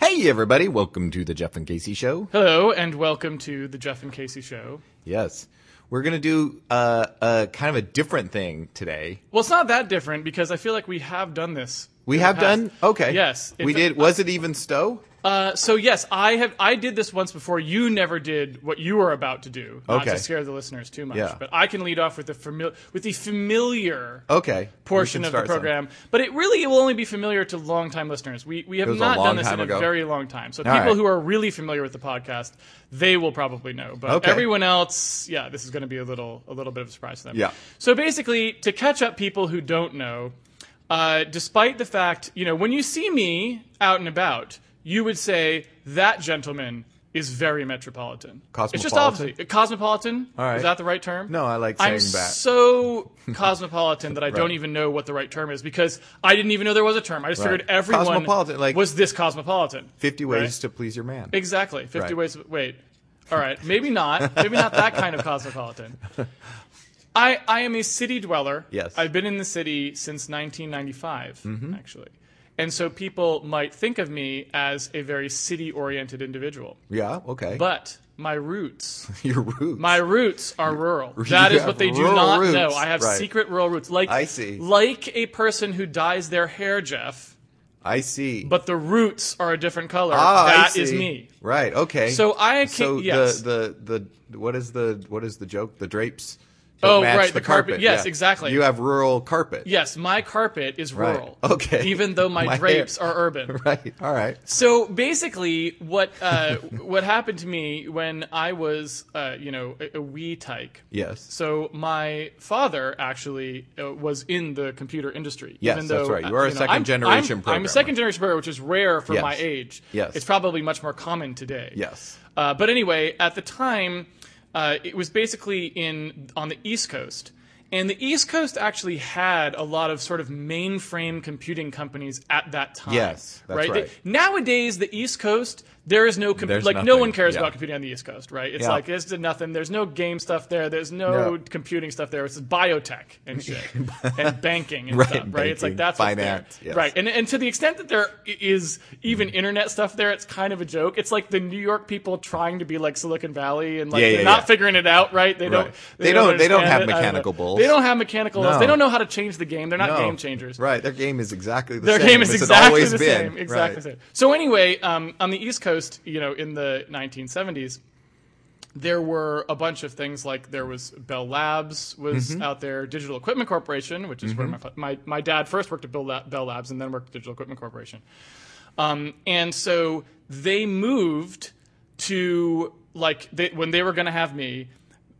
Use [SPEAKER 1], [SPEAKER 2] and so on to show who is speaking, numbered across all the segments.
[SPEAKER 1] Hey, everybody. Welcome to the Jeff and Casey Show.
[SPEAKER 2] Hello and welcome to the Jeff and Casey show.
[SPEAKER 1] Yes. We're going to do uh, a kind of a different thing today.
[SPEAKER 2] Well, it's not that different because I feel like we have done this.
[SPEAKER 1] We
[SPEAKER 2] in the
[SPEAKER 1] have
[SPEAKER 2] past.
[SPEAKER 1] done? Okay.
[SPEAKER 2] Yes.
[SPEAKER 1] We
[SPEAKER 2] It's-
[SPEAKER 1] did. Was it even Stowe?
[SPEAKER 2] Uh, so yes, I have. I did this once before. You never did what you were about to do. Not
[SPEAKER 1] Okay.
[SPEAKER 2] to scare the listeners too much.
[SPEAKER 1] Yeah.
[SPEAKER 2] But I can lead off with the familiar with the familiar
[SPEAKER 1] Okay.
[SPEAKER 2] portion
[SPEAKER 1] We
[SPEAKER 2] of
[SPEAKER 1] can start
[SPEAKER 2] the
[SPEAKER 1] some.
[SPEAKER 2] program. But it really will only be familiar to longtime listeners. We we have
[SPEAKER 1] was a
[SPEAKER 2] not
[SPEAKER 1] long
[SPEAKER 2] done this
[SPEAKER 1] time
[SPEAKER 2] in a
[SPEAKER 1] ago.
[SPEAKER 2] very long time. So
[SPEAKER 1] All
[SPEAKER 2] people
[SPEAKER 1] right.
[SPEAKER 2] who are really familiar with the podcast, they will probably know. But
[SPEAKER 1] Okay.
[SPEAKER 2] everyone else, yeah, this is going to be a little a little bit of a surprise to them.
[SPEAKER 1] Yeah.
[SPEAKER 2] So basically, to catch up people who don't know, uh, despite the fact, you know, when you see me out and about, you would say that gentleman is very metropolitan. It's just
[SPEAKER 1] Cosmopolitan?
[SPEAKER 2] obviously cosmopolitan.
[SPEAKER 1] All right.
[SPEAKER 2] Is that the right term?
[SPEAKER 1] No, I like
[SPEAKER 2] I'm
[SPEAKER 1] saying that.
[SPEAKER 2] so cosmopolitan that I don't even know what the right term is because I didn't even know there was a term. I just
[SPEAKER 1] Right.
[SPEAKER 2] figured everyone
[SPEAKER 1] Cosmopolitan, like-
[SPEAKER 2] was this cosmopolitan.
[SPEAKER 1] 50 Ways
[SPEAKER 2] Right.
[SPEAKER 1] to Please Your Man.
[SPEAKER 2] Exactly. 50
[SPEAKER 1] Right.
[SPEAKER 2] ways. Wait. All right. Maybe not. Maybe not that kind of cosmopolitan. I, I am a city dweller.
[SPEAKER 1] Yes. Mm-hmm.
[SPEAKER 2] I've been in the city since 1995, actually. And so people might think of me as a very city oriented individual.
[SPEAKER 1] Yeah. Okay.
[SPEAKER 2] But my roots.
[SPEAKER 1] Your roots.
[SPEAKER 2] My roots are rural. That is
[SPEAKER 1] have
[SPEAKER 2] what they do
[SPEAKER 1] rural
[SPEAKER 2] not
[SPEAKER 1] roots.
[SPEAKER 2] know. I have
[SPEAKER 1] Right.
[SPEAKER 2] secret rural roots. Like
[SPEAKER 1] I see.
[SPEAKER 2] Like a person who dyes their hair, Jeff,
[SPEAKER 1] I see.
[SPEAKER 2] but the roots are a different color.
[SPEAKER 1] Ah, I
[SPEAKER 2] That is
[SPEAKER 1] see.
[SPEAKER 2] me.
[SPEAKER 1] Right. Okay.
[SPEAKER 2] So I can
[SPEAKER 1] So
[SPEAKER 2] yes.
[SPEAKER 1] the, the the what is the what is the joke? The drapes.
[SPEAKER 2] Oh,
[SPEAKER 1] don't match
[SPEAKER 2] right, the carpet. Yes,
[SPEAKER 1] Yeah.
[SPEAKER 2] exactly.
[SPEAKER 1] You have rural carpet.
[SPEAKER 2] yes, my carpet is
[SPEAKER 1] Right.
[SPEAKER 2] rural.
[SPEAKER 1] Okay.
[SPEAKER 2] Even though my,
[SPEAKER 1] My hair.
[SPEAKER 2] drapes are urban.
[SPEAKER 1] Right. All right.
[SPEAKER 2] So basically, what uh, what happened to me when I was, uh, you know, a, a wee tyke.
[SPEAKER 1] Yes.
[SPEAKER 2] So my father actually uh, was in the computer industry.
[SPEAKER 1] Yes,
[SPEAKER 2] even though,
[SPEAKER 1] that's right. You
[SPEAKER 2] uh,
[SPEAKER 1] are a
[SPEAKER 2] know,
[SPEAKER 1] second
[SPEAKER 2] I'm-
[SPEAKER 1] generation
[SPEAKER 2] I'm, I'm
[SPEAKER 1] programmer.
[SPEAKER 2] a second generation programmer, which is rare for
[SPEAKER 1] Yes.
[SPEAKER 2] my age.
[SPEAKER 1] Yes.
[SPEAKER 2] It's probably much more common today.
[SPEAKER 1] Yes.
[SPEAKER 2] Uh, but anyway, at the time, uh, it was basically in on the East Coast. And the East Coast actually had a lot of sort of mainframe computing companies at that time.
[SPEAKER 1] Yes, that's
[SPEAKER 2] right. They-
[SPEAKER 1] right.
[SPEAKER 2] nowadays, the East Coast, there is no com-
[SPEAKER 1] There's
[SPEAKER 2] like no
[SPEAKER 1] nothing,
[SPEAKER 2] one cares
[SPEAKER 1] yeah.
[SPEAKER 2] about computing on the East Coast, right? It's
[SPEAKER 1] Yeah.
[SPEAKER 2] like there's nothing. There's no game stuff there. There's no
[SPEAKER 1] No.
[SPEAKER 2] computing stuff there. It's biotech and shit and banking and
[SPEAKER 1] Right,
[SPEAKER 2] stuff, right? it's
[SPEAKER 1] banking,
[SPEAKER 2] like that's
[SPEAKER 1] finance,
[SPEAKER 2] what's there,
[SPEAKER 1] yes.
[SPEAKER 2] right? And and to the extent that there i- is even internet stuff there, it's kind of a joke. It's like the New York people trying to be like Silicon Valley and like
[SPEAKER 1] Yeah, yeah,
[SPEAKER 2] they're not
[SPEAKER 1] yeah.
[SPEAKER 2] figuring it out, right? They don't.
[SPEAKER 1] Right. They don't- they don't
[SPEAKER 2] understand
[SPEAKER 1] have
[SPEAKER 2] it. I know.
[SPEAKER 1] mechanical balls.
[SPEAKER 2] They don't have mechanical.
[SPEAKER 1] No.
[SPEAKER 2] balls. They don't know how to change the game. They're not
[SPEAKER 1] No.
[SPEAKER 2] game changers
[SPEAKER 1] Right. Their game is exactly the
[SPEAKER 2] their
[SPEAKER 1] same.
[SPEAKER 2] game is
[SPEAKER 1] as it's
[SPEAKER 2] exactly
[SPEAKER 1] always
[SPEAKER 2] the
[SPEAKER 1] been.
[SPEAKER 2] same. Exactly
[SPEAKER 1] Right.
[SPEAKER 2] the same. So anyway, um, on the East Coast, you know, in the 1970s, there were a bunch of things like there was Bell Labs was
[SPEAKER 1] Mm-hmm.
[SPEAKER 2] out there, Digital Equipment Corporation, which is where my, fa- my my dad first worked at Bell, La- Bell Labs and then worked at Digital Equipment Corporation. Um, and so they moved to like they, when they were going to have me.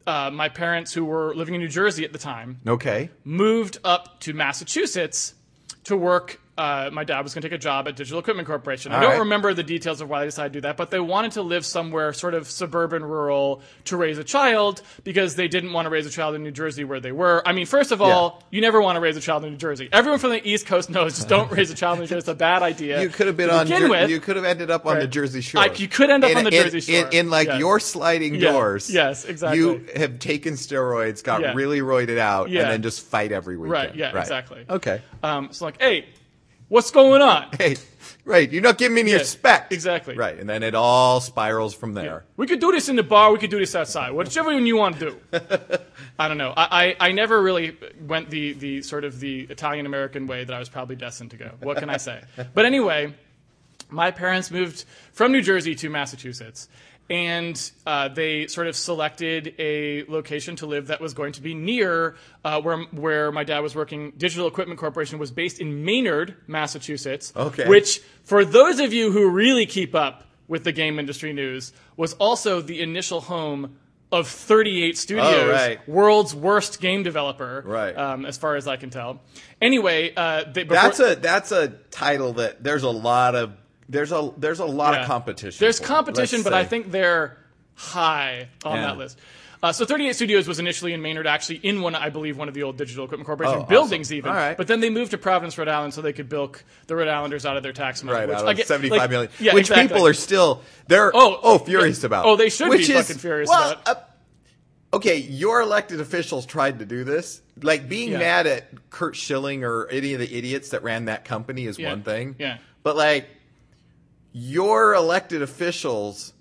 [SPEAKER 2] Uh, my parents, who were living in New Jersey at the time,
[SPEAKER 1] Okay.
[SPEAKER 2] moved up to Massachusetts to work. Uh, my dad was going to take a job at Digital Equipment Corporation. I
[SPEAKER 1] All
[SPEAKER 2] don't
[SPEAKER 1] right.
[SPEAKER 2] remember the details of why they decided to do that, but they wanted to live somewhere sort of suburban, rural to raise a child because they didn't want to raise a child in New Jersey where they were. I mean, first of all, you never want to raise a child in New Jersey. Everyone from the East Coast knows just don't raise a child in New Jersey. It's a bad idea.
[SPEAKER 1] You could have been
[SPEAKER 2] to
[SPEAKER 1] on.
[SPEAKER 2] begin
[SPEAKER 1] Jer-
[SPEAKER 2] with.
[SPEAKER 1] you could have ended up on the
[SPEAKER 2] Right.
[SPEAKER 1] Jersey Shore.
[SPEAKER 2] I- you could end up
[SPEAKER 1] In-
[SPEAKER 2] on the
[SPEAKER 1] in-
[SPEAKER 2] Jersey
[SPEAKER 1] in-
[SPEAKER 2] Shore.
[SPEAKER 1] in, like
[SPEAKER 2] Yes.
[SPEAKER 1] your sliding
[SPEAKER 2] Yeah.
[SPEAKER 1] doors.
[SPEAKER 2] Yes, exactly.
[SPEAKER 1] You have taken steroids, got
[SPEAKER 2] Yeah.
[SPEAKER 1] really roided out,
[SPEAKER 2] Yeah.
[SPEAKER 1] and then just fight every weekend.
[SPEAKER 2] Right, yeah, exactly.
[SPEAKER 1] Okay.
[SPEAKER 2] um, it's like, hey, what's going on?
[SPEAKER 1] Hey, right. You're not giving me any
[SPEAKER 2] Yeah,
[SPEAKER 1] respect.
[SPEAKER 2] exactly.
[SPEAKER 1] Right, and then it all spirals from there.
[SPEAKER 2] We could do this in the bar. We could do this outside. Whichever one you want to do. I don't know. I, I, I never really went the, the sort of the Italian American way that I was probably destined to go. What can I say? but anyway, my parents moved from New Jersey to Massachusetts. And uh, they sort of selected a location to live that was going to be near uh, where where my dad was working. Digital Equipment Corporation was based in Maynard, Massachusetts.
[SPEAKER 1] Okay.
[SPEAKER 2] Which, for those of you who really keep up with the game industry news, was also the initial home of 38 Studios,
[SPEAKER 1] Oh, right.
[SPEAKER 2] world's worst game developer,
[SPEAKER 1] Right.
[SPEAKER 2] um, as far as I can tell. Anyway, uh, they, before,
[SPEAKER 1] That's a that's a title that there's a lot of there's a there's a lot
[SPEAKER 2] Yeah.
[SPEAKER 1] of competition.
[SPEAKER 2] There's
[SPEAKER 1] for,
[SPEAKER 2] competition,
[SPEAKER 1] let's
[SPEAKER 2] but I
[SPEAKER 1] say.
[SPEAKER 2] think they're high on
[SPEAKER 1] Yeah.
[SPEAKER 2] that list. Uh, so 38 Studios was initially in Maynard, actually in one, I believe, one of the old Digital Equipment Corporation
[SPEAKER 1] Oh,
[SPEAKER 2] buildings,
[SPEAKER 1] awesome.
[SPEAKER 2] even.
[SPEAKER 1] All right.
[SPEAKER 2] But then they moved to Providence, Rhode Island, so they could bilk the Rhode Islanders out of their tax money.
[SPEAKER 1] Right,
[SPEAKER 2] which,
[SPEAKER 1] out
[SPEAKER 2] I
[SPEAKER 1] of
[SPEAKER 2] get-
[SPEAKER 1] seventy five
[SPEAKER 2] like,
[SPEAKER 1] million,
[SPEAKER 2] yeah,
[SPEAKER 1] which
[SPEAKER 2] exactly.
[SPEAKER 1] people are still they're oh,
[SPEAKER 2] Oh,
[SPEAKER 1] furious
[SPEAKER 2] yeah.
[SPEAKER 1] about.
[SPEAKER 2] Oh, they should be
[SPEAKER 1] which is,
[SPEAKER 2] fucking furious
[SPEAKER 1] well,
[SPEAKER 2] about.
[SPEAKER 1] uh, okay, your elected officials tried to do this. Like being
[SPEAKER 2] Yeah.
[SPEAKER 1] mad at Kurt Schilling or any of the idiots that ran that company is
[SPEAKER 2] Yeah.
[SPEAKER 1] one thing.
[SPEAKER 2] Yeah.
[SPEAKER 1] but like your elected officials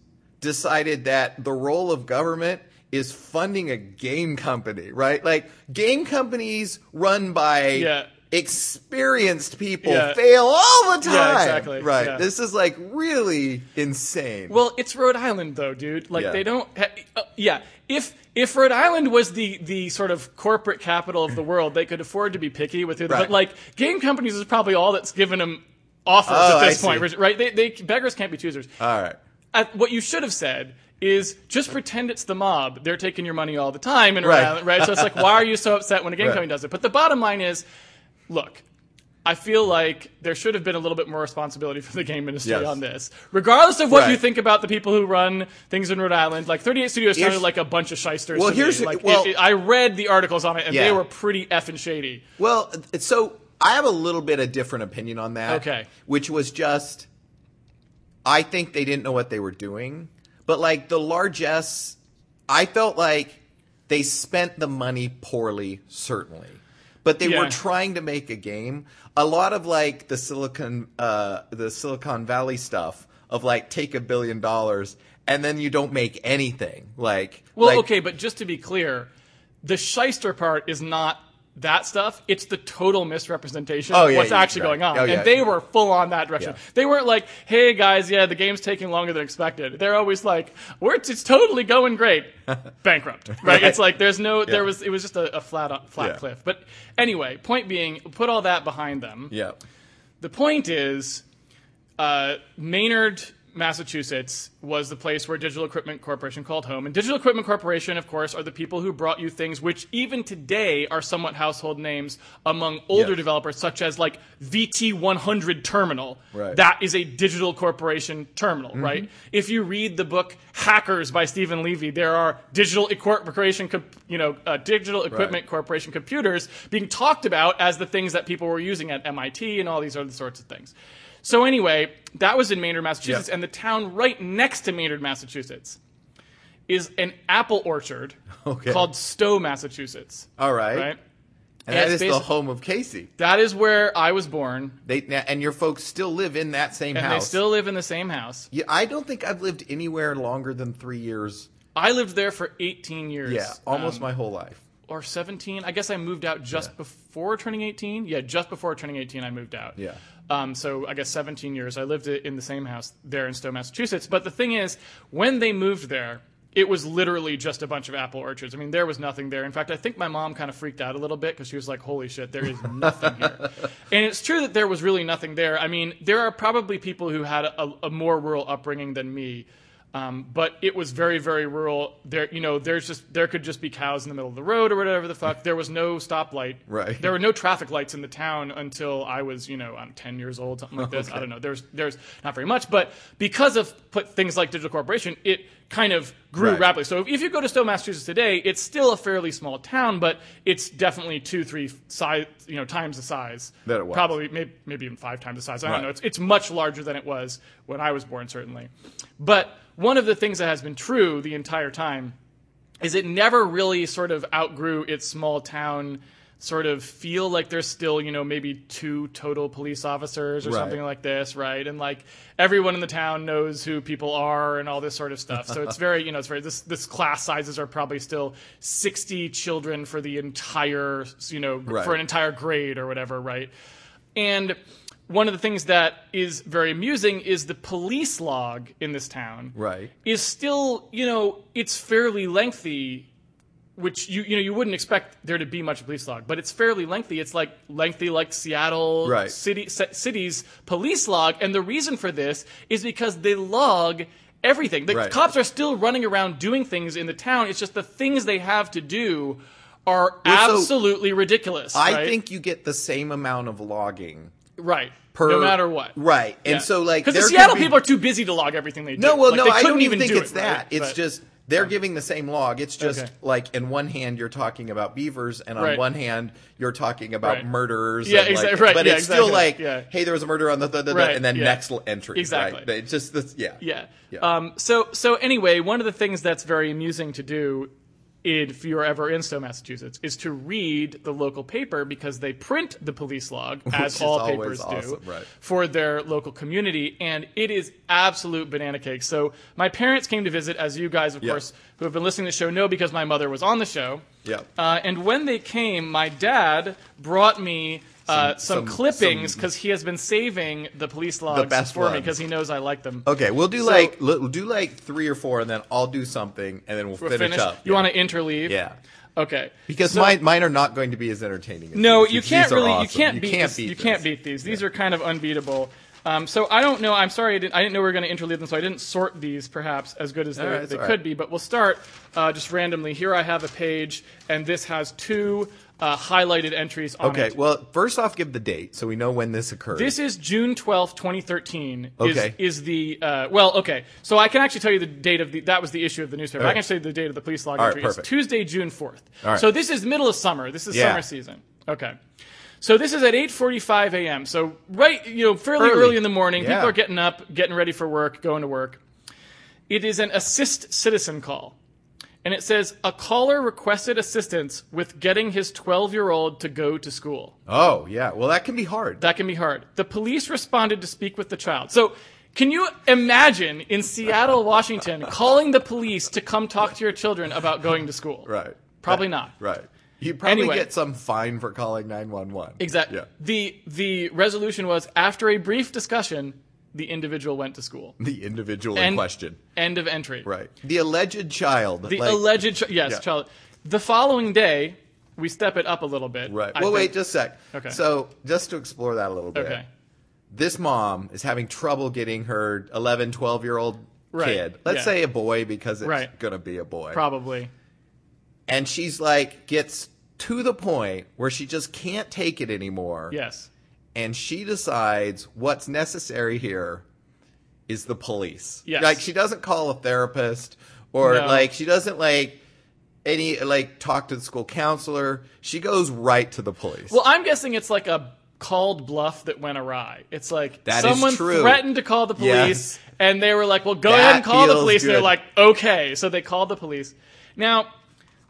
[SPEAKER 1] decided that the role of government is funding a game company, right? Like game companies run by
[SPEAKER 2] Yeah.
[SPEAKER 1] experienced people
[SPEAKER 2] Yeah.
[SPEAKER 1] fail all the time.
[SPEAKER 2] Yeah, exactly.
[SPEAKER 1] Right.
[SPEAKER 2] Yeah.
[SPEAKER 1] This is like really insane.
[SPEAKER 2] Well, it's Rhode Island though, dude. Like
[SPEAKER 1] Yeah.
[SPEAKER 2] they don't. Ha- uh, yeah, if if Rhode Island was the the sort of corporate capital of the world, they could afford to be picky with it.
[SPEAKER 1] Right.
[SPEAKER 2] But like game companies is probably all that's given them offers
[SPEAKER 1] Oh,
[SPEAKER 2] at this
[SPEAKER 1] I
[SPEAKER 2] point,
[SPEAKER 1] see.
[SPEAKER 2] right? They, they beggars can't be choosers.
[SPEAKER 1] all right.
[SPEAKER 2] Uh, what you should have said is just pretend it's the mob. They're taking your money all the time, and
[SPEAKER 1] Right.
[SPEAKER 2] right. right? So it's like, why are you so upset when a game
[SPEAKER 1] Right.
[SPEAKER 2] company does it? But the bottom line is, look. I feel like there should have been a little bit more responsibility for the game industry
[SPEAKER 1] Yes.
[SPEAKER 2] on this. Regardless of what
[SPEAKER 1] Right.
[SPEAKER 2] you think about the people who run things in Rhode Island, like 38 Studios sounded like a bunch of shysters.
[SPEAKER 1] Well,
[SPEAKER 2] to
[SPEAKER 1] here's the-
[SPEAKER 2] me. like
[SPEAKER 1] well-
[SPEAKER 2] it- it- I read the articles on it, and
[SPEAKER 1] Yeah.
[SPEAKER 2] they were pretty effing shady.
[SPEAKER 1] Well, it's- so I have a little bit of different opinion on that.
[SPEAKER 2] Okay.
[SPEAKER 1] Which was just, I think they didn't know what they were doing. But like the largesse, I felt like they spent the money poorly, certainly. But they were
[SPEAKER 2] Yeah.
[SPEAKER 1] trying to make a game. A lot of like the Silicon, uh, the Silicon Valley stuff of like take a billion dollars and then you don't make anything. Like,
[SPEAKER 2] Well,
[SPEAKER 1] like-
[SPEAKER 2] okay, but just to be clear, the shyster part is not that stuff. It's the total misrepresentation
[SPEAKER 1] Oh,
[SPEAKER 2] of
[SPEAKER 1] yeah,
[SPEAKER 2] what's
[SPEAKER 1] yeah,
[SPEAKER 2] actually
[SPEAKER 1] right.
[SPEAKER 2] going on.
[SPEAKER 1] Oh, yeah.
[SPEAKER 2] And they were full on that direction.
[SPEAKER 1] Yeah.
[SPEAKER 2] They weren't like, hey guys, yeah, the game's taking longer than expected. They're always like, we're, it's totally going great. Bankrupt. Right? It's like there's no there was it was just a, a flat flat
[SPEAKER 1] Yeah.
[SPEAKER 2] cliff. But anyway, point being, put all that behind them.
[SPEAKER 1] Yeah.
[SPEAKER 2] The point is, uh, Maynard, Massachusetts was the place where Digital Equipment Corporation called home. And Digital Equipment Corporation, of course, are the people who brought you things which even today are somewhat household names among older
[SPEAKER 1] Yes.
[SPEAKER 2] developers, such as like VT100 Terminal.
[SPEAKER 1] Right. Mm-hmm.
[SPEAKER 2] That is a digital corporation terminal, right? If you read the book Hackers by Stephen Levy, there are digital equi- corporation, comp- you know, uh, digital equipment
[SPEAKER 1] Right.
[SPEAKER 2] corporation computers being talked about as the things that people were using at MIT and all these other sorts of things. So anyway, that was in Maynard, Massachusetts,
[SPEAKER 1] Yeah.
[SPEAKER 2] and the town right next to Maynard, Massachusetts, is an apple orchard
[SPEAKER 1] Okay.
[SPEAKER 2] called Stowe, Massachusetts.
[SPEAKER 1] All right.
[SPEAKER 2] Right.
[SPEAKER 1] And
[SPEAKER 2] Yeah,
[SPEAKER 1] that
[SPEAKER 2] it's
[SPEAKER 1] is the
[SPEAKER 2] basi-
[SPEAKER 1] home of Casey.
[SPEAKER 2] That is where I was born,
[SPEAKER 1] They now- and your folks still live in that same
[SPEAKER 2] and
[SPEAKER 1] house.
[SPEAKER 2] they still live in the same house.
[SPEAKER 1] Yeah, I don't think I've lived anywhere longer than three years.
[SPEAKER 2] I lived there for 18 years.
[SPEAKER 1] Yeah, almost
[SPEAKER 2] um,
[SPEAKER 1] my whole life.
[SPEAKER 2] or 17. I guess I moved out just before turning 18. Yeah, just before turning 18, I moved out.
[SPEAKER 1] Yeah.
[SPEAKER 2] Um, so I guess 17 years. I lived i- in the same house there in Stowe, Massachusetts. But the thing is, when they moved there, it was literally just a bunch of apple orchards. I mean, there was nothing there. In fact, I think my mom kind of freaked out a little bit because she was like, "Holy shit, there is nothing here." And it's true that there was really nothing there. I mean, there are probably people who had a, a more rural upbringing than me. Um, but it was very, very rural. There, you know, there's just there could just be cows in the middle of the road or whatever the fuck. There was no stoplight.
[SPEAKER 1] Right.
[SPEAKER 2] There were no traffic lights in the town until I was, you know, I'm 10 years old, something like this. I don't know. There's there's not very much, but because of put things like digital corporation, it kind of grew
[SPEAKER 1] Right.
[SPEAKER 2] rapidly. So if, if you go to Stowe, Massachusetts today, it's still a fairly small town, but it's definitely two, three size, you know, times the size
[SPEAKER 1] That it was.
[SPEAKER 2] Probably, maybe, maybe even five times the size. I
[SPEAKER 1] Right.
[SPEAKER 2] don't know. It's, it's much larger than it was when I was born, certainly. But one of the things that has been true the entire time is it never really sort of outgrew its small town sort of feel like there's still you know maybe two total police officers or
[SPEAKER 1] Right.
[SPEAKER 2] something like this right and like everyone in the town knows who people are and all this sort of stuff so it's very you know it's very this this class sizes are probably still 60 children for the entire you know
[SPEAKER 1] Right.
[SPEAKER 2] for an entire grade or whatever right and one of the things that is very amusing is the police log in this town
[SPEAKER 1] Right.
[SPEAKER 2] is still, you know, it's fairly lengthy, which you you know you wouldn't expect there to be much police log, but it's fairly lengthy. It's like lengthy like Seattle
[SPEAKER 1] Right.
[SPEAKER 2] city c- city's police log, and the reason for this is because they log everything. The
[SPEAKER 1] Right.
[SPEAKER 2] cops are still running around doing things in the town. It's just the things they have to do are
[SPEAKER 1] so-
[SPEAKER 2] absolutely ridiculous.
[SPEAKER 1] I
[SPEAKER 2] right?
[SPEAKER 1] think you get the same amount of logging
[SPEAKER 2] right
[SPEAKER 1] per
[SPEAKER 2] no matter what.
[SPEAKER 1] Right, and so like
[SPEAKER 2] because the
[SPEAKER 1] there could
[SPEAKER 2] Seattle
[SPEAKER 1] be-
[SPEAKER 2] people are too busy to log everything they do.
[SPEAKER 1] No, well,
[SPEAKER 2] Like,
[SPEAKER 1] no,
[SPEAKER 2] they
[SPEAKER 1] I
[SPEAKER 2] couldn't
[SPEAKER 1] don't even
[SPEAKER 2] even
[SPEAKER 1] think
[SPEAKER 2] do
[SPEAKER 1] it's
[SPEAKER 2] it,
[SPEAKER 1] that.
[SPEAKER 2] right?
[SPEAKER 1] It's
[SPEAKER 2] But- um,
[SPEAKER 1] just they're giving the same log. It's just
[SPEAKER 2] Okay.
[SPEAKER 1] like in one hand you're talking about beavers, and on
[SPEAKER 2] Right.
[SPEAKER 1] one hand you're talking about
[SPEAKER 2] Right.
[SPEAKER 1] murderers.
[SPEAKER 2] Yeah,
[SPEAKER 1] and, like-
[SPEAKER 2] exactly, right,
[SPEAKER 1] But
[SPEAKER 2] yeah,
[SPEAKER 1] it's still
[SPEAKER 2] exactly,
[SPEAKER 1] like,
[SPEAKER 2] yeah.
[SPEAKER 1] hey, there was a murder on the, the, the, the
[SPEAKER 2] Right,
[SPEAKER 1] and then
[SPEAKER 2] yeah.
[SPEAKER 1] next l- entry.
[SPEAKER 2] Exactly.
[SPEAKER 1] Right? It's just this. Yeah.
[SPEAKER 2] Yeah.
[SPEAKER 1] Yeah.
[SPEAKER 2] Um, so so anyway, one of the things that's very amusing to do if you're ever in Stowe, Massachusetts, is to read the local paper because they print the police log, as
[SPEAKER 1] is
[SPEAKER 2] all
[SPEAKER 1] always
[SPEAKER 2] papers
[SPEAKER 1] awesome,
[SPEAKER 2] do,
[SPEAKER 1] right.
[SPEAKER 2] for their local community, and it is absolute banana cake. So my parents came to visit, as you guys, of
[SPEAKER 1] Yeah.
[SPEAKER 2] course, who have been listening to the show know, because my mother was on the show.
[SPEAKER 1] Yeah.
[SPEAKER 2] Uh, and when they came, my dad brought me. Uh, some,
[SPEAKER 1] Some- some-
[SPEAKER 2] clippings because he has been saving the police logs
[SPEAKER 1] best
[SPEAKER 2] for me
[SPEAKER 1] ones.
[SPEAKER 2] because he knows I like them.
[SPEAKER 1] Okay, we'll do
[SPEAKER 2] So-
[SPEAKER 1] like li- we'll do like three or four, and then I'll do something, and then we'll,
[SPEAKER 2] We're
[SPEAKER 1] finish,
[SPEAKER 2] finished.
[SPEAKER 1] up.
[SPEAKER 2] You
[SPEAKER 1] yeah.
[SPEAKER 2] want to interleave?
[SPEAKER 1] Yeah,
[SPEAKER 2] Okay.
[SPEAKER 1] because mine mine are not going to be as entertaining. As
[SPEAKER 2] No,
[SPEAKER 1] these.
[SPEAKER 2] you
[SPEAKER 1] These
[SPEAKER 2] can't
[SPEAKER 1] are
[SPEAKER 2] really. You
[SPEAKER 1] awesome.
[SPEAKER 2] can't beat. this- you can't
[SPEAKER 1] this.
[SPEAKER 2] beat these. These are kind of unbeatable. Um, so I don't know. I'm sorry. I didn't, I didn't know we were going to interleave them, so I didn't sort these perhaps as good as they,
[SPEAKER 1] right, it's
[SPEAKER 2] they
[SPEAKER 1] all right.
[SPEAKER 2] could be. But we'll start uh, just randomly. Here I have a page, and this has two uh, highlighted entries on
[SPEAKER 1] Okay,
[SPEAKER 2] it.
[SPEAKER 1] well, first off, give the date so we know when this occurred.
[SPEAKER 2] This is June twelfth, 2013.
[SPEAKER 1] Okay.
[SPEAKER 2] Is, is the, uh, well, okay. So I can actually tell you the date of the, that was the issue of the newspaper. I
[SPEAKER 1] Okay.
[SPEAKER 2] can actually tell you the date of the police log
[SPEAKER 1] All right,
[SPEAKER 2] entry.
[SPEAKER 1] perfect.
[SPEAKER 2] It's Tuesday, June 4th.
[SPEAKER 1] All right.
[SPEAKER 2] So this is middle of summer. This is
[SPEAKER 1] Yeah.
[SPEAKER 2] summer season. Okay. So this is at 8.45 a.m. So right, you know, fairly early,
[SPEAKER 1] Early.
[SPEAKER 2] in the morning.
[SPEAKER 1] Yeah.
[SPEAKER 2] People are getting up, getting ready for work, going to work. It is an assist citizen call. And it says, a caller requested assistance with getting his 12-year-old to go to school.
[SPEAKER 1] Oh yeah, well that can be hard.
[SPEAKER 2] That can be hard. The police responded to speak with the child. So, can you imagine in Seattle, Washington, calling the police to come talk to your children about going to school?
[SPEAKER 1] right.
[SPEAKER 2] Probably
[SPEAKER 1] That-
[SPEAKER 2] not.
[SPEAKER 1] Right. You probably
[SPEAKER 2] Anyway.
[SPEAKER 1] get some fine for calling nine one one.
[SPEAKER 2] Exactly.
[SPEAKER 1] Yeah.
[SPEAKER 2] The the resolution was after a brief discussion, the individual went to school.
[SPEAKER 1] The individual in
[SPEAKER 2] End-
[SPEAKER 1] question.
[SPEAKER 2] End of entry.
[SPEAKER 1] Right. The alleged child.
[SPEAKER 2] The
[SPEAKER 1] like-
[SPEAKER 2] alleged chi- yes,
[SPEAKER 1] Yeah.
[SPEAKER 2] child. The following day, we step it up a little bit.
[SPEAKER 1] Right.
[SPEAKER 2] I
[SPEAKER 1] well,
[SPEAKER 2] think.
[SPEAKER 1] wait just a sec.
[SPEAKER 2] Okay.
[SPEAKER 1] So just to explore that a little bit.
[SPEAKER 2] Okay.
[SPEAKER 1] This mom is having trouble getting her 11, 12 year old
[SPEAKER 2] Right.
[SPEAKER 1] kid. Let's
[SPEAKER 2] Yeah.
[SPEAKER 1] say a boy because it's
[SPEAKER 2] Right.
[SPEAKER 1] gonna be a boy.
[SPEAKER 2] Probably.
[SPEAKER 1] And she's like gets to the point where she just can't take it anymore.
[SPEAKER 2] Yes.
[SPEAKER 1] and she decides what's necessary here is the police.
[SPEAKER 2] Yes.
[SPEAKER 1] Like she doesn't call a therapist or
[SPEAKER 2] No.
[SPEAKER 1] like she doesn't like any like talk to the school counselor. She goes right to the police.
[SPEAKER 2] Well, I'm guessing it's like a called bluff that went awry. It's like
[SPEAKER 1] That is
[SPEAKER 2] someone
[SPEAKER 1] true.
[SPEAKER 2] threatened to call the police,
[SPEAKER 1] Yes.
[SPEAKER 2] and they were like, "Well, go
[SPEAKER 1] That
[SPEAKER 2] ahead and call the
[SPEAKER 1] feels
[SPEAKER 2] police." And They're
[SPEAKER 1] good.
[SPEAKER 2] like, "Okay," so they called the police. Now,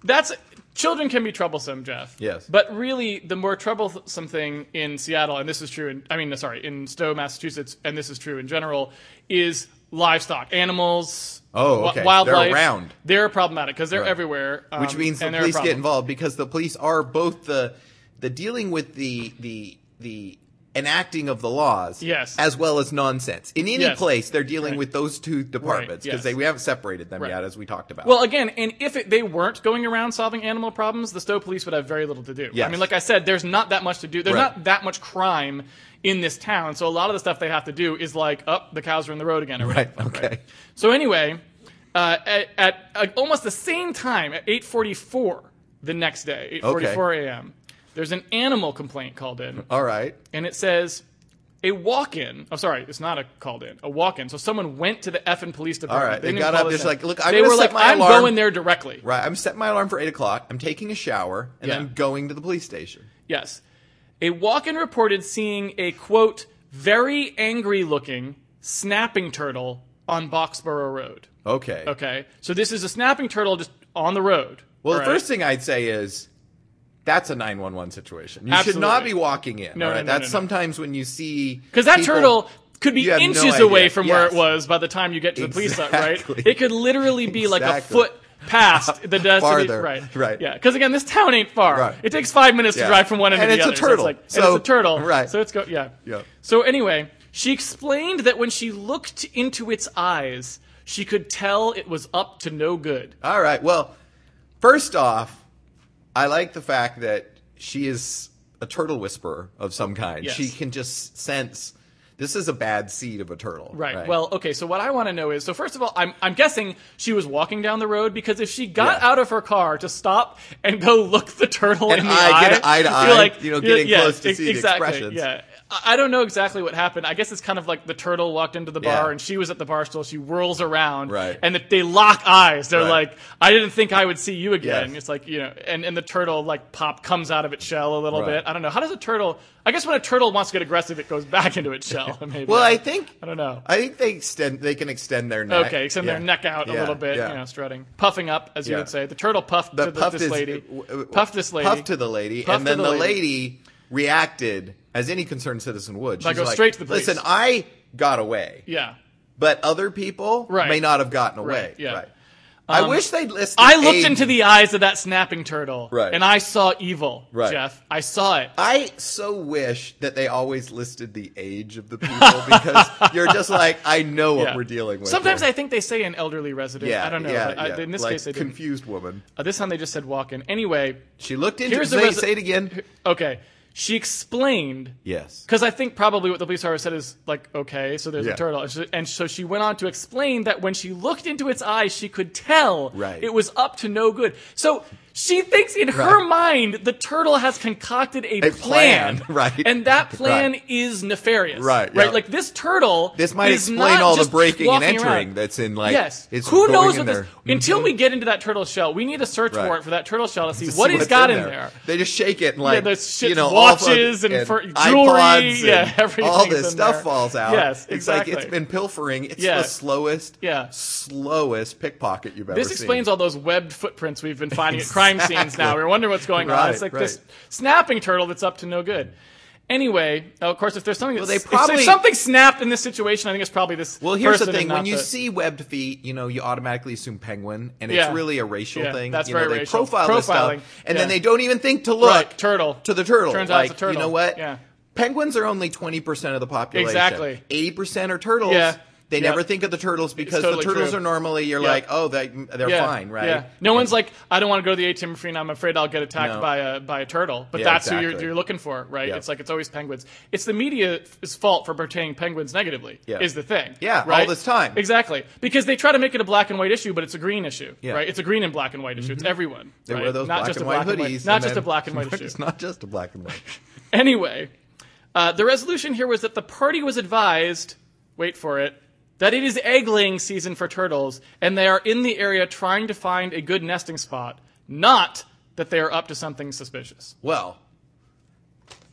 [SPEAKER 2] that's children can be troublesome, Jeff.
[SPEAKER 1] Yes.
[SPEAKER 2] But really, the more troublesome thing in Seattle, and this is true in I mean, sorry, in Stowe, Massachusetts, and this is true in general, is livestock, animals.
[SPEAKER 1] Oh,
[SPEAKER 2] wi-
[SPEAKER 1] okay. They're
[SPEAKER 2] Wildlife.
[SPEAKER 1] around.
[SPEAKER 2] They're problematic because they're
[SPEAKER 1] Right.
[SPEAKER 2] everywhere. um,
[SPEAKER 1] which means the
[SPEAKER 2] and they're a
[SPEAKER 1] police get
[SPEAKER 2] problem.
[SPEAKER 1] involved because the police are both the the dealing with the the the enacting of the laws
[SPEAKER 2] Yes.
[SPEAKER 1] as well as nonsense in any
[SPEAKER 2] Yes.
[SPEAKER 1] place they're dealing
[SPEAKER 2] Right.
[SPEAKER 1] with those two departments because
[SPEAKER 2] yes.
[SPEAKER 1] they we haven't separated them
[SPEAKER 2] Right.
[SPEAKER 1] yet as we talked about
[SPEAKER 2] Well, again, and if it, they weren't going around solving animal problems, the Stowe police would have very little to do. I
[SPEAKER 1] Yes.
[SPEAKER 2] mean, like I said, there's not that much to do. There's
[SPEAKER 1] Right.
[SPEAKER 2] not that much crime in this town, so a lot of the stuff they have to do is like, up the cows are in the road again, or
[SPEAKER 1] right
[SPEAKER 2] whatever.
[SPEAKER 1] okay
[SPEAKER 2] So anyway, uh, at, at, uh, almost the same time, at 8:44 the next day, 8:44 a.m., there's an animal complaint called in
[SPEAKER 1] all right
[SPEAKER 2] and it says a walk-in. Oh, sorry, it's not a called-in. A walk-in. So someone went to the effing police department.
[SPEAKER 1] All right, they
[SPEAKER 2] didn't
[SPEAKER 1] got
[SPEAKER 2] call
[SPEAKER 1] up,
[SPEAKER 2] this
[SPEAKER 1] just
[SPEAKER 2] in.
[SPEAKER 1] like, "Look, I'm
[SPEAKER 2] they
[SPEAKER 1] gonna
[SPEAKER 2] were
[SPEAKER 1] set
[SPEAKER 2] like,
[SPEAKER 1] my
[SPEAKER 2] I'm
[SPEAKER 1] alarm."
[SPEAKER 2] going there directly.
[SPEAKER 1] Right, I'm setting my alarm for eight o'clock. I'm taking a shower, and
[SPEAKER 2] Yeah.
[SPEAKER 1] I'm going to the police station.
[SPEAKER 2] Yes, a walk-in reported seeing a quote very angry-looking snapping turtle on Boxborough Road.
[SPEAKER 1] Okay.
[SPEAKER 2] Okay, so this is a snapping turtle just on the road.
[SPEAKER 1] Well,
[SPEAKER 2] All
[SPEAKER 1] the
[SPEAKER 2] right?
[SPEAKER 1] first thing I'd say is that's a nine one one situation. You should not
[SPEAKER 2] Absolutely.
[SPEAKER 1] be walking in.
[SPEAKER 2] No,
[SPEAKER 1] all right?
[SPEAKER 2] no, no,
[SPEAKER 1] that's
[SPEAKER 2] no, no.
[SPEAKER 1] sometimes when you see
[SPEAKER 2] Because that
[SPEAKER 1] people-
[SPEAKER 2] turtle could be
[SPEAKER 1] You have no
[SPEAKER 2] inches
[SPEAKER 1] idea.
[SPEAKER 2] away from where it
[SPEAKER 1] Yes.
[SPEAKER 2] was by the time you get to the police,
[SPEAKER 1] Exactly.
[SPEAKER 2] right? It could literally be like a
[SPEAKER 1] Exactly.
[SPEAKER 2] foot past the destination.
[SPEAKER 1] Farther.
[SPEAKER 2] Right.
[SPEAKER 1] Right.
[SPEAKER 2] Yeah. Because again, this town ain't far.
[SPEAKER 1] Right.
[SPEAKER 2] It takes five minutes to
[SPEAKER 1] Yeah.
[SPEAKER 2] drive from one end
[SPEAKER 1] And
[SPEAKER 2] to the
[SPEAKER 1] it's a
[SPEAKER 2] other. So it's,
[SPEAKER 1] turtle.
[SPEAKER 2] like, and
[SPEAKER 1] So-
[SPEAKER 2] it's a turtle.
[SPEAKER 1] right.
[SPEAKER 2] So it's go. Yeah.
[SPEAKER 1] Yeah.
[SPEAKER 2] So anyway, she explained that when she looked into its eyes, she could tell it was up to no good.
[SPEAKER 1] All right. Well, first off, I like the fact that she is a turtle whisperer of some kind.
[SPEAKER 2] Yes.
[SPEAKER 1] She can just sense this is a bad seed of a turtle.
[SPEAKER 2] Right. Well, okay. So what I want to know is, so first of all, I'm I'm guessing she was walking down the road because if she got
[SPEAKER 1] Yeah.
[SPEAKER 2] out of her car to stop and go look the turtle
[SPEAKER 1] And
[SPEAKER 2] in the
[SPEAKER 1] eye-
[SPEAKER 2] eye,
[SPEAKER 1] get an eye to
[SPEAKER 2] you're
[SPEAKER 1] eye, you know,
[SPEAKER 2] you're- e-,
[SPEAKER 1] getting close to see the
[SPEAKER 2] exactly,
[SPEAKER 1] expressions.
[SPEAKER 2] Yeah. I I don't know exactly what happened. I guess it's kind of like the turtle walked into the bar
[SPEAKER 1] Yeah.
[SPEAKER 2] and she was at the bar still. She whirls around
[SPEAKER 1] Right.
[SPEAKER 2] and they lock eyes. They're
[SPEAKER 1] Right.
[SPEAKER 2] like, I didn't think I would see you again.
[SPEAKER 1] Yes.
[SPEAKER 2] It's like, you know, and, and the turtle like pop comes out of its shell a little
[SPEAKER 1] Right.
[SPEAKER 2] bit. I don't know. How does a turtle, I guess when a turtle wants to get aggressive, it goes back into its shell. Maybe.
[SPEAKER 1] Well, I think
[SPEAKER 2] I don't know.
[SPEAKER 1] I think they extend. They can extend their neck.
[SPEAKER 2] Okay, extend their
[SPEAKER 1] Yeah.
[SPEAKER 2] neck out a
[SPEAKER 1] Yeah,
[SPEAKER 2] little bit,
[SPEAKER 1] yeah.
[SPEAKER 2] you know, strutting, puffing up, as you
[SPEAKER 1] Yeah.
[SPEAKER 2] would say. The turtle puffed
[SPEAKER 1] The
[SPEAKER 2] to the,
[SPEAKER 1] puff
[SPEAKER 2] this
[SPEAKER 1] is-
[SPEAKER 2] lady,
[SPEAKER 1] w- w-
[SPEAKER 2] puffed this lady,
[SPEAKER 1] Puffed to the lady,
[SPEAKER 2] Puffed
[SPEAKER 1] and
[SPEAKER 2] to
[SPEAKER 1] then
[SPEAKER 2] the
[SPEAKER 1] the lady. reacted as any concerned citizen would. She's
[SPEAKER 2] Like, go straight to the police.
[SPEAKER 1] Listen, I got away,
[SPEAKER 2] yeah.
[SPEAKER 1] but other people
[SPEAKER 2] Right.
[SPEAKER 1] may not have gotten away.
[SPEAKER 2] Right, yeah. Um,
[SPEAKER 1] I wish they'd listened.
[SPEAKER 2] I looked
[SPEAKER 1] Aiden.
[SPEAKER 2] into the eyes of that snapping turtle,
[SPEAKER 1] Right.
[SPEAKER 2] and I saw evil,
[SPEAKER 1] Right.
[SPEAKER 2] Jeff. I saw it.
[SPEAKER 1] I so wish that they always listed the age of the people because you're just like, I know what
[SPEAKER 2] Yeah.
[SPEAKER 1] we're dealing with.
[SPEAKER 2] Sometimes
[SPEAKER 1] here.
[SPEAKER 2] I think they say an elderly resident. I don't know. but I- in this
[SPEAKER 1] like,
[SPEAKER 2] case, they didn't.
[SPEAKER 1] confused woman.
[SPEAKER 2] Uh, this time they just said walk in. Anyway,
[SPEAKER 1] She looked into.
[SPEAKER 2] Here's
[SPEAKER 1] Here's
[SPEAKER 2] the
[SPEAKER 1] say,
[SPEAKER 2] resi-
[SPEAKER 1] say it again.
[SPEAKER 2] okay. She explained
[SPEAKER 1] Yes.
[SPEAKER 2] Because I think probably what the police officer said is like, okay, so there's a
[SPEAKER 1] Yeah.
[SPEAKER 2] turtle, And so- and so she went on to explain that when she looked into its eyes, she could tell
[SPEAKER 1] Right.
[SPEAKER 2] it was up to no good. So she thinks in her
[SPEAKER 1] Right.
[SPEAKER 2] mind the turtle has concocted a,
[SPEAKER 1] A plan, right.
[SPEAKER 2] and that plan
[SPEAKER 1] Right.
[SPEAKER 2] is nefarious,
[SPEAKER 1] Right, yeah.
[SPEAKER 2] Right, like this turtle.
[SPEAKER 1] This might
[SPEAKER 2] is
[SPEAKER 1] explain
[SPEAKER 2] not
[SPEAKER 1] all the
[SPEAKER 2] just
[SPEAKER 1] breaking and
[SPEAKER 2] walking
[SPEAKER 1] entering
[SPEAKER 2] around.
[SPEAKER 1] that's in like.
[SPEAKER 2] Yes.
[SPEAKER 1] It's
[SPEAKER 2] Who
[SPEAKER 1] going
[SPEAKER 2] knows
[SPEAKER 1] in
[SPEAKER 2] what
[SPEAKER 1] there. Mm-hmm.
[SPEAKER 2] this? Until we get into that turtle shell, we need a search
[SPEAKER 1] Right.
[SPEAKER 2] warrant for that turtle shell to see
[SPEAKER 1] See
[SPEAKER 2] what
[SPEAKER 1] what's
[SPEAKER 2] it's got in there.
[SPEAKER 1] They just shake it and like
[SPEAKER 2] there's shit-
[SPEAKER 1] you know
[SPEAKER 2] watches
[SPEAKER 1] all of,
[SPEAKER 2] and fur- jewelry,
[SPEAKER 1] iPods
[SPEAKER 2] yeah,
[SPEAKER 1] and
[SPEAKER 2] everything's
[SPEAKER 1] all this
[SPEAKER 2] in
[SPEAKER 1] stuff
[SPEAKER 2] there.
[SPEAKER 1] falls out.
[SPEAKER 2] Yes,
[SPEAKER 1] It's like
[SPEAKER 2] exactly.
[SPEAKER 1] it's been pilfering. It's
[SPEAKER 2] Yeah.
[SPEAKER 1] the slowest,
[SPEAKER 2] Yeah.
[SPEAKER 1] slowest pickpocket you've ever
[SPEAKER 2] This
[SPEAKER 1] seen.
[SPEAKER 2] explains all those webbed footprints we've been finding at crime scenes now.
[SPEAKER 1] Exactly.
[SPEAKER 2] We're wondering what's going on.
[SPEAKER 1] Right,
[SPEAKER 2] It's like this
[SPEAKER 1] right.
[SPEAKER 2] snapping turtle that's up to no good. Anyway, of course, if there's something that's,
[SPEAKER 1] they
[SPEAKER 2] if- if,
[SPEAKER 1] probably-
[SPEAKER 2] something snapped in this situation, I think it's probably this.
[SPEAKER 1] Well, here's the
[SPEAKER 2] person and
[SPEAKER 1] thing:
[SPEAKER 2] not
[SPEAKER 1] when you
[SPEAKER 2] the-
[SPEAKER 1] see webbed feet, you know you automatically assume penguin, and it's
[SPEAKER 2] Yeah.
[SPEAKER 1] really a racial
[SPEAKER 2] Yeah,
[SPEAKER 1] thing.
[SPEAKER 2] that's
[SPEAKER 1] you know,
[SPEAKER 2] very
[SPEAKER 1] they
[SPEAKER 2] racial.
[SPEAKER 1] profile this
[SPEAKER 2] Profiling,
[SPEAKER 1] stuff, and
[SPEAKER 2] yeah.
[SPEAKER 1] then they don't even think to look
[SPEAKER 2] Right, turtle.
[SPEAKER 1] to the turtle.
[SPEAKER 2] Turns out
[SPEAKER 1] like,
[SPEAKER 2] it's a turtle.
[SPEAKER 1] You know what?
[SPEAKER 2] Yeah.
[SPEAKER 1] Penguins are only twenty percent of the population.
[SPEAKER 2] Exactly.
[SPEAKER 1] eighty percent are turtles.
[SPEAKER 2] Yeah.
[SPEAKER 1] They
[SPEAKER 2] Yeah.
[SPEAKER 1] never think of the turtles because
[SPEAKER 2] totally
[SPEAKER 1] the turtles
[SPEAKER 2] true.
[SPEAKER 1] are normally you're
[SPEAKER 2] Yeah.
[SPEAKER 1] like, oh, they, they're
[SPEAKER 2] Yeah,
[SPEAKER 1] fine, right?
[SPEAKER 2] Yeah. No one's like, I don't want to go to the ATM machine. I'm afraid I'll get attacked
[SPEAKER 1] No.
[SPEAKER 2] by a by a turtle. But
[SPEAKER 1] Yeah,
[SPEAKER 2] that's who you're,
[SPEAKER 1] exactly.
[SPEAKER 2] you're looking for, right?
[SPEAKER 1] Yeah.
[SPEAKER 2] It's like it's always penguins. It's the media's fault for portraying penguins negatively.
[SPEAKER 1] Yeah.
[SPEAKER 2] Is the thing.
[SPEAKER 1] Yeah, all
[SPEAKER 2] Right?
[SPEAKER 1] this time.
[SPEAKER 2] Exactly. Because they try to make it a black and white issue, but it's a green issue.
[SPEAKER 1] Yeah. Mm-hmm.
[SPEAKER 2] Right. It's a green and black and white issue. It's everyone.
[SPEAKER 1] They
[SPEAKER 2] right?
[SPEAKER 1] wear those
[SPEAKER 2] not
[SPEAKER 1] black
[SPEAKER 2] just
[SPEAKER 1] and
[SPEAKER 2] a
[SPEAKER 1] white
[SPEAKER 2] black and
[SPEAKER 1] hoodies.
[SPEAKER 2] white. Not
[SPEAKER 1] and
[SPEAKER 2] just
[SPEAKER 1] then-
[SPEAKER 2] a black and white issue.
[SPEAKER 1] It's not just a black and white.
[SPEAKER 2] Anyway, uh, the resolution here was that the party was advised, wait for it, that it is egg laying season for turtles, and they are in the area trying to find a good nesting spot, not that they are up to something suspicious.
[SPEAKER 1] Well,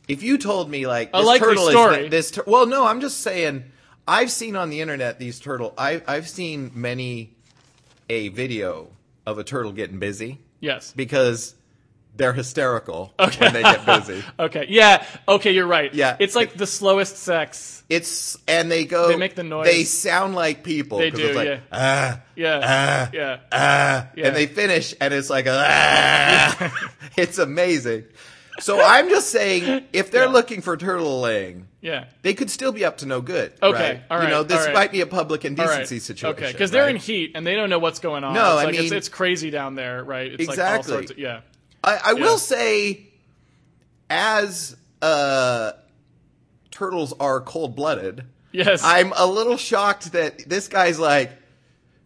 [SPEAKER 1] if you told me like
[SPEAKER 2] A
[SPEAKER 1] this
[SPEAKER 2] likely
[SPEAKER 1] turtle
[SPEAKER 2] story.
[SPEAKER 1] is this, tur- well, no, I'm just saying. I've seen on the internet these turtle. I, I've seen many a video of a turtle getting busy
[SPEAKER 2] Yes.
[SPEAKER 1] because they're hysterical when they get busy.
[SPEAKER 2] Okay. Yeah. Okay, you're right.
[SPEAKER 1] Yeah.
[SPEAKER 2] It's like the slowest sex.
[SPEAKER 1] It's and they go.
[SPEAKER 2] They make the noise.
[SPEAKER 1] They sound like people.
[SPEAKER 2] They
[SPEAKER 1] 'cause
[SPEAKER 2] do,
[SPEAKER 1] It's like,
[SPEAKER 2] yeah.
[SPEAKER 1] Ah,
[SPEAKER 2] Yeah. yeah.
[SPEAKER 1] ah,
[SPEAKER 2] Yeah.
[SPEAKER 1] and they finish, and it's like ah. it's amazing. So I'm just saying, if they're
[SPEAKER 2] Yeah.
[SPEAKER 1] looking for turtle laying,
[SPEAKER 2] yeah.
[SPEAKER 1] they could still be up to no good.
[SPEAKER 2] Okay,
[SPEAKER 1] right?
[SPEAKER 2] all right,
[SPEAKER 1] You know,
[SPEAKER 2] all
[SPEAKER 1] this
[SPEAKER 2] right.
[SPEAKER 1] might be a public
[SPEAKER 2] All right.
[SPEAKER 1] indecency situation.
[SPEAKER 2] Okay, because they're in
[SPEAKER 1] right?
[SPEAKER 2] heat and they don't know what's going on.
[SPEAKER 1] No,
[SPEAKER 2] it's
[SPEAKER 1] I
[SPEAKER 2] like, it's,
[SPEAKER 1] mean-
[SPEAKER 2] it's crazy down there, right? It's Like all
[SPEAKER 1] Exactly.
[SPEAKER 2] sorts of, yeah.
[SPEAKER 1] I, I
[SPEAKER 2] Yeah.
[SPEAKER 1] will say, as uh, turtles are cold blooded,
[SPEAKER 2] Yes.
[SPEAKER 1] I'm a little shocked that this guy's like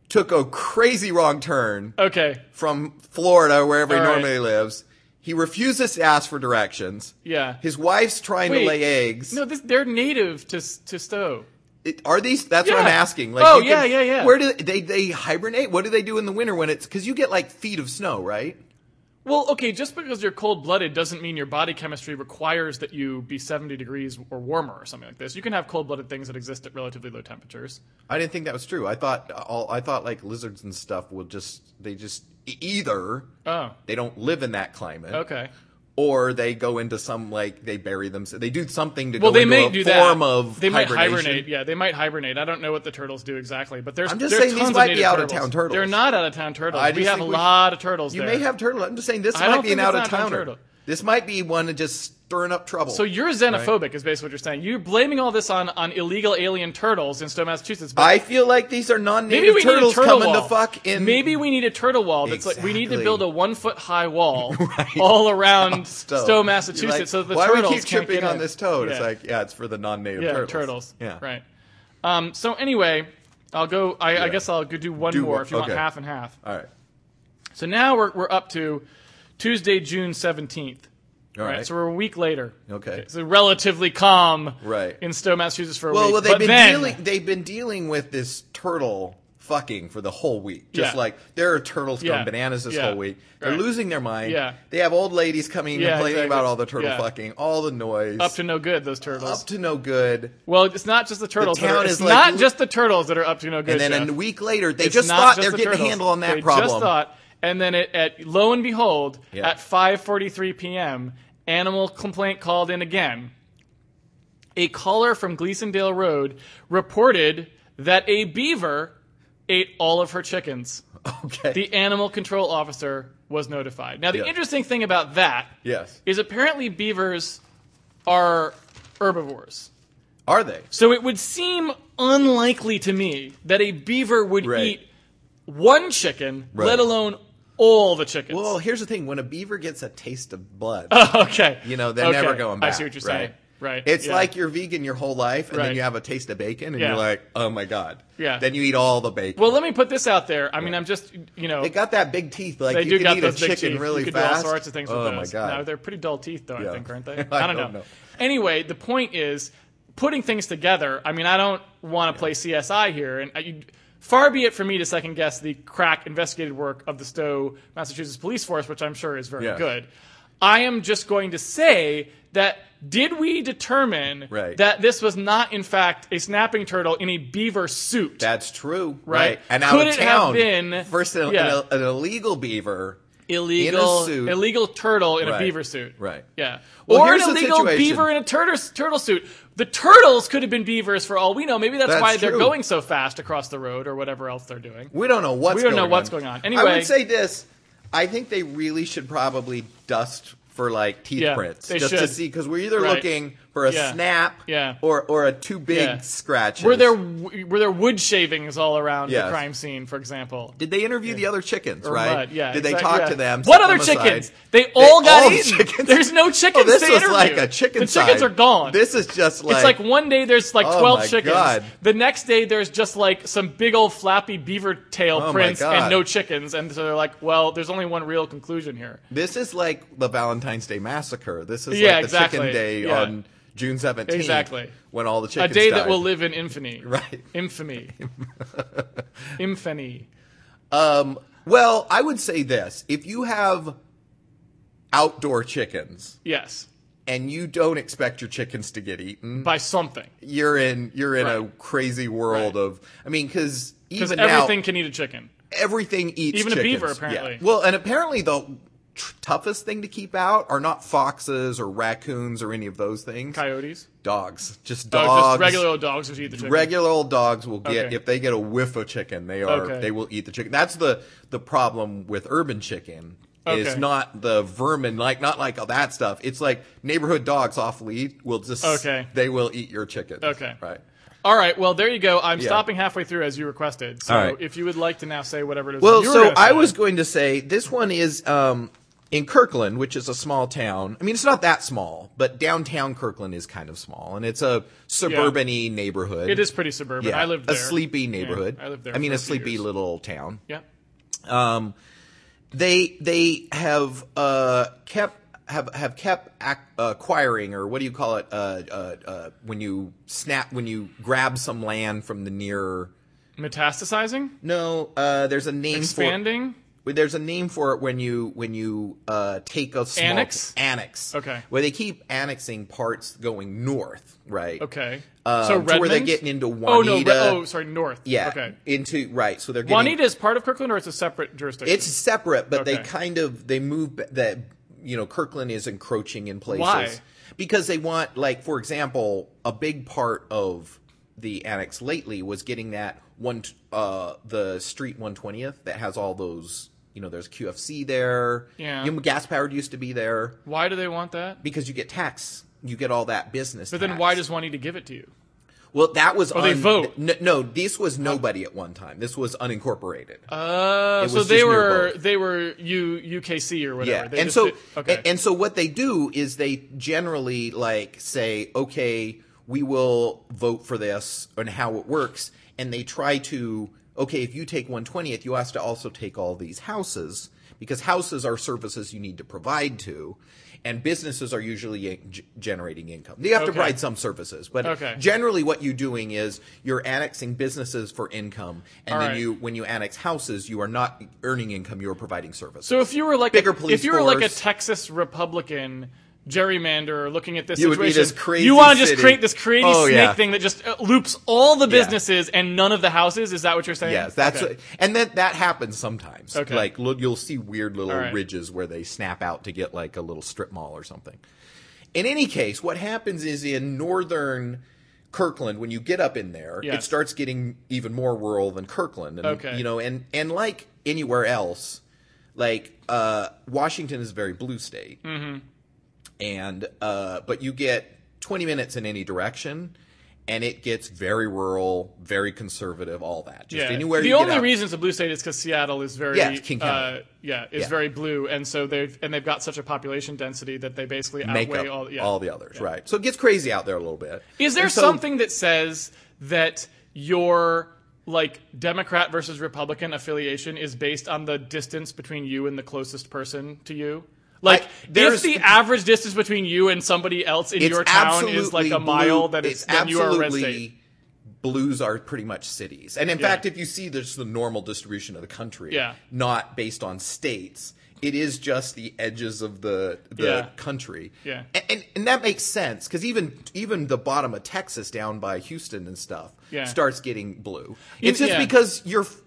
[SPEAKER 1] took a crazy wrong turn
[SPEAKER 2] okay.
[SPEAKER 1] from Florida, wherever
[SPEAKER 2] All
[SPEAKER 1] he
[SPEAKER 2] right.
[SPEAKER 1] normally lives. He refuses to ask for directions.
[SPEAKER 2] Yeah.
[SPEAKER 1] His wife's trying
[SPEAKER 2] Wait.
[SPEAKER 1] to lay eggs.
[SPEAKER 2] No, this, they're native to S- to Stowe.
[SPEAKER 1] It- are these? That's
[SPEAKER 2] Yeah.
[SPEAKER 1] what I'm asking. Like,
[SPEAKER 2] Oh,
[SPEAKER 1] you can-
[SPEAKER 2] yeah, yeah, yeah.
[SPEAKER 1] Where do they they hibernate? What do they do in the winter when it's because you get like feet of snow, right?
[SPEAKER 2] Well, okay, just because you're cold blooded doesn't mean your body chemistry requires that you be 70 degrees or warmer or something like this. You can have cold blooded things that exist at relatively low temperaters.
[SPEAKER 1] I didn't think that was true. I thought all I thought like lizards and stuff will just they just e- either
[SPEAKER 2] Oh,
[SPEAKER 1] they don't live in that climate,
[SPEAKER 2] okay.
[SPEAKER 1] or they go into some like they bury themselves. They do something to
[SPEAKER 2] Well,
[SPEAKER 1] go
[SPEAKER 2] they
[SPEAKER 1] into
[SPEAKER 2] may
[SPEAKER 1] a
[SPEAKER 2] do that.
[SPEAKER 1] form of
[SPEAKER 2] they might
[SPEAKER 1] hibernation.
[SPEAKER 2] hibernate. Yeah, they might hibernate. I don't know what the turtles do exactly, but there's
[SPEAKER 1] I'm just
[SPEAKER 2] there's
[SPEAKER 1] saying these
[SPEAKER 2] tons
[SPEAKER 1] might
[SPEAKER 2] of
[SPEAKER 1] be
[SPEAKER 2] native
[SPEAKER 1] out-of-town turtles.
[SPEAKER 2] They're not out of town turtles.
[SPEAKER 1] I
[SPEAKER 2] We
[SPEAKER 1] just
[SPEAKER 2] have a
[SPEAKER 1] think we-
[SPEAKER 2] lot of turtles
[SPEAKER 1] You
[SPEAKER 2] there.
[SPEAKER 1] may have turtle. I'm just saying this
[SPEAKER 2] I don't
[SPEAKER 1] might be
[SPEAKER 2] think
[SPEAKER 1] an
[SPEAKER 2] it's
[SPEAKER 1] out
[SPEAKER 2] an
[SPEAKER 1] of
[SPEAKER 2] out-of-town turtle.
[SPEAKER 1] towner. This might be one to just stirring up trouble.
[SPEAKER 2] So you're xenophobic, is basically what you're saying. You're blaming all this on, on illegal alien turtles in Stowe, Massachusetts. But
[SPEAKER 1] I feel like these are
[SPEAKER 2] Maybe
[SPEAKER 1] non-native
[SPEAKER 2] we
[SPEAKER 1] turtles
[SPEAKER 2] need a turtle
[SPEAKER 1] coming
[SPEAKER 2] wall.
[SPEAKER 1] to fuck in.
[SPEAKER 2] Maybe we need a turtle wall. That's like we need to
[SPEAKER 1] Exactly.
[SPEAKER 2] build a one foot high wall all around Stowe,
[SPEAKER 1] Stowe.
[SPEAKER 2] Massachusetts,
[SPEAKER 1] You're like,
[SPEAKER 2] so that the
[SPEAKER 1] why
[SPEAKER 2] turtles
[SPEAKER 1] do we keep
[SPEAKER 2] can't
[SPEAKER 1] tripping
[SPEAKER 2] get
[SPEAKER 1] on
[SPEAKER 2] in."
[SPEAKER 1] this toad?
[SPEAKER 2] Yeah.
[SPEAKER 1] It's like, yeah, it's for the non-native
[SPEAKER 2] yeah,
[SPEAKER 1] turtles.
[SPEAKER 2] turtles.
[SPEAKER 1] Yeah,
[SPEAKER 2] right. Um, so anyway, I'll go. I, I guess I'll go do one
[SPEAKER 1] Do
[SPEAKER 2] more
[SPEAKER 1] one-
[SPEAKER 2] if you want
[SPEAKER 1] okay.
[SPEAKER 2] half and half.
[SPEAKER 1] All right.
[SPEAKER 2] So now we're we're up to Tuesday, June seventeenth.
[SPEAKER 1] All
[SPEAKER 2] Right.
[SPEAKER 1] right.
[SPEAKER 2] So we're a week later.
[SPEAKER 1] Okay.
[SPEAKER 2] So relatively calm.
[SPEAKER 1] Right.
[SPEAKER 2] In Stowe, Massachusetts for a
[SPEAKER 1] well,
[SPEAKER 2] week.
[SPEAKER 1] well, they've
[SPEAKER 2] but
[SPEAKER 1] been
[SPEAKER 2] then,
[SPEAKER 1] dealing. They've been dealing with this turtle fucking for the whole week. Just
[SPEAKER 2] Yeah.
[SPEAKER 1] like there are turtles
[SPEAKER 2] Yeah.
[SPEAKER 1] going bananas this
[SPEAKER 2] Yeah.
[SPEAKER 1] whole week. They're
[SPEAKER 2] Right.
[SPEAKER 1] losing their mind.
[SPEAKER 2] Yeah.
[SPEAKER 1] They have old ladies coming in
[SPEAKER 2] Yeah,
[SPEAKER 1] complaining
[SPEAKER 2] exactly.
[SPEAKER 1] about all the turtle
[SPEAKER 2] Yeah.
[SPEAKER 1] fucking, all the noise,
[SPEAKER 2] Up to no good, those turtles.
[SPEAKER 1] Up to no good.
[SPEAKER 2] well, it's not just the turtles. that
[SPEAKER 1] town
[SPEAKER 2] are, it's
[SPEAKER 1] is like-
[SPEAKER 2] not just the turtles that are up to no good.
[SPEAKER 1] And then
[SPEAKER 2] Jeff.
[SPEAKER 1] a week later, they
[SPEAKER 2] It's
[SPEAKER 1] just
[SPEAKER 2] not
[SPEAKER 1] thought
[SPEAKER 2] just
[SPEAKER 1] they're
[SPEAKER 2] the
[SPEAKER 1] getting a
[SPEAKER 2] turtles.
[SPEAKER 1] handle on that
[SPEAKER 2] they
[SPEAKER 1] problem.
[SPEAKER 2] Just thought, and then it, at lo and behold,
[SPEAKER 1] Yeah.
[SPEAKER 2] at 5:43 p.m., animal complaint called in again. A caller from Gleasondale Road reported that a beaver ate all of her chickens.
[SPEAKER 1] okay.
[SPEAKER 2] The animal control officer was notified. Now, the
[SPEAKER 1] Yeah.
[SPEAKER 2] interesting thing about that is
[SPEAKER 1] yes.
[SPEAKER 2] apparently beavers are herbivores.
[SPEAKER 1] Are they?
[SPEAKER 2] So it would seem unlikely to me that a beaver would
[SPEAKER 1] Right.
[SPEAKER 2] eat one chicken,
[SPEAKER 1] Right.
[SPEAKER 2] let alone all the chickens.
[SPEAKER 1] Well, here's the thing: when a beaver gets a taste of blood,
[SPEAKER 2] okay.
[SPEAKER 1] you know they're
[SPEAKER 2] Okay.
[SPEAKER 1] never going back.
[SPEAKER 2] I see what you're
[SPEAKER 1] right?
[SPEAKER 2] saying. Right.
[SPEAKER 1] It's
[SPEAKER 2] Yeah.
[SPEAKER 1] like you're vegan your whole life, and
[SPEAKER 2] Right.
[SPEAKER 1] then you have a taste of bacon, and
[SPEAKER 2] Yeah.
[SPEAKER 1] you're like, "Oh my god!"
[SPEAKER 2] Yeah.
[SPEAKER 1] Then you eat all the bacon.
[SPEAKER 2] Well, let me put this out there. I mean, I'm just you know
[SPEAKER 1] they got that big teeth. Like
[SPEAKER 2] they
[SPEAKER 1] you
[SPEAKER 2] do
[SPEAKER 1] can
[SPEAKER 2] got
[SPEAKER 1] eat
[SPEAKER 2] those
[SPEAKER 1] a
[SPEAKER 2] big
[SPEAKER 1] chicken
[SPEAKER 2] teeth.
[SPEAKER 1] really
[SPEAKER 2] you could
[SPEAKER 1] fast.
[SPEAKER 2] do all sorts of things with
[SPEAKER 1] oh
[SPEAKER 2] those.
[SPEAKER 1] my god!
[SPEAKER 2] No, they're pretty dull teeth, though. I
[SPEAKER 1] Yeah.
[SPEAKER 2] think, aren't they? I don't,
[SPEAKER 1] I don't
[SPEAKER 2] know.
[SPEAKER 1] know.
[SPEAKER 2] Anyway, the point is putting things together. I mean, I don't want to play CSI here, and I, you, far be it for me to second guess the crack investigative work of the Stowe, Massachusetts Police Force, which I'm sure is very
[SPEAKER 1] Yes.
[SPEAKER 2] good. I am just going to say that did we determine
[SPEAKER 1] Right.
[SPEAKER 2] that this was not in fact a snapping turtle in a beaver suit?
[SPEAKER 1] That's true.
[SPEAKER 2] Right.
[SPEAKER 1] And
[SPEAKER 2] Could
[SPEAKER 1] out of
[SPEAKER 2] it have
[SPEAKER 1] town.
[SPEAKER 2] been-
[SPEAKER 1] first an,
[SPEAKER 2] Yeah.
[SPEAKER 1] an, an illegal beaver. in
[SPEAKER 2] illegal
[SPEAKER 1] a suit.
[SPEAKER 2] illegal turtle in a
[SPEAKER 1] Right.
[SPEAKER 2] beaver suit.
[SPEAKER 1] Right.
[SPEAKER 2] Yeah.
[SPEAKER 1] Well,
[SPEAKER 2] or an
[SPEAKER 1] here's the
[SPEAKER 2] illegal
[SPEAKER 1] situation.
[SPEAKER 2] beaver in a turtle turtle suit. The turtles could have been beavers for all we know. Maybe that's,
[SPEAKER 1] That's
[SPEAKER 2] why they're
[SPEAKER 1] true.
[SPEAKER 2] going so fast across the road or whatever else they're doing.
[SPEAKER 1] We don't know what's
[SPEAKER 2] We don't
[SPEAKER 1] going
[SPEAKER 2] know what's
[SPEAKER 1] on.
[SPEAKER 2] going on.
[SPEAKER 1] I
[SPEAKER 2] Anyway-
[SPEAKER 1] would say this: I think they really should probably dust for like teeth
[SPEAKER 2] Yeah,
[SPEAKER 1] prints
[SPEAKER 2] they
[SPEAKER 1] just to
[SPEAKER 2] should.
[SPEAKER 1] see because we're either
[SPEAKER 2] Right.
[SPEAKER 1] looking for a
[SPEAKER 2] Yeah.
[SPEAKER 1] snap,
[SPEAKER 2] Yeah.
[SPEAKER 1] or or a too big
[SPEAKER 2] Yeah.
[SPEAKER 1] scratch.
[SPEAKER 2] Were there were there wood shavings all around the
[SPEAKER 1] Yes.
[SPEAKER 2] crime scene, for example?
[SPEAKER 1] Did they interview the other chickens?
[SPEAKER 2] Or
[SPEAKER 1] right?
[SPEAKER 2] mud, Yeah.
[SPEAKER 1] Did they
[SPEAKER 2] exact-
[SPEAKER 1] talk
[SPEAKER 2] yeah.
[SPEAKER 1] to them?
[SPEAKER 2] What
[SPEAKER 1] set
[SPEAKER 2] other
[SPEAKER 1] them
[SPEAKER 2] chickens?
[SPEAKER 1] aside?
[SPEAKER 2] They all got
[SPEAKER 1] all the
[SPEAKER 2] eaten.
[SPEAKER 1] chickens-
[SPEAKER 2] There's no chickens.
[SPEAKER 1] Oh, this
[SPEAKER 2] to
[SPEAKER 1] was
[SPEAKER 2] interview.
[SPEAKER 1] like a chicken.
[SPEAKER 2] The chickens
[SPEAKER 1] side.
[SPEAKER 2] are gone.
[SPEAKER 1] This is just like
[SPEAKER 2] it's like one day there's like
[SPEAKER 1] Oh
[SPEAKER 2] 12
[SPEAKER 1] my
[SPEAKER 2] chickens.
[SPEAKER 1] God.
[SPEAKER 2] The next day there's just like some big old flappy beaver tail
[SPEAKER 1] Oh my
[SPEAKER 2] prints and
[SPEAKER 1] God.
[SPEAKER 2] no chickens. And so they're like, well, there's only one real conclusion here.
[SPEAKER 1] This is like the Valentine's Day massacre. This is
[SPEAKER 2] Yeah,
[SPEAKER 1] like the
[SPEAKER 2] exactly.
[SPEAKER 1] chicken day
[SPEAKER 2] Yeah.
[SPEAKER 1] on June seventeenth.
[SPEAKER 2] Exactly.
[SPEAKER 1] When all the
[SPEAKER 2] A
[SPEAKER 1] chickens
[SPEAKER 2] day that
[SPEAKER 1] died.
[SPEAKER 2] will live in infamy.
[SPEAKER 1] Right.
[SPEAKER 2] Infamy. infamy.
[SPEAKER 1] Um, well, I would say this: if you have outdoor chickens
[SPEAKER 2] Yes.
[SPEAKER 1] and you don't expect your chickens to get eaten,
[SPEAKER 2] By something.
[SPEAKER 1] you're in you're in a
[SPEAKER 2] Right.
[SPEAKER 1] crazy world
[SPEAKER 2] Right.
[SPEAKER 1] of. I mean, because
[SPEAKER 2] Because
[SPEAKER 1] even
[SPEAKER 2] everything
[SPEAKER 1] now,
[SPEAKER 2] can eat a chicken.
[SPEAKER 1] everything eats
[SPEAKER 2] Even a
[SPEAKER 1] chickens.
[SPEAKER 2] beaver, apparently.
[SPEAKER 1] Yeah. Well, and apparently the tr- toughest thing to keep out are not foxes or raccoons or any of those things.
[SPEAKER 2] Coyotes.
[SPEAKER 1] Dogs, just
[SPEAKER 2] Oh,
[SPEAKER 1] dogs.
[SPEAKER 2] just regular old dogs just eat the chicken.
[SPEAKER 1] Regular old dogs will get
[SPEAKER 2] Okay.
[SPEAKER 1] if they get a whiff of chicken, they are
[SPEAKER 2] Okay.
[SPEAKER 1] they will eat the chicken. That's the the problem with urban chicken. Is
[SPEAKER 2] Okay.
[SPEAKER 1] not the vermin like not like all that stuff. It's like neighborhood dogs off lead will just
[SPEAKER 2] Okay.
[SPEAKER 1] they will eat your chicken.
[SPEAKER 2] Okay.
[SPEAKER 1] right.
[SPEAKER 2] all right, well, there you go. I'm
[SPEAKER 1] Yeah.
[SPEAKER 2] stopping halfway through as you requested. So
[SPEAKER 1] All right.
[SPEAKER 2] if you would like to now say whatever it is.
[SPEAKER 1] Well,
[SPEAKER 2] you were
[SPEAKER 1] so
[SPEAKER 2] gonna
[SPEAKER 1] I
[SPEAKER 2] say.
[SPEAKER 1] was going to say this one is um, in Kirkland, which is a small town. I mean, it's not that small, but downtown Kirkland is kind of small, and it's a suburban y neighborhood.
[SPEAKER 2] It is pretty suburban.
[SPEAKER 1] Yeah,
[SPEAKER 2] I lived there.
[SPEAKER 1] a sleepy neighborhood.
[SPEAKER 2] I lived there
[SPEAKER 1] I mean,
[SPEAKER 2] for a
[SPEAKER 1] a
[SPEAKER 2] few
[SPEAKER 1] sleepy
[SPEAKER 2] years.
[SPEAKER 1] little old town.
[SPEAKER 2] Yeah.
[SPEAKER 1] Um, they they have uh kept have have kept ac- acquiring or what do you call it uh, uh uh when you snap when you grab some land from the near
[SPEAKER 2] Metastasizing?
[SPEAKER 1] no uh there's a name
[SPEAKER 2] Expanding?
[SPEAKER 1] for there's a name for it when you when you uh take a small
[SPEAKER 2] Annex?
[SPEAKER 1] annex
[SPEAKER 2] Okay.
[SPEAKER 1] where they keep annexing parts going north right
[SPEAKER 2] Okay.
[SPEAKER 1] um,
[SPEAKER 2] so
[SPEAKER 1] to
[SPEAKER 2] Redmond?
[SPEAKER 1] where they're getting into
[SPEAKER 2] Oh, no. Re-
[SPEAKER 1] Juanita
[SPEAKER 2] oh, sorry. North.
[SPEAKER 1] yeah
[SPEAKER 2] Okay.
[SPEAKER 1] into right so they're getting
[SPEAKER 2] Juanita is part of Kirkland or it's a separate jurisdiction?
[SPEAKER 1] It's separate, but they
[SPEAKER 2] Okay.
[SPEAKER 1] kind of they move b- that you know Kirkland is encroaching in places
[SPEAKER 2] Why?
[SPEAKER 1] because they want like for example a big part of the annex lately was getting that one t- uh the street 120th that has all those you know there's QFC there
[SPEAKER 2] Yeah.
[SPEAKER 1] you know, gas powered used to be there
[SPEAKER 2] Why do they want that?
[SPEAKER 1] because you get tax you get all that business
[SPEAKER 2] But then why does Juanita give it to you?
[SPEAKER 1] well that was
[SPEAKER 2] they vote.
[SPEAKER 1] no, no this was nobody at one time this was unincorporated
[SPEAKER 2] Uh,
[SPEAKER 1] was
[SPEAKER 2] so they
[SPEAKER 1] just near
[SPEAKER 2] were
[SPEAKER 1] both.
[SPEAKER 2] they were U, UKC or whatever.
[SPEAKER 1] Yeah,
[SPEAKER 2] They
[SPEAKER 1] and
[SPEAKER 2] just
[SPEAKER 1] so
[SPEAKER 2] did- okay.
[SPEAKER 1] and, and so what they do is they generally like say, okay, we will vote for this and how it works, and they try to okay, if you take one twentieth, you have to also take all these houses because houses are services you need to provide to, and businesses are usually in- g- generating income. You have to
[SPEAKER 2] Okay.
[SPEAKER 1] provide some services, but
[SPEAKER 2] Okay.
[SPEAKER 1] generally what you're doing is you're annexing businesses for income, and
[SPEAKER 2] All
[SPEAKER 1] then
[SPEAKER 2] right.
[SPEAKER 1] you when you annex houses, you are not earning income; you are providing services.
[SPEAKER 2] So if you were like
[SPEAKER 1] Bigger
[SPEAKER 2] a,
[SPEAKER 1] police
[SPEAKER 2] if you were like a
[SPEAKER 1] force.
[SPEAKER 2] Texas Republican gerrymander looking at this
[SPEAKER 1] You would be
[SPEAKER 2] situation,
[SPEAKER 1] this crazy
[SPEAKER 2] you want to just
[SPEAKER 1] city.
[SPEAKER 2] create this crazy
[SPEAKER 1] Oh,
[SPEAKER 2] snake
[SPEAKER 1] yeah.
[SPEAKER 2] thing that just uh, loops all the businesses and none of the houses. Is that what you're saying?
[SPEAKER 1] Yes, that's
[SPEAKER 2] Okay.
[SPEAKER 1] and then that happens sometimes.
[SPEAKER 2] Okay.
[SPEAKER 1] Like look, you'll see weird little
[SPEAKER 2] All right.
[SPEAKER 1] ridges where they snap out to get like a little strip mall or something. In any case, what happens is in northern Kirkland, when you get up in there, it
[SPEAKER 2] Yes.
[SPEAKER 1] starts getting even more rural than Kirkland, and
[SPEAKER 2] Okay.
[SPEAKER 1] you know, and and like anywhere else, like uh, Washington is a very blue state,
[SPEAKER 2] Hmm.
[SPEAKER 1] and uh, but you get 20 minutes in any direction. And it gets very rural, very conservative, all that. Just
[SPEAKER 2] Yeah.
[SPEAKER 1] anywhere
[SPEAKER 2] the
[SPEAKER 1] you get
[SPEAKER 2] only
[SPEAKER 1] out.
[SPEAKER 2] reason it's a blue state is because Seattle is very
[SPEAKER 1] Yeah, it's King County.
[SPEAKER 2] Uh, yeah, is
[SPEAKER 1] Yeah.
[SPEAKER 2] very blue, and so they've and they've got such a population density that they basically
[SPEAKER 1] make
[SPEAKER 2] outweigh
[SPEAKER 1] up
[SPEAKER 2] all. Yeah.
[SPEAKER 1] all the others, right? So it gets crazy out there a little bit.
[SPEAKER 2] Is there
[SPEAKER 1] And so-
[SPEAKER 2] something that says that your like Democrat versus Republican affiliation is based on the distance between you and the closest person to you? Like, if
[SPEAKER 1] there's-
[SPEAKER 2] the average distance between you and somebody else in
[SPEAKER 1] It's
[SPEAKER 2] your town
[SPEAKER 1] absolutely
[SPEAKER 2] is like a
[SPEAKER 1] blue-
[SPEAKER 2] mile, then it's, then you are a red
[SPEAKER 1] absolutely-
[SPEAKER 2] state.
[SPEAKER 1] Blues are pretty much cities, and in fact, if you see there's the normal distribution of the country,
[SPEAKER 2] Yeah.
[SPEAKER 1] not based on states. It is just the edges of the the
[SPEAKER 2] Yeah.
[SPEAKER 1] country,
[SPEAKER 2] Yeah.
[SPEAKER 1] and, and and that makes sense because even even the bottom of Texas down by Houston and stuff
[SPEAKER 2] Yeah.
[SPEAKER 1] starts getting blue. It's just
[SPEAKER 2] yeah.
[SPEAKER 1] because you're, f-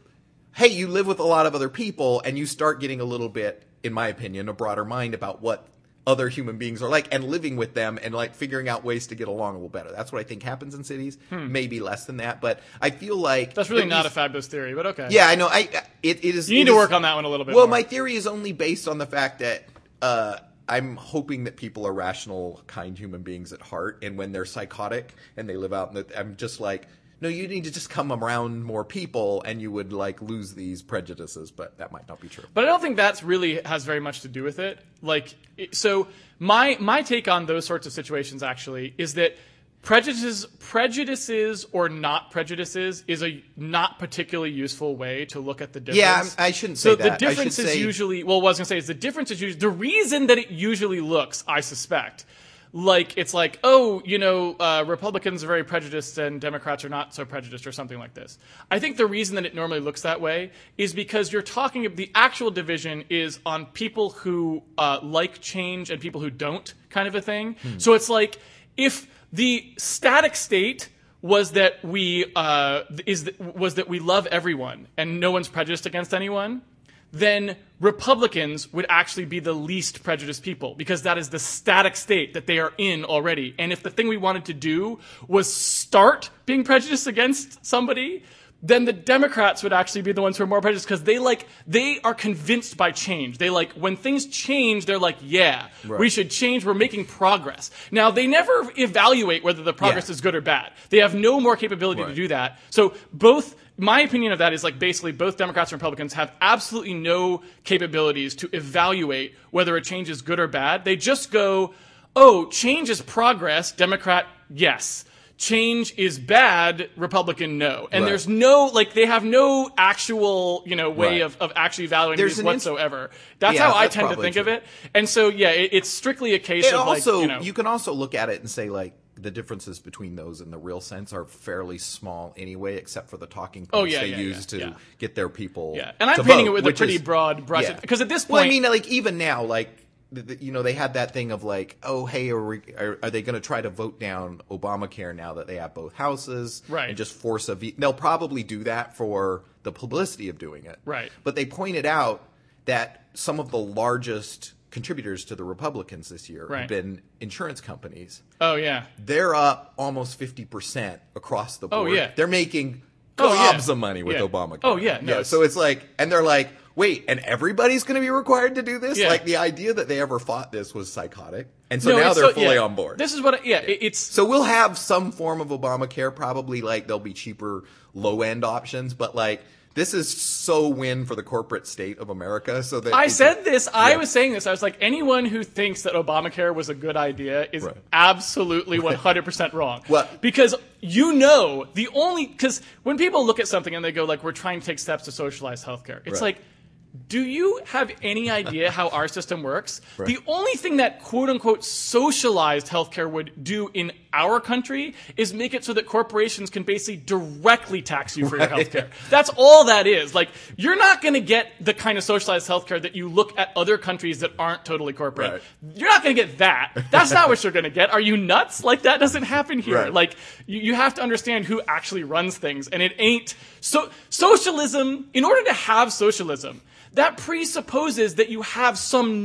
[SPEAKER 1] hey, you live with a lot of other people and you start getting a little bit, in my opinion, a broader mind about what other human beings are like and living with them and like figuring out ways to get along a little better. That's what I think happens in cities. Maybe less than that, but I feel like
[SPEAKER 2] Hmm. That's really
[SPEAKER 1] at
[SPEAKER 2] not a
[SPEAKER 1] least-
[SPEAKER 2] fabulous theory, but okay.
[SPEAKER 1] Yeah, I know. I it, it is.
[SPEAKER 2] You need
[SPEAKER 1] it
[SPEAKER 2] to
[SPEAKER 1] is-
[SPEAKER 2] work on that one a little bit
[SPEAKER 1] Well,
[SPEAKER 2] more.
[SPEAKER 1] my theory is only based on the fact that uh, I'm hoping that people are rational, kind human beings at heart, and when they're psychotic and they live out, in the, I'm just like, no, you need to just come around more people, and you would like lose these prejudices. But that might not be true.
[SPEAKER 2] But I don't think that's really has very much to do with it. Like, it- so my my take on those sorts of situations actually is that prejudices, prejudices or not prejudices, is a not particularly useful way to look at the difference.
[SPEAKER 1] Yeah, I'm- I shouldn't say
[SPEAKER 2] so
[SPEAKER 1] that. I
[SPEAKER 2] the
[SPEAKER 1] should
[SPEAKER 2] difference is
[SPEAKER 1] say-
[SPEAKER 2] usually well, what I was gonna say is the difference is usually the reason that it usually looks, I suspect. Like it's like oh you know uh, Republicans are very prejudiced and Democrats are not so prejudiced or something like this. I think the reason that it normally looks that way is because you're talking of the actual division is on people who uh, like change and people who don't kind of a thing. So it's like if the static state was that we uh, is th- was that we love everyone and no one's prejudiced against anyone, then Republicans would actually be the least prejudiced people because that is the static state that they are in already. And if the thing we wanted to do was start being prejudiced against somebody, then the Democrats would actually be the ones who are more prejudiced because they like they are convinced by change. They like when things change, they're like, yeah, we should change. We're making progress. Now they never evaluate whether the progress
[SPEAKER 1] Yeah.
[SPEAKER 2] is good or bad. They have no more capability to
[SPEAKER 1] Right.
[SPEAKER 2] do that. So both my opinion of that is like basically both Democrats and Republicans have absolutely no capabilities to evaluate whether a change is good or bad. They just go, "Oh, change is progress." Democrat, yes. Change is bad. Republican, no. And
[SPEAKER 1] Right.
[SPEAKER 2] there's no like they have no actual you know way
[SPEAKER 1] Right.
[SPEAKER 2] of, of actually evaluating
[SPEAKER 1] There's
[SPEAKER 2] these
[SPEAKER 1] an int-
[SPEAKER 2] whatsoever. that's
[SPEAKER 1] Yeah,
[SPEAKER 2] how I
[SPEAKER 1] that's
[SPEAKER 2] tend to
[SPEAKER 1] probably
[SPEAKER 2] think of
[SPEAKER 1] true.
[SPEAKER 2] it. And so yeah, it, it's strictly a case
[SPEAKER 1] It
[SPEAKER 2] of
[SPEAKER 1] also
[SPEAKER 2] like you
[SPEAKER 1] you,
[SPEAKER 2] know
[SPEAKER 1] can also look at it and say like the differences between those in the real sense are fairly small anyway, except for the talking points
[SPEAKER 2] Oh, yeah,
[SPEAKER 1] they
[SPEAKER 2] yeah,
[SPEAKER 1] use to
[SPEAKER 2] yeah, yeah.
[SPEAKER 1] get their people.
[SPEAKER 2] Yeah, and I'm
[SPEAKER 1] to
[SPEAKER 2] painting
[SPEAKER 1] vote,
[SPEAKER 2] it with a
[SPEAKER 1] which
[SPEAKER 2] pretty
[SPEAKER 1] is-
[SPEAKER 2] broad brush
[SPEAKER 1] yeah.
[SPEAKER 2] because at this point,
[SPEAKER 1] Well, I mean, like even now, like th- th- you know, they had that thing of like, oh, hey, are we, are, are they going to try to vote down Obamacare now that they have both houses,
[SPEAKER 2] Right.
[SPEAKER 1] And just force a ve- they'll probably do that for the publicity of doing it,
[SPEAKER 2] Right.
[SPEAKER 1] But they pointed out that some of the largest contributors to the Republicans this year
[SPEAKER 2] Right.
[SPEAKER 1] have been insurance companies.
[SPEAKER 2] oh yeah,
[SPEAKER 1] They're up almost fifty percent across the
[SPEAKER 2] Oh,
[SPEAKER 1] board.
[SPEAKER 2] yeah.
[SPEAKER 1] they're making
[SPEAKER 2] Oh, yeah.
[SPEAKER 1] gobs of money with
[SPEAKER 2] Yeah.
[SPEAKER 1] Obamacare.
[SPEAKER 2] Oh, yeah, no, it's-
[SPEAKER 1] so it's like, and they're like, wait, and everybody's going to be required to do this?
[SPEAKER 2] Yeah.
[SPEAKER 1] Like the idea that they ever fought this was psychotic, and so
[SPEAKER 2] No,
[SPEAKER 1] now
[SPEAKER 2] it's
[SPEAKER 1] they're
[SPEAKER 2] so-
[SPEAKER 1] fully
[SPEAKER 2] yeah.
[SPEAKER 1] on board.
[SPEAKER 2] This is what I, yeah, it- it's
[SPEAKER 1] so we'll have some form of Obamacare. Probably like there'll be cheaper low end options, but like this is so win for the corporate state of America. So that
[SPEAKER 2] I
[SPEAKER 1] it's-
[SPEAKER 2] said this. I
[SPEAKER 1] Yeah.
[SPEAKER 2] was saying this. I was like, anyone who thinks that Obamacare was a good idea is
[SPEAKER 1] Right.
[SPEAKER 2] absolutely 100% wrong.
[SPEAKER 1] What?
[SPEAKER 2] Because you know, the only, because when people look at something and they go, like, we're trying to take steps to socialize healthcare, it's
[SPEAKER 1] Right.
[SPEAKER 2] like, Do you have any idea how our system works? The only thing that quote unquote socialized healthcare would do in our country is make it so that corporations can basically directly tax you for your healthcare. That's all that is. Like, you're not going to get the kind of socialized healthcare that you look at other countries that aren't totally corporate.
[SPEAKER 1] Right.
[SPEAKER 2] You're not going to get that. That's not what you're going to get. Are you nuts? Like, that doesn't happen here.
[SPEAKER 1] Right.
[SPEAKER 2] Like, you, you have to understand who actually runs things and it ain't so socialism in order to have socialism that presupposes that you have some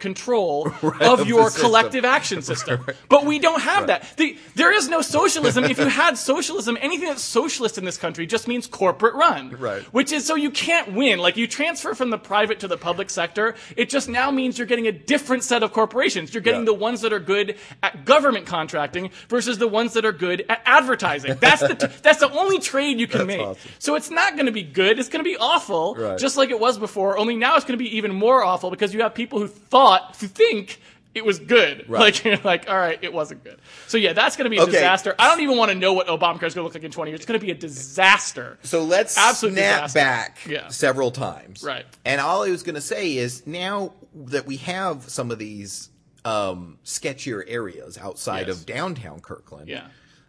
[SPEAKER 2] control
[SPEAKER 1] of the
[SPEAKER 2] of your
[SPEAKER 1] system.
[SPEAKER 2] collective action system but we don't have that the, there is no socialism if you had socialism anything that's socialist in this country just means corporate run
[SPEAKER 1] Right.
[SPEAKER 2] which is so you can't win like you transfer from the private to the public sector it just now means you're getting a different set of corporations you're getting
[SPEAKER 1] Yeah.
[SPEAKER 2] the ones that are good at government contracting versus the ones that are good at advertising. That's the t- that's the only trade you can make.
[SPEAKER 1] awesome.
[SPEAKER 2] So it's not going to be good. It's going to be awful,
[SPEAKER 1] Right.
[SPEAKER 2] just like it was before. Only now it's going to be even more awful because you have people who thought who think it was good.
[SPEAKER 1] Right.
[SPEAKER 2] Like you're like, all right, it wasn't good. So yeah, that's going to be a
[SPEAKER 1] Okay.
[SPEAKER 2] disaster. I don't even want to know what Obamacare is going to look like in 20 years. It's going to be a disaster.
[SPEAKER 1] So let's
[SPEAKER 2] Absolute
[SPEAKER 1] snap
[SPEAKER 2] disaster.
[SPEAKER 1] back
[SPEAKER 2] Yeah.
[SPEAKER 1] several times.
[SPEAKER 2] Right.
[SPEAKER 1] And all I was going to say is now that we have some of these um, sketchier areas outside
[SPEAKER 2] Yes.
[SPEAKER 1] of downtown Kirkland,
[SPEAKER 2] Yeah.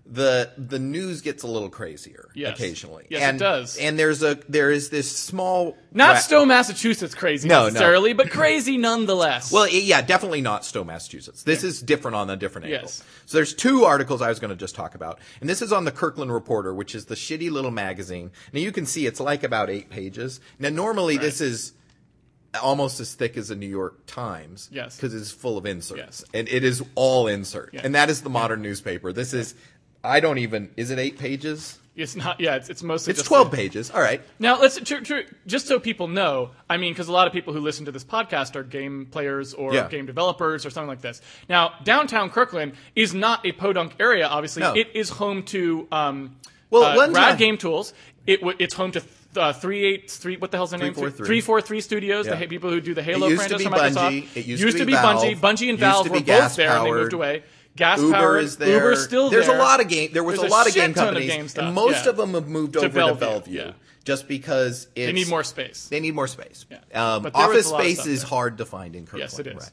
[SPEAKER 1] the the news gets a little crazier
[SPEAKER 2] Yes.
[SPEAKER 1] occasionally.
[SPEAKER 2] Yes, it
[SPEAKER 1] and,
[SPEAKER 2] does.
[SPEAKER 1] And there's a there is this small
[SPEAKER 2] Not
[SPEAKER 1] ra-
[SPEAKER 2] Stowe, Massachusetts crazy
[SPEAKER 1] No, no.
[SPEAKER 2] necessarily, but crazy nonetheless.
[SPEAKER 1] Well, yeah, definitely not Stowe, Massachusetts. This is different on a different angle.
[SPEAKER 2] Yes.
[SPEAKER 1] So there's two articles I was going to just talk about, and this is on the Kirkland Reporter, which is the shitty little magazine. Now you can see it's like about eight pages. Now normally this is almost as thick as the New York Times,
[SPEAKER 2] Yes.
[SPEAKER 1] because it's full of inserts,
[SPEAKER 2] Yes.
[SPEAKER 1] and it is all insert, and that is the modern newspaper. This is, I don't even, is it eight pages?
[SPEAKER 2] it's not. Yeah, it's, it's mostly
[SPEAKER 1] It's
[SPEAKER 2] just
[SPEAKER 1] twelve pages. All right.
[SPEAKER 2] Now, let's tr- tr- just so people know. I mean, because a lot of people who listen to this podcast are game players or
[SPEAKER 1] Yeah.
[SPEAKER 2] game developers or something like this. Now, downtown Kirkland is not a podunk area. Obviously,
[SPEAKER 1] No.
[SPEAKER 2] it is home to um,
[SPEAKER 1] Well,
[SPEAKER 2] uh,
[SPEAKER 1] at one
[SPEAKER 2] Rad
[SPEAKER 1] time-
[SPEAKER 2] Game Tools. It w- it's home to th- uh, three eight three. What the hell's their name?
[SPEAKER 1] 343.
[SPEAKER 2] Three four three Studios.
[SPEAKER 1] Yeah.
[SPEAKER 2] The ha- people who do the Halo
[SPEAKER 1] used to
[SPEAKER 2] franchise
[SPEAKER 1] be
[SPEAKER 2] from Microsoft.
[SPEAKER 1] Bungie. It used to be Valve.
[SPEAKER 2] Bungie. Bungie and
[SPEAKER 1] Used
[SPEAKER 2] Valve
[SPEAKER 1] to
[SPEAKER 2] were
[SPEAKER 1] be
[SPEAKER 2] both there, and they
[SPEAKER 1] gas-powered.
[SPEAKER 2] moved away. Gas
[SPEAKER 1] Uber
[SPEAKER 2] powered.
[SPEAKER 1] is there.
[SPEAKER 2] Uber's still
[SPEAKER 1] There's
[SPEAKER 2] there.
[SPEAKER 1] a lot of game. There was
[SPEAKER 2] There's
[SPEAKER 1] a lot of
[SPEAKER 2] shit
[SPEAKER 1] game
[SPEAKER 2] ton
[SPEAKER 1] companies,
[SPEAKER 2] game stuff.
[SPEAKER 1] and most
[SPEAKER 2] Yeah.
[SPEAKER 1] of them have moved over
[SPEAKER 2] Bellevue,
[SPEAKER 1] to Bellevue
[SPEAKER 2] yeah.
[SPEAKER 1] just because it's,
[SPEAKER 2] They need more space.
[SPEAKER 1] They need more space.
[SPEAKER 2] Yeah.
[SPEAKER 1] Um,
[SPEAKER 2] But there was
[SPEAKER 1] office
[SPEAKER 2] a lot of
[SPEAKER 1] space
[SPEAKER 2] stuff
[SPEAKER 1] is
[SPEAKER 2] there.
[SPEAKER 1] hard to find in Kirkland.
[SPEAKER 2] Yes, it is.
[SPEAKER 1] right.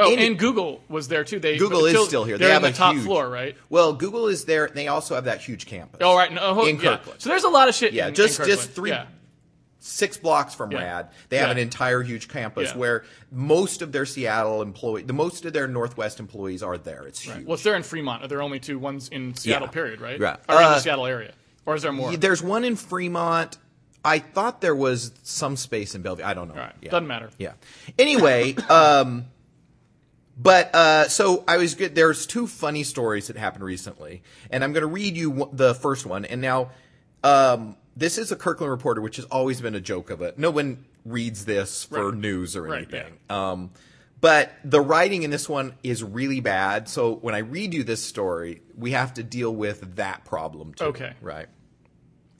[SPEAKER 2] Oh,
[SPEAKER 1] Any-
[SPEAKER 2] and Google was there too. They
[SPEAKER 1] Google
[SPEAKER 2] but
[SPEAKER 1] is still here. They
[SPEAKER 2] They're
[SPEAKER 1] have
[SPEAKER 2] on
[SPEAKER 1] a
[SPEAKER 2] the top
[SPEAKER 1] huge-
[SPEAKER 2] floor, right?
[SPEAKER 1] Well, Google is there. and They also have that huge campus.
[SPEAKER 2] All Oh, right, no, hold-
[SPEAKER 1] in
[SPEAKER 2] yeah.
[SPEAKER 1] Kirkland.
[SPEAKER 2] So there's a lot of shit.
[SPEAKER 1] Yeah,
[SPEAKER 2] in-
[SPEAKER 1] just-
[SPEAKER 2] in
[SPEAKER 1] just
[SPEAKER 2] Kirkland.
[SPEAKER 1] three-
[SPEAKER 2] Yeah.
[SPEAKER 1] six blocks from
[SPEAKER 2] Yeah.
[SPEAKER 1] Rad, they have
[SPEAKER 2] Yeah.
[SPEAKER 1] an entire huge campus
[SPEAKER 2] Yeah.
[SPEAKER 1] where most of their Seattle employee, the most of their Northwest employees are there. It's huge.
[SPEAKER 2] Well, if they're in Fremont, are there only two ones in Seattle?
[SPEAKER 1] Yeah.
[SPEAKER 2] Period, right?
[SPEAKER 1] Yeah.
[SPEAKER 2] Or in
[SPEAKER 1] Uh,
[SPEAKER 2] the Seattle area, or is there more?
[SPEAKER 1] Yeah, There's one in Fremont. I thought there was some space in Bellevue. I don't know.
[SPEAKER 2] right.
[SPEAKER 1] Yeah.
[SPEAKER 2] Doesn't matter.
[SPEAKER 1] Yeah. Anyway, um, but uh, so I was good. There's two funny stories that happened recently, and I'm going to read you w- the first one. And now, um, this is a Kirkland Reporter, which has always been a joke of it. No one reads this for
[SPEAKER 2] Right.
[SPEAKER 1] news or
[SPEAKER 2] Right,
[SPEAKER 1] anything. Um, but the writing in this one is really bad. So when I read you this story, we have to deal with that problem too.
[SPEAKER 2] Okay.
[SPEAKER 1] Right.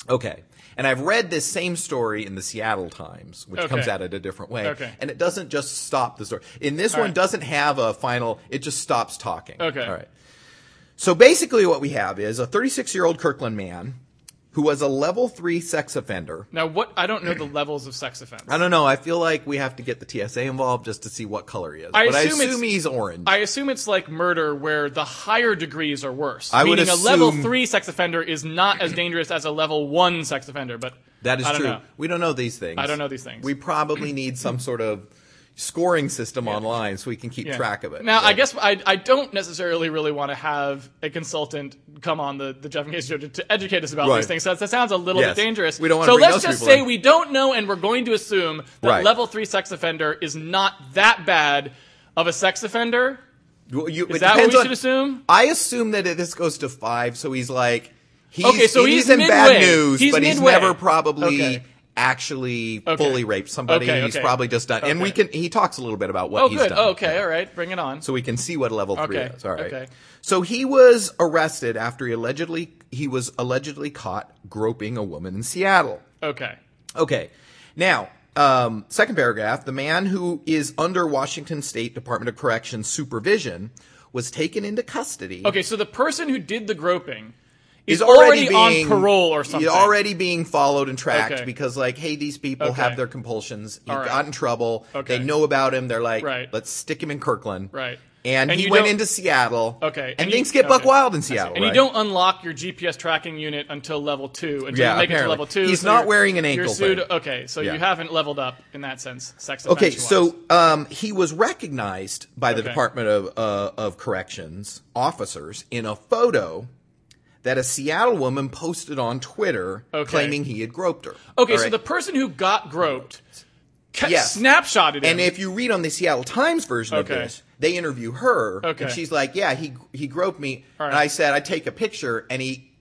[SPEAKER 1] Okay. And I've read this same story in the Seattle Times, which
[SPEAKER 2] Okay.
[SPEAKER 1] comes at it a different way.
[SPEAKER 2] Okay.
[SPEAKER 1] And it doesn't just stop the story. In this one
[SPEAKER 2] right.
[SPEAKER 1] doesn't have a final, it just stops talking.
[SPEAKER 2] Okay.
[SPEAKER 1] All right. So basically what we have is a 36-year-old Kirkland man who was a level 3 sex offender.
[SPEAKER 2] Now, what? I don't know the levels of sex offense.
[SPEAKER 1] I don't know, I feel like we have to get the TSA involved just to see what color he is.
[SPEAKER 2] I
[SPEAKER 1] but
[SPEAKER 2] assume
[SPEAKER 1] I
[SPEAKER 2] it's-
[SPEAKER 1] assume he's orange.
[SPEAKER 2] I assume it's like murder, where the higher degrees are worse.
[SPEAKER 1] I would
[SPEAKER 2] Meaning a level
[SPEAKER 1] assume-
[SPEAKER 2] three sex offender is not as dangerous as a level one sex offender. But
[SPEAKER 1] That is
[SPEAKER 2] I don't
[SPEAKER 1] true.
[SPEAKER 2] know.
[SPEAKER 1] We don't know these things.
[SPEAKER 2] I don't know these things.
[SPEAKER 1] We probably need some sort of scoring system online so we can keep
[SPEAKER 2] Yeah.
[SPEAKER 1] track of it.
[SPEAKER 2] Now, I
[SPEAKER 1] So-
[SPEAKER 2] guess I, I don't necessarily really want to have a consultant come on the, the Jeff and Casey show to, to educate us about
[SPEAKER 1] Right.
[SPEAKER 2] these things. So that sounds a little
[SPEAKER 1] Yes.
[SPEAKER 2] bit dangerous.
[SPEAKER 1] We don't wanna
[SPEAKER 2] so
[SPEAKER 1] bring
[SPEAKER 2] let's
[SPEAKER 1] those
[SPEAKER 2] just
[SPEAKER 1] people
[SPEAKER 2] say
[SPEAKER 1] in.
[SPEAKER 2] we don't know, and we're going to assume that
[SPEAKER 1] Right.
[SPEAKER 2] level three sex offender is not that bad of a sex offender.
[SPEAKER 1] Well, you- it
[SPEAKER 2] Is that what
[SPEAKER 1] depends
[SPEAKER 2] we
[SPEAKER 1] on-
[SPEAKER 2] should assume?
[SPEAKER 1] I assume that it, this goes to five, so he's like, he's,
[SPEAKER 2] Okay, so
[SPEAKER 1] he's,
[SPEAKER 2] he's
[SPEAKER 1] in bad
[SPEAKER 2] midway.
[SPEAKER 1] news,
[SPEAKER 2] He's
[SPEAKER 1] but he's
[SPEAKER 2] midway.
[SPEAKER 1] never probably
[SPEAKER 2] Okay.
[SPEAKER 1] actually
[SPEAKER 2] Okay.
[SPEAKER 1] fully raped somebody.
[SPEAKER 2] Okay,
[SPEAKER 1] He's
[SPEAKER 2] okay.
[SPEAKER 1] probably just done, and we
[SPEAKER 2] Okay.
[SPEAKER 1] can. He talks a little bit about what
[SPEAKER 2] Oh,
[SPEAKER 1] he's
[SPEAKER 2] good.
[SPEAKER 1] done.
[SPEAKER 2] Oh, okay, all right, bring it on.
[SPEAKER 1] So we can see what level three
[SPEAKER 2] Okay,
[SPEAKER 1] is. All right.
[SPEAKER 2] okay.
[SPEAKER 1] So he was arrested after he allegedly he was allegedly caught groping a woman in Seattle.
[SPEAKER 2] okay.
[SPEAKER 1] Okay. Now, um, second paragraph the man who is under Washington State Department of Corrections supervision was taken into custody.
[SPEAKER 2] Okay, so the person who did the groping is already, on parole or something.
[SPEAKER 1] He's already being followed and tracked
[SPEAKER 2] Okay.
[SPEAKER 1] because, like, hey, these people
[SPEAKER 2] Okay.
[SPEAKER 1] have their compulsions. He
[SPEAKER 2] All right.
[SPEAKER 1] got in trouble.
[SPEAKER 2] Okay.
[SPEAKER 1] They know about him. They're like,
[SPEAKER 2] Right.
[SPEAKER 1] let's stick him in Kirkland.
[SPEAKER 2] Right.
[SPEAKER 1] And,
[SPEAKER 2] And
[SPEAKER 1] he
[SPEAKER 2] you
[SPEAKER 1] went
[SPEAKER 2] don't-
[SPEAKER 1] into Seattle.
[SPEAKER 2] Okay,
[SPEAKER 1] And,
[SPEAKER 2] and you-
[SPEAKER 1] things get buck
[SPEAKER 2] okay.
[SPEAKER 1] wild in Seattle.
[SPEAKER 2] And
[SPEAKER 1] right?
[SPEAKER 2] you don't unlock your GPS tracking unit until level two. Until
[SPEAKER 1] Yeah,
[SPEAKER 2] you make it to
[SPEAKER 1] apparently.
[SPEAKER 2] level two.
[SPEAKER 1] He's not
[SPEAKER 2] you're-
[SPEAKER 1] wearing an
[SPEAKER 2] you're
[SPEAKER 1] ankle
[SPEAKER 2] sued-
[SPEAKER 1] thing.
[SPEAKER 2] Okay, so
[SPEAKER 1] Yeah.
[SPEAKER 2] you haven't leveled up in that sense. Sex
[SPEAKER 1] Okay,
[SPEAKER 2] offense-wise.
[SPEAKER 1] so um, he was recognized by the
[SPEAKER 2] Okay.
[SPEAKER 1] Department of, uh, of Corrections officers in a photo that a Seattle woman posted on Twitter
[SPEAKER 2] Okay.
[SPEAKER 1] claiming he had groped her.
[SPEAKER 2] okay,
[SPEAKER 1] All
[SPEAKER 2] so
[SPEAKER 1] right?
[SPEAKER 2] the person who got groped ca-
[SPEAKER 1] Yes.
[SPEAKER 2] snapshotted him.
[SPEAKER 1] And if you read on the Seattle Times version
[SPEAKER 2] Okay.
[SPEAKER 1] of this, they interview her,
[SPEAKER 2] Okay.
[SPEAKER 1] and she's like, "Yeah, he he groped me."
[SPEAKER 2] All
[SPEAKER 1] And
[SPEAKER 2] right.
[SPEAKER 1] I said, "I take a picture," and he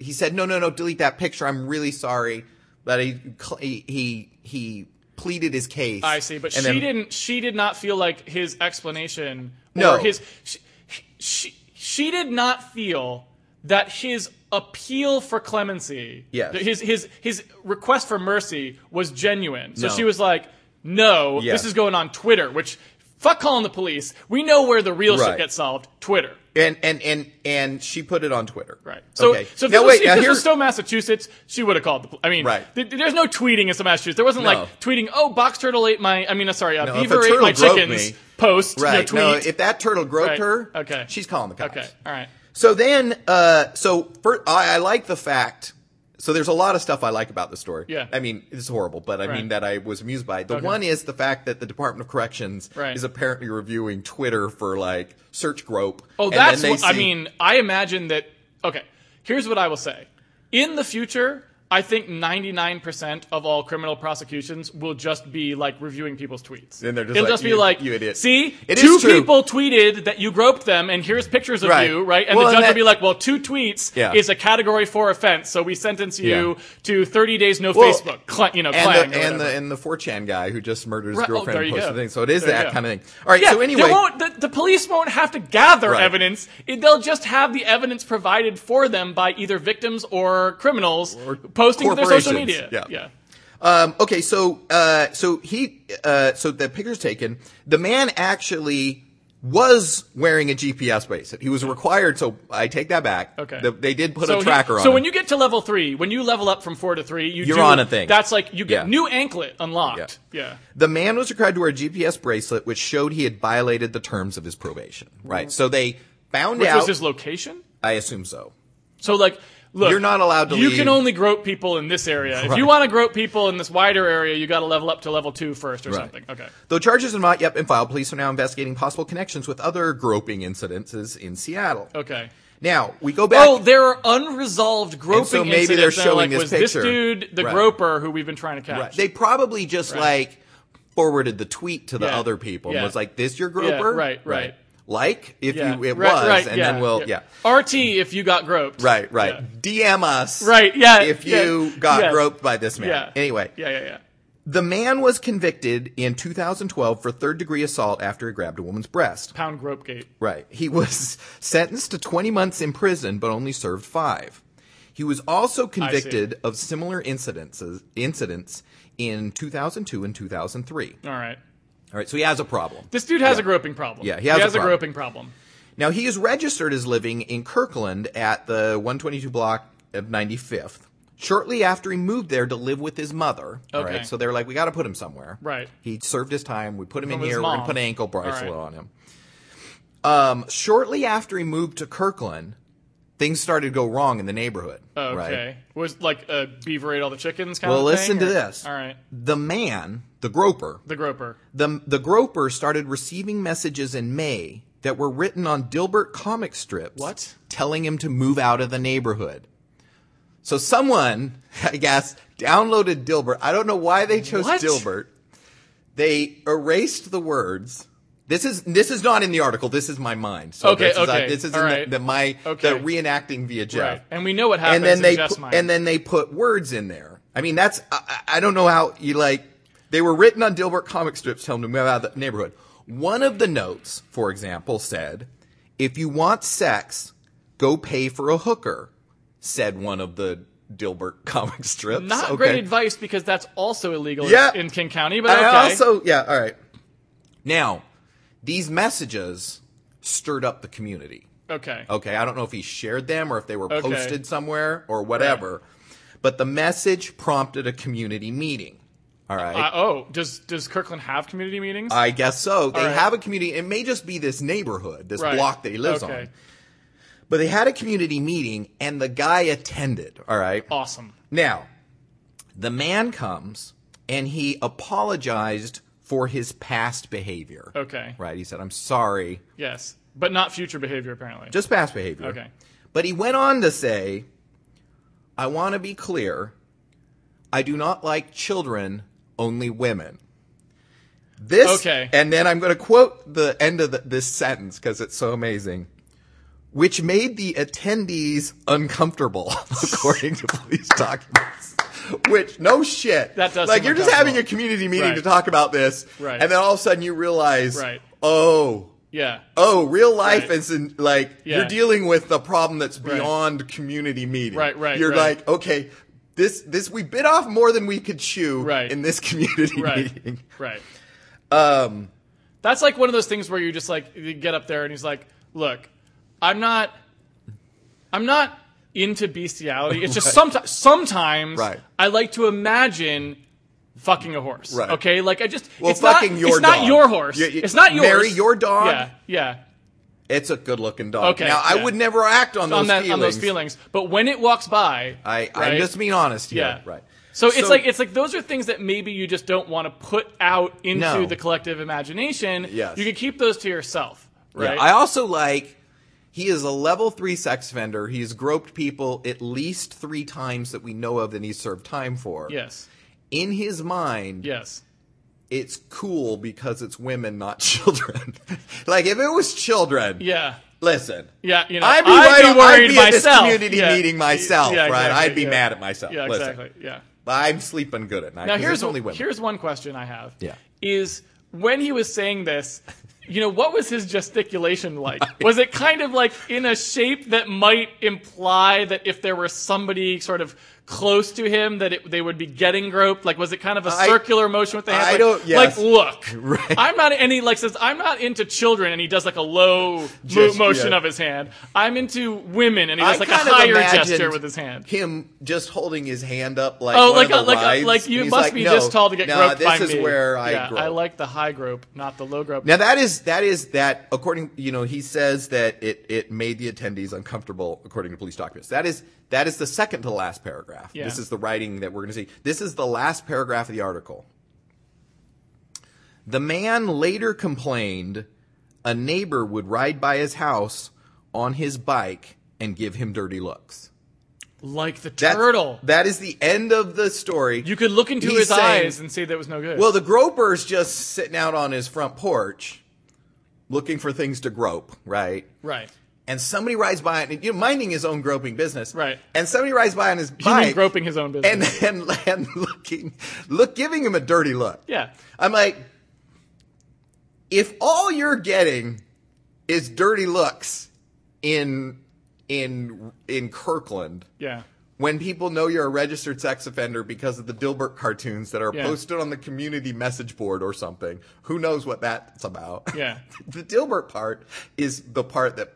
[SPEAKER 1] he said, "No, no, no, delete that picture. I'm really sorry." But he cl- he he, he pleaded his case.
[SPEAKER 2] I see, but she
[SPEAKER 1] and then-
[SPEAKER 2] didn't. She did not feel like his explanation or
[SPEAKER 1] No.
[SPEAKER 2] his. She, she she did not feel that his appeal for clemency,
[SPEAKER 1] Yes.
[SPEAKER 2] that his his his request for mercy was genuine. So
[SPEAKER 1] No.
[SPEAKER 2] she was like, "No,
[SPEAKER 1] Yes.
[SPEAKER 2] this is going on Twitter." Which fuck calling the police. We know where the real shit
[SPEAKER 1] Right.
[SPEAKER 2] gets solved. Twitter.
[SPEAKER 1] And and and and she put it on Twitter.
[SPEAKER 2] Right. So,
[SPEAKER 1] okay.
[SPEAKER 2] so if
[SPEAKER 1] now
[SPEAKER 2] this,
[SPEAKER 1] wait.
[SPEAKER 2] was, if
[SPEAKER 1] now
[SPEAKER 2] this
[SPEAKER 1] here's
[SPEAKER 2] was still Massachusetts, she would have called the. pol- I mean,
[SPEAKER 1] Right.
[SPEAKER 2] th- there's no tweeting in some Massachusetts. There wasn't
[SPEAKER 1] No.
[SPEAKER 2] like tweeting, "Oh, box turtle ate my." I mean, uh, sorry, uh,
[SPEAKER 1] No, if a
[SPEAKER 2] beaver ate
[SPEAKER 1] turtle
[SPEAKER 2] my
[SPEAKER 1] groped
[SPEAKER 2] chickens.
[SPEAKER 1] me-
[SPEAKER 2] post, no
[SPEAKER 1] right.
[SPEAKER 2] tweet.
[SPEAKER 1] if that turtle groped
[SPEAKER 2] Right.
[SPEAKER 1] her,
[SPEAKER 2] Okay.
[SPEAKER 1] she's calling the cops.
[SPEAKER 2] okay, all right.
[SPEAKER 1] So then, uh, so fir- I, I like the fact. So there's a lot of stuff I like about the story.
[SPEAKER 2] Yeah.
[SPEAKER 1] I mean, it's horrible, but I
[SPEAKER 2] Right.
[SPEAKER 1] mean that I was amused by. it. The
[SPEAKER 2] Okay.
[SPEAKER 1] one is the fact that the Department of Corrections
[SPEAKER 2] Right.
[SPEAKER 1] is apparently reviewing Twitter for like search grope.
[SPEAKER 2] Oh,
[SPEAKER 1] and
[SPEAKER 2] that's
[SPEAKER 1] then they
[SPEAKER 2] what I
[SPEAKER 1] see-
[SPEAKER 2] mean. I imagine that. Okay, here's what I will say. In the future, I think 99% of all criminal prosecutions will just be like reviewing people's tweets.
[SPEAKER 1] And they're just
[SPEAKER 2] It'll
[SPEAKER 1] like,
[SPEAKER 2] just be
[SPEAKER 1] "You-
[SPEAKER 2] like,
[SPEAKER 1] you idiot."
[SPEAKER 2] See,
[SPEAKER 1] It is
[SPEAKER 2] two
[SPEAKER 1] true.
[SPEAKER 2] people tweeted that you groped them, and here's pictures of
[SPEAKER 1] Right.
[SPEAKER 2] you, right? And
[SPEAKER 1] Well,
[SPEAKER 2] the
[SPEAKER 1] and
[SPEAKER 2] judge will
[SPEAKER 1] that-
[SPEAKER 2] be like, well, two tweets
[SPEAKER 1] Yeah.
[SPEAKER 2] is a category four offense, so we sentence you
[SPEAKER 1] Yeah.
[SPEAKER 2] to 30 days no
[SPEAKER 1] Well,
[SPEAKER 2] Facebook, cl- you know, clang
[SPEAKER 1] And
[SPEAKER 2] or
[SPEAKER 1] the, and
[SPEAKER 2] whatever.
[SPEAKER 1] the and the 4chan guy who just murdered his
[SPEAKER 2] Right. Oh,
[SPEAKER 1] girlfriend
[SPEAKER 2] there
[SPEAKER 1] and
[SPEAKER 2] you
[SPEAKER 1] posted
[SPEAKER 2] go.
[SPEAKER 1] thing. So it is
[SPEAKER 2] There you
[SPEAKER 1] that
[SPEAKER 2] go.
[SPEAKER 1] kind of thing. All right.
[SPEAKER 2] Yeah,
[SPEAKER 1] so
[SPEAKER 2] they
[SPEAKER 1] anyway,
[SPEAKER 2] won't- the, the police won't have to gather
[SPEAKER 1] Right.
[SPEAKER 2] evidence. It- they'll just have the evidence provided for them by either victims or criminals posting to their social
[SPEAKER 1] corporations.
[SPEAKER 2] media.
[SPEAKER 1] Yeah. Um, okay, so uh, so he uh, so the picture's taken. The man actually was wearing a GPS bracelet. He was required. So I take that back.
[SPEAKER 2] Okay.
[SPEAKER 1] The- they did put
[SPEAKER 2] So,
[SPEAKER 1] a
[SPEAKER 2] he-
[SPEAKER 1] tracker on.
[SPEAKER 2] so
[SPEAKER 1] him.
[SPEAKER 2] when you get to level three, when you level up from four to three, you
[SPEAKER 1] You're
[SPEAKER 2] do-
[SPEAKER 1] on a thing.
[SPEAKER 2] That's like you get
[SPEAKER 1] Yeah.
[SPEAKER 2] new anklet unlocked. Yeah.
[SPEAKER 1] the man was required to wear a GPS bracelet, which showed he had violated the terms of his probation. Right. So they found
[SPEAKER 2] Mm-hmm. Which
[SPEAKER 1] out.
[SPEAKER 2] was his location?
[SPEAKER 1] I assume so.
[SPEAKER 2] So like, look,
[SPEAKER 1] You're not allowed to
[SPEAKER 2] You
[SPEAKER 1] leave.
[SPEAKER 2] can only grope people in this area. If
[SPEAKER 1] Right.
[SPEAKER 2] you want to grope people in this wider area, you got to level up to level two first or
[SPEAKER 1] Right.
[SPEAKER 2] something. Okay.
[SPEAKER 1] Though charges have not yet been filed, police are now investigating possible connections with other groping incidences in Seattle.
[SPEAKER 2] Okay.
[SPEAKER 1] Now we go back.
[SPEAKER 2] Oh, there are unresolved groping
[SPEAKER 1] so maybe
[SPEAKER 2] incidents.
[SPEAKER 1] they're
[SPEAKER 2] that are
[SPEAKER 1] showing
[SPEAKER 2] like,
[SPEAKER 1] this
[SPEAKER 2] was
[SPEAKER 1] picture.
[SPEAKER 2] this dude the
[SPEAKER 1] Right.
[SPEAKER 2] groper who we've been trying to catch?
[SPEAKER 1] Right. They probably just like forwarded the tweet to the
[SPEAKER 2] Yeah.
[SPEAKER 1] other people
[SPEAKER 2] Yeah.
[SPEAKER 1] and was like, "This your groper?"
[SPEAKER 2] right, right.
[SPEAKER 1] Like if
[SPEAKER 2] Yeah.
[SPEAKER 1] you it
[SPEAKER 2] Right,
[SPEAKER 1] was,
[SPEAKER 2] right,
[SPEAKER 1] and
[SPEAKER 2] yeah,
[SPEAKER 1] then we'll yeah.
[SPEAKER 2] RT if you got groped.
[SPEAKER 1] Right, right.
[SPEAKER 2] Yeah.
[SPEAKER 1] DM us,
[SPEAKER 2] Right, yeah,
[SPEAKER 1] If
[SPEAKER 2] yeah,
[SPEAKER 1] you got
[SPEAKER 2] yes.
[SPEAKER 1] groped by this man,
[SPEAKER 2] Yeah.
[SPEAKER 1] anyway.
[SPEAKER 2] Yeah, yeah, yeah.
[SPEAKER 1] The man was convicted in 2012 for third degree assault after he grabbed a woman's breast.
[SPEAKER 2] Pound grope gate.
[SPEAKER 1] Right. He was sentenced to 20 months in prison, but only served five. He was also convicted of similar incidences, incidents in 2002 and 2003.
[SPEAKER 2] All right.
[SPEAKER 1] All right, so he has a problem.
[SPEAKER 2] This dude has a groping problem.
[SPEAKER 1] Yeah, he has a
[SPEAKER 2] a,
[SPEAKER 1] problem.
[SPEAKER 2] groping problem.
[SPEAKER 1] Now, he is registered as living in Kirkland at the 122 block of 95th. Shortly after he moved there to live with his mother. All
[SPEAKER 2] Okay.
[SPEAKER 1] right, so they're like, we got to put him somewhere.
[SPEAKER 2] Right.
[SPEAKER 1] He served his time. We put him in
[SPEAKER 2] his
[SPEAKER 1] here. We're going
[SPEAKER 2] mom.
[SPEAKER 1] to put an ankle
[SPEAKER 2] right.
[SPEAKER 1] bracelet on him. Um, shortly after he moved to Kirkland, things started to go wrong in the neighborhood.
[SPEAKER 2] Okay.
[SPEAKER 1] Right?
[SPEAKER 2] Was like a beaver ate all the chickens kind
[SPEAKER 1] Well,
[SPEAKER 2] of
[SPEAKER 1] listen
[SPEAKER 2] thing,
[SPEAKER 1] to
[SPEAKER 2] or-
[SPEAKER 1] this.
[SPEAKER 2] All right.
[SPEAKER 1] The man, the groper,
[SPEAKER 2] The groper.
[SPEAKER 1] the, the groper started receiving messages in May that were written on Dilbert comic strips.
[SPEAKER 2] What?
[SPEAKER 1] Telling him to move out of the neighborhood. So someone, I guess, downloaded Dilbert. I don't know why they chose
[SPEAKER 2] What?
[SPEAKER 1] Dilbert. They erased the words. This is this is not in the article. This is my mind. So
[SPEAKER 2] Okay,
[SPEAKER 1] this is, uh,
[SPEAKER 2] okay,
[SPEAKER 1] this is
[SPEAKER 2] all
[SPEAKER 1] in the-
[SPEAKER 2] right.
[SPEAKER 1] the, my
[SPEAKER 2] Okay.
[SPEAKER 1] the reenacting via Jeff.
[SPEAKER 2] Right. And we know what happens
[SPEAKER 1] And then
[SPEAKER 2] in
[SPEAKER 1] they
[SPEAKER 2] Jeff's
[SPEAKER 1] pu-
[SPEAKER 2] mind.
[SPEAKER 1] and then they put words in there. I mean, that's I, I I don't know how you like. They were written on Dilbert comic strips telling them about the neighborhood. One of the notes, for example, said, "If you want sex, go pay for a hooker," said one of the Dilbert comic strips.
[SPEAKER 2] not
[SPEAKER 1] Okay.
[SPEAKER 2] great advice because that's also illegal
[SPEAKER 1] Yeah.
[SPEAKER 2] in King County, but
[SPEAKER 1] And
[SPEAKER 2] okay.
[SPEAKER 1] also, yeah, all right. Now, these messages stirred up the community.
[SPEAKER 2] Okay.
[SPEAKER 1] Okay, I don't know if he shared them or if they were
[SPEAKER 2] Okay.
[SPEAKER 1] posted somewhere or whatever. But the message prompted a community meeting. All right.
[SPEAKER 2] Uh, oh, does does Kirkland have community meetings?
[SPEAKER 1] I guess so. They
[SPEAKER 2] All right.
[SPEAKER 1] have a community. It may just be this neighborhood, this
[SPEAKER 2] Right.
[SPEAKER 1] block that he lives
[SPEAKER 2] Okay.
[SPEAKER 1] on. But they had a community meeting and the guy attended. All right.
[SPEAKER 2] Awesome.
[SPEAKER 1] Now, the man comes and he apologized for his past behavior.
[SPEAKER 2] Okay.
[SPEAKER 1] Right. He said, I'm sorry.
[SPEAKER 2] Yes, but not future behavior apparently.
[SPEAKER 1] Just past behavior.
[SPEAKER 2] Okay.
[SPEAKER 1] But he went on to say, I want to be clear. I do not like children, only women. This,
[SPEAKER 2] Okay.
[SPEAKER 1] and then I'm going to quote the end of the, this sentence because it's so amazing, which made the attendees uncomfortable, according to police documents. Which, no shit.
[SPEAKER 2] That does
[SPEAKER 1] Like,
[SPEAKER 2] seem
[SPEAKER 1] you're just having
[SPEAKER 2] uncomfortable.
[SPEAKER 1] a community meeting
[SPEAKER 2] Right.
[SPEAKER 1] to talk about this,
[SPEAKER 2] Right.
[SPEAKER 1] and then all of a sudden you realize,
[SPEAKER 2] Right.
[SPEAKER 1] oh,
[SPEAKER 2] yeah.
[SPEAKER 1] oh, real life
[SPEAKER 2] Right.
[SPEAKER 1] is in, like
[SPEAKER 2] Yeah.
[SPEAKER 1] you're dealing with the problem that's
[SPEAKER 2] Right.
[SPEAKER 1] beyond community meeting.
[SPEAKER 2] Right, right,
[SPEAKER 1] You're
[SPEAKER 2] right.
[SPEAKER 1] like, okay, this this we bit off more than we could chew
[SPEAKER 2] Right.
[SPEAKER 1] in this community
[SPEAKER 2] Right.
[SPEAKER 1] meeting.
[SPEAKER 2] Right.
[SPEAKER 1] Um,
[SPEAKER 2] That's like one of those things where you're just like you get up there and he's like, "Look, I'm not I'm not into bestiality. It's just sometimes sometimes
[SPEAKER 1] Right.
[SPEAKER 2] I like to imagine fucking a horse.
[SPEAKER 1] Right.
[SPEAKER 2] Okay? Like I just
[SPEAKER 1] Well,
[SPEAKER 2] it's not-
[SPEAKER 1] fucking your
[SPEAKER 2] it's not
[SPEAKER 1] dog.
[SPEAKER 2] your horse.
[SPEAKER 1] You- you-
[SPEAKER 2] it's not yours.
[SPEAKER 1] marry your dog?
[SPEAKER 2] Yeah. Yeah.
[SPEAKER 1] it's a good looking dog.
[SPEAKER 2] Okay,
[SPEAKER 1] now I
[SPEAKER 2] yeah.
[SPEAKER 1] would never act on,
[SPEAKER 2] on
[SPEAKER 1] those,
[SPEAKER 2] that
[SPEAKER 1] feelings.
[SPEAKER 2] on those feelings. But when it walks by,
[SPEAKER 1] I I'm
[SPEAKER 2] right?
[SPEAKER 1] just being honest here.
[SPEAKER 2] Yeah.
[SPEAKER 1] Right.
[SPEAKER 2] So it's like it's like those are things that maybe you just don't want to put out into
[SPEAKER 1] No.
[SPEAKER 2] the collective imagination.
[SPEAKER 1] Yes.
[SPEAKER 2] You can keep those to yourself.
[SPEAKER 1] Yeah,
[SPEAKER 2] Right.
[SPEAKER 1] I also like he is a level three sex offender. He's groped people at least three times that we know of, and he's served time for.
[SPEAKER 2] yes.
[SPEAKER 1] In his mind,
[SPEAKER 2] Yes.
[SPEAKER 1] it's cool because it's women, not children. like if it was children,
[SPEAKER 2] Yeah.
[SPEAKER 1] listen,
[SPEAKER 2] Yeah, you know,
[SPEAKER 1] I'd be,
[SPEAKER 2] I'd
[SPEAKER 1] worried,
[SPEAKER 2] be worried
[SPEAKER 1] I'd be
[SPEAKER 2] myself.
[SPEAKER 1] at this community
[SPEAKER 2] Yeah.
[SPEAKER 1] meeting myself,
[SPEAKER 2] Yeah,
[SPEAKER 1] right?
[SPEAKER 2] exactly,
[SPEAKER 1] I'd be
[SPEAKER 2] yeah.
[SPEAKER 1] mad at myself.
[SPEAKER 2] Yeah,
[SPEAKER 1] listen,
[SPEAKER 2] exactly. Yeah.
[SPEAKER 1] I'm sleeping good at night.
[SPEAKER 2] Now
[SPEAKER 1] 'cause
[SPEAKER 2] here's
[SPEAKER 1] it's only women.
[SPEAKER 2] here's one question I have.
[SPEAKER 1] Yeah.
[SPEAKER 2] Is when he was saying this, you know, what was his gesticulation like? Was it kind of like in a shape that might imply that if there were somebody sort of close to him that it, they would be getting groped? Like, was it kind of a
[SPEAKER 1] I-
[SPEAKER 2] circular motion with the hand?
[SPEAKER 1] I
[SPEAKER 2] like,
[SPEAKER 1] don't- yes.
[SPEAKER 2] Like, look,
[SPEAKER 1] Right.
[SPEAKER 2] I'm not. And he like says, I'm not into children, and he does like a low mo-
[SPEAKER 1] Just-
[SPEAKER 2] motion
[SPEAKER 1] yeah.
[SPEAKER 2] of his hand. I'm into women, and he
[SPEAKER 1] I
[SPEAKER 2] does like a
[SPEAKER 1] kind of
[SPEAKER 2] higher
[SPEAKER 1] imagined
[SPEAKER 2] gesture with his hand.
[SPEAKER 1] Him just holding his hand up like
[SPEAKER 2] Oh,
[SPEAKER 1] one
[SPEAKER 2] like
[SPEAKER 1] of
[SPEAKER 2] a,
[SPEAKER 1] the
[SPEAKER 2] like a,
[SPEAKER 1] rides,
[SPEAKER 2] like you
[SPEAKER 1] and he's
[SPEAKER 2] must
[SPEAKER 1] like,
[SPEAKER 2] be
[SPEAKER 1] no,
[SPEAKER 2] just tall to get
[SPEAKER 1] no,
[SPEAKER 2] groped
[SPEAKER 1] this
[SPEAKER 2] by
[SPEAKER 1] is
[SPEAKER 2] me.
[SPEAKER 1] where I
[SPEAKER 2] yeah,
[SPEAKER 1] grow.
[SPEAKER 2] I like the high grope, not the low grope.
[SPEAKER 1] Now that is that is that according you know he says that it it made the attendees uncomfortable according to police documents. That is that is the second to last paragraph.
[SPEAKER 2] Yeah.
[SPEAKER 1] This is the writing that we're going to see. This is the last paragraph of the article. The man later complained a neighbor would ride by his house on his bike and give him dirty looks.
[SPEAKER 2] like the
[SPEAKER 1] That's-
[SPEAKER 2] turtle,
[SPEAKER 1] That is the end of the story.
[SPEAKER 2] you could look into
[SPEAKER 1] He's
[SPEAKER 2] his
[SPEAKER 1] saying-
[SPEAKER 2] eyes and see that was no good.
[SPEAKER 1] Well, the groper's just sitting out on his front porch looking for things to grope, right?
[SPEAKER 2] right.
[SPEAKER 1] And somebody rides by, and you know, minding his own groping business,
[SPEAKER 2] Right.
[SPEAKER 1] And somebody rides by on his
[SPEAKER 2] He was
[SPEAKER 1] bike,
[SPEAKER 2] groping his own business.
[SPEAKER 1] and and, and looking, look, giving him a dirty look.
[SPEAKER 2] yeah,
[SPEAKER 1] I'm like, if all you're getting is dirty looks in in in Kirkland,
[SPEAKER 2] yeah,
[SPEAKER 1] when people know you're a registered sex offender because of the Dilbert cartoons that are
[SPEAKER 2] Yeah.
[SPEAKER 1] posted on the community message board or something. Who knows what that's about?
[SPEAKER 2] Yeah.
[SPEAKER 1] the Dilbert part is the part that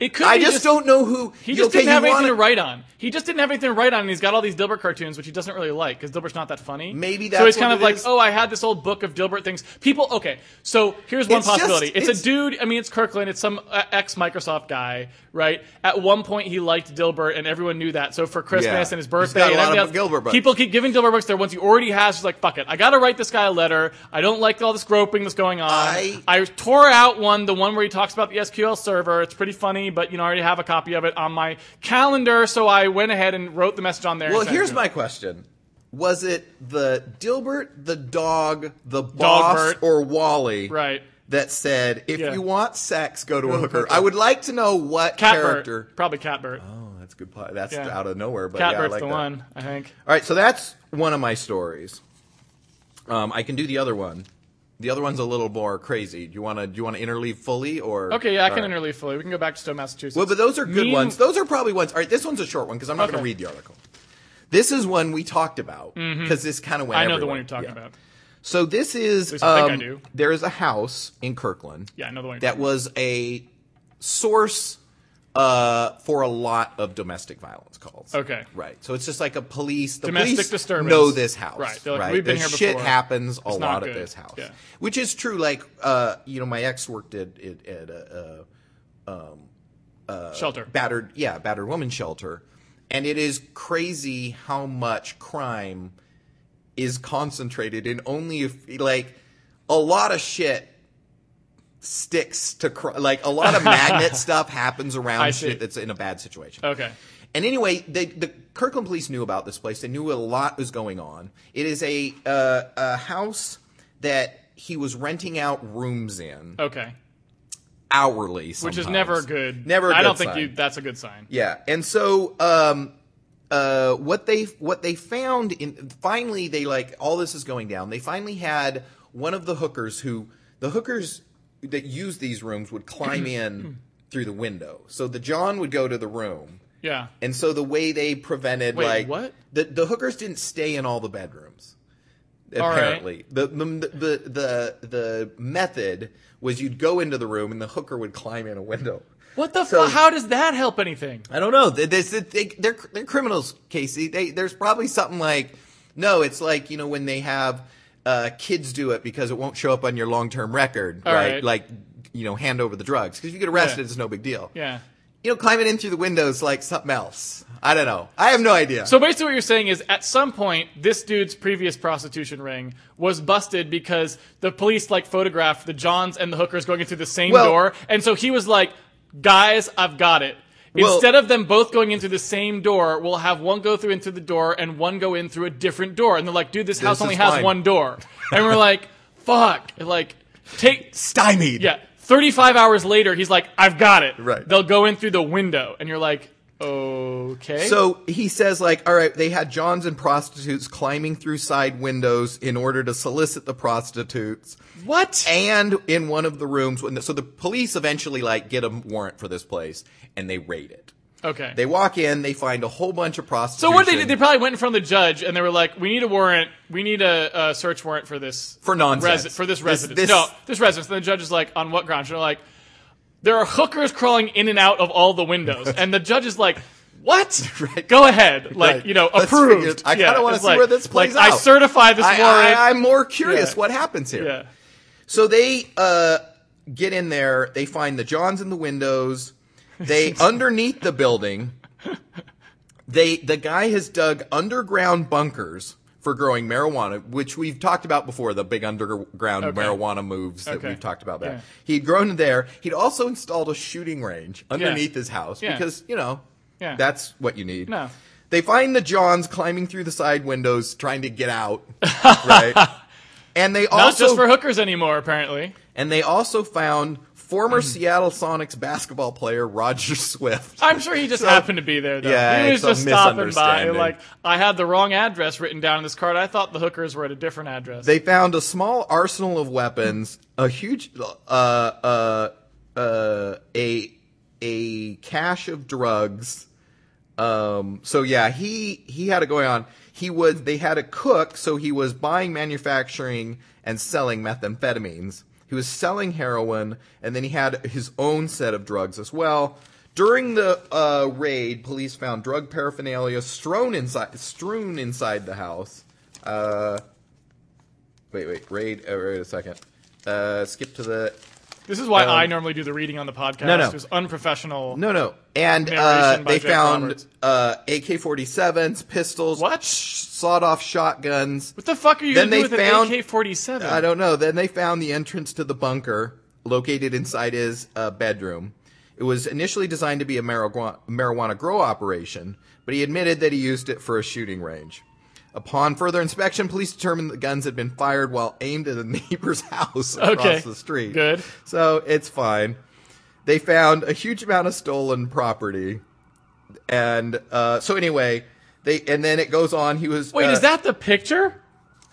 [SPEAKER 2] it could.
[SPEAKER 1] I
[SPEAKER 2] be
[SPEAKER 1] just, don't know who.
[SPEAKER 2] He just
[SPEAKER 1] okay,
[SPEAKER 2] didn't have
[SPEAKER 1] you
[SPEAKER 2] anything
[SPEAKER 1] wanna-
[SPEAKER 2] to write on. He just didn't have anything to write on, and he's got all these Dilbert cartoons, which he doesn't really like because Dilbert's not that funny.
[SPEAKER 1] Maybe
[SPEAKER 2] so.
[SPEAKER 1] that's
[SPEAKER 2] He's kind
[SPEAKER 1] what
[SPEAKER 2] of
[SPEAKER 1] it
[SPEAKER 2] like,
[SPEAKER 1] is.
[SPEAKER 2] oh, I had this old book of Dilbert things. People, okay. So here's one
[SPEAKER 1] It's just-
[SPEAKER 2] possibility. it's,
[SPEAKER 1] it's-
[SPEAKER 2] a dude. I mean, it's Kirkland. It's some uh, ex Microsoft guy, right? At one point, he liked Dilbert, and everyone knew that. So for Christmas
[SPEAKER 1] Yeah.
[SPEAKER 2] and his
[SPEAKER 1] He's
[SPEAKER 2] birthday,
[SPEAKER 1] got a
[SPEAKER 2] and
[SPEAKER 1] lot of
[SPEAKER 2] everything else,
[SPEAKER 1] Dilbert books.
[SPEAKER 2] people keep giving Dilbert books. They're ones he already has. He's like, fuck it. I got to write this guy a letter. I don't like all this groping that's going on.
[SPEAKER 1] I-
[SPEAKER 2] I tore out one, the one where he talks about the SQL server. It's pretty funny, but you know, I already have a copy of it on my calendar, so I went ahead and wrote the message on there. and
[SPEAKER 1] Well,
[SPEAKER 2] sent it
[SPEAKER 1] here's
[SPEAKER 2] to
[SPEAKER 1] my
[SPEAKER 2] him.
[SPEAKER 1] question: Was it the Dilbert, the dog, the boss,
[SPEAKER 2] Dogbert.
[SPEAKER 1] or Wally?
[SPEAKER 2] Right.
[SPEAKER 1] That said, if
[SPEAKER 2] Yeah.
[SPEAKER 1] you want sex, go to a hooker. I would like to know what
[SPEAKER 2] Catbert,
[SPEAKER 1] character.
[SPEAKER 2] probably Catbert.
[SPEAKER 1] Oh, that's a good. Pot. That's
[SPEAKER 2] Yeah.
[SPEAKER 1] out of nowhere, but yeah, I
[SPEAKER 2] Catbert's
[SPEAKER 1] like
[SPEAKER 2] the
[SPEAKER 1] that.
[SPEAKER 2] one, I think.
[SPEAKER 1] All right, so that's one of my stories. Um, I can do the other one. The other one's a little more crazy. Do you want to do you want to interleave fully or
[SPEAKER 2] Okay, yeah, I
[SPEAKER 1] All
[SPEAKER 2] can
[SPEAKER 1] right.
[SPEAKER 2] interleave fully. We can go back to Stowe, Massachusetts.
[SPEAKER 1] Well, but those are good
[SPEAKER 2] Mean-
[SPEAKER 1] ones. Those are probably ones. All right, this one's a short one because I'm not going
[SPEAKER 2] Okay.
[SPEAKER 1] to read the article. This is one we talked about because this kind of went.
[SPEAKER 2] Mm-hmm. I know the
[SPEAKER 1] everywhere.
[SPEAKER 2] one you're talking
[SPEAKER 1] Yeah.
[SPEAKER 2] about.
[SPEAKER 1] So this is
[SPEAKER 2] I think I
[SPEAKER 1] um,
[SPEAKER 2] do.
[SPEAKER 1] there is a house in Kirkland
[SPEAKER 2] Yeah, I know the one. You're
[SPEAKER 1] that
[SPEAKER 2] talking
[SPEAKER 1] was a source uh, for a lot of domestic violence calls.
[SPEAKER 2] Okay.
[SPEAKER 1] Right. So it's just like a police. The
[SPEAKER 2] Domestic
[SPEAKER 1] police
[SPEAKER 2] disturbance.
[SPEAKER 1] know this house.
[SPEAKER 2] Right.
[SPEAKER 1] Right.
[SPEAKER 2] They're like, "We've been
[SPEAKER 1] this
[SPEAKER 2] here
[SPEAKER 1] shit
[SPEAKER 2] before.
[SPEAKER 1] happens a
[SPEAKER 2] not
[SPEAKER 1] lot at
[SPEAKER 2] good."
[SPEAKER 1] this house,
[SPEAKER 2] Yeah.
[SPEAKER 1] which is true. Like, uh, you know, my ex worked at at, at a, a
[SPEAKER 2] Shelter.
[SPEAKER 1] battered yeah battered woman shelter and it is crazy how much crime is concentrated in only if like a lot of shit sticks to cr- like a lot of magnet stuff happens
[SPEAKER 2] I
[SPEAKER 1] around
[SPEAKER 2] see. Oh.
[SPEAKER 1] shit that's in a bad situation
[SPEAKER 2] Okay.
[SPEAKER 1] and anyway, they, the Kirkland police knew about this place. They knew a lot was going on. It is a uh, a house that he was renting out rooms in
[SPEAKER 2] Okay.
[SPEAKER 1] hourly,
[SPEAKER 2] Which is never
[SPEAKER 1] sometimes.
[SPEAKER 2] good.
[SPEAKER 1] Never. I
[SPEAKER 2] I don't think you. That's a good sign.
[SPEAKER 1] Yeah, and so um, uh, what they what they found in finally they like all this is going down. They finally had one of the hookers who the hookers that use these rooms would climb in through the window. So the John would go to the room,
[SPEAKER 2] Yeah.
[SPEAKER 1] and so the way they prevented
[SPEAKER 2] Wait,
[SPEAKER 1] like
[SPEAKER 2] what?
[SPEAKER 1] the the hookers didn't stay in all the bedrooms.
[SPEAKER 2] right.
[SPEAKER 1] Apparently, the, the the the the method was you'd go into the room and the hooker would climb in a window.
[SPEAKER 2] What the
[SPEAKER 1] So-
[SPEAKER 2] fuck? How does that help anything?
[SPEAKER 1] I don't know. They, they, they, they're they're criminals, Casey. They, there's probably something like no. It's like you know when they have uh, kids do it because it won't show up on your long term record,
[SPEAKER 2] All
[SPEAKER 1] right?
[SPEAKER 2] right.
[SPEAKER 1] Like you know, hand over the drugs because you get arrested,
[SPEAKER 2] Yeah.
[SPEAKER 1] it's no big deal.
[SPEAKER 2] Yeah.
[SPEAKER 1] You know, climbing in through the windows like something else. I don't know. I have no idea.
[SPEAKER 2] So basically, what you're saying is, at some point, this dude's previous prostitution ring was busted because the police like photographed the Johns and the hookers going into the same
[SPEAKER 1] Well-
[SPEAKER 2] door, and so he was like, "Guys, I've got it."
[SPEAKER 1] Well-
[SPEAKER 2] Instead of them both going into the same door, we'll have one go through into the door and one go in through a different door. And they're like, "Dude, this house
[SPEAKER 1] is
[SPEAKER 2] only has
[SPEAKER 1] fine.
[SPEAKER 2] one door," and we're like, "Fuck!" Like, take
[SPEAKER 1] stymied.
[SPEAKER 2] yeah. Thirty-five hours later, he's like, "I've got it."
[SPEAKER 1] Right.
[SPEAKER 2] They'll go in through the window, and you're like, "Okay."
[SPEAKER 1] So he says, like, all right, they had Johns and prostitutes climbing through side windows in order to solicit the prostitutes.
[SPEAKER 2] what?
[SPEAKER 1] and in one of the rooms when the, so the police eventually like get a warrant for this place and they raid it
[SPEAKER 2] Okay.
[SPEAKER 1] they walk in they find a whole bunch of prostitutes
[SPEAKER 2] so what they did? They probably went in front of the judge and they were like, "We need a warrant. We need a, a search warrant for this
[SPEAKER 1] For nonsense.
[SPEAKER 2] resi- for this
[SPEAKER 1] This-
[SPEAKER 2] residence.
[SPEAKER 1] this-
[SPEAKER 2] no, this residence." And the judge is like, "On what grounds?" And they're like, "There are hookers crawling in and out of all the windows." and the judge is like. What?
[SPEAKER 1] Right.
[SPEAKER 2] Go ahead, like
[SPEAKER 1] Right.
[SPEAKER 2] you know,
[SPEAKER 1] Let's
[SPEAKER 2] approved.
[SPEAKER 1] figure- I
[SPEAKER 2] Yeah,
[SPEAKER 1] kinda wanna
[SPEAKER 2] it's
[SPEAKER 1] see
[SPEAKER 2] like-
[SPEAKER 1] where this plays
[SPEAKER 2] like, I
[SPEAKER 1] out.
[SPEAKER 2] certify this
[SPEAKER 1] I,
[SPEAKER 2] warrant.
[SPEAKER 1] I, am more curious
[SPEAKER 2] Yeah.
[SPEAKER 1] what happens here
[SPEAKER 2] yeah,
[SPEAKER 1] so they uh get in there they find the johns in the windows they underneath the building they the guy has dug underground bunkers for growing marijuana, which we've talked about before, the big underground marijuana moves that
[SPEAKER 2] Okay.
[SPEAKER 1] we've talked about.
[SPEAKER 2] Yeah.
[SPEAKER 1] That he'd grown there. He'd also installed a shooting range underneath his house
[SPEAKER 2] Yeah.
[SPEAKER 1] because you know
[SPEAKER 2] Yeah.
[SPEAKER 1] that's what you need.
[SPEAKER 2] No.
[SPEAKER 1] They find the Johns climbing through the side windows trying to get out, right? And they
[SPEAKER 2] not
[SPEAKER 1] also
[SPEAKER 2] just for hookers anymore. Apparently,
[SPEAKER 1] and they also found former Seattle Sonics basketball player Roger Swift.
[SPEAKER 2] I'm sure he just happened to be there. Though.
[SPEAKER 1] yeah,
[SPEAKER 2] he was
[SPEAKER 1] it's a
[SPEAKER 2] just stopping by.
[SPEAKER 1] misunderstanding.
[SPEAKER 2] Like I had the wrong address written down in this card. I thought the hookers were at a different address.
[SPEAKER 1] They found a small arsenal of weapons, a huge, uh, uh, uh, a a cache of drugs. Um, so yeah, he he had it going on. He was they had a cook, so he was buying, manufacturing, and selling methamphetamines. He was selling heroin, and then he had his own set of drugs as well. During the uh, raid, police found drug paraphernalia strewn inside strewn inside the house. Uh, Wait, wait, raid. Oh, wait a second. Uh, skip to the.
[SPEAKER 2] this is why
[SPEAKER 1] um,
[SPEAKER 2] I normally do the reading on the podcast.
[SPEAKER 1] no, no.
[SPEAKER 2] It was unprofessional.
[SPEAKER 1] No, no. And uh,
[SPEAKER 2] Narration by
[SPEAKER 1] they
[SPEAKER 2] Jack
[SPEAKER 1] found
[SPEAKER 2] Roberts.
[SPEAKER 1] uh, AK 47s, pistols,
[SPEAKER 2] What?
[SPEAKER 1] sawed off shotguns.
[SPEAKER 2] What the fuck are you
[SPEAKER 1] Then
[SPEAKER 2] gonna do
[SPEAKER 1] they
[SPEAKER 2] with
[SPEAKER 1] found-
[SPEAKER 2] an AK-47?
[SPEAKER 1] I don't know. Then they found the entrance to the bunker located inside his uh, bedroom. It was initially designed to be a marijuana, marijuana grow operation, but he admitted that he used it for a shooting range. Upon further inspection, police determined the guns had been fired while aimed at a neighbor's house across
[SPEAKER 2] Okay.
[SPEAKER 1] the street.
[SPEAKER 2] Good.
[SPEAKER 1] So it's fine. They found a huge amount of stolen property, and uh, so anyway, they and then it goes on. He was
[SPEAKER 2] Wait,
[SPEAKER 1] uh,
[SPEAKER 2] is that the picture?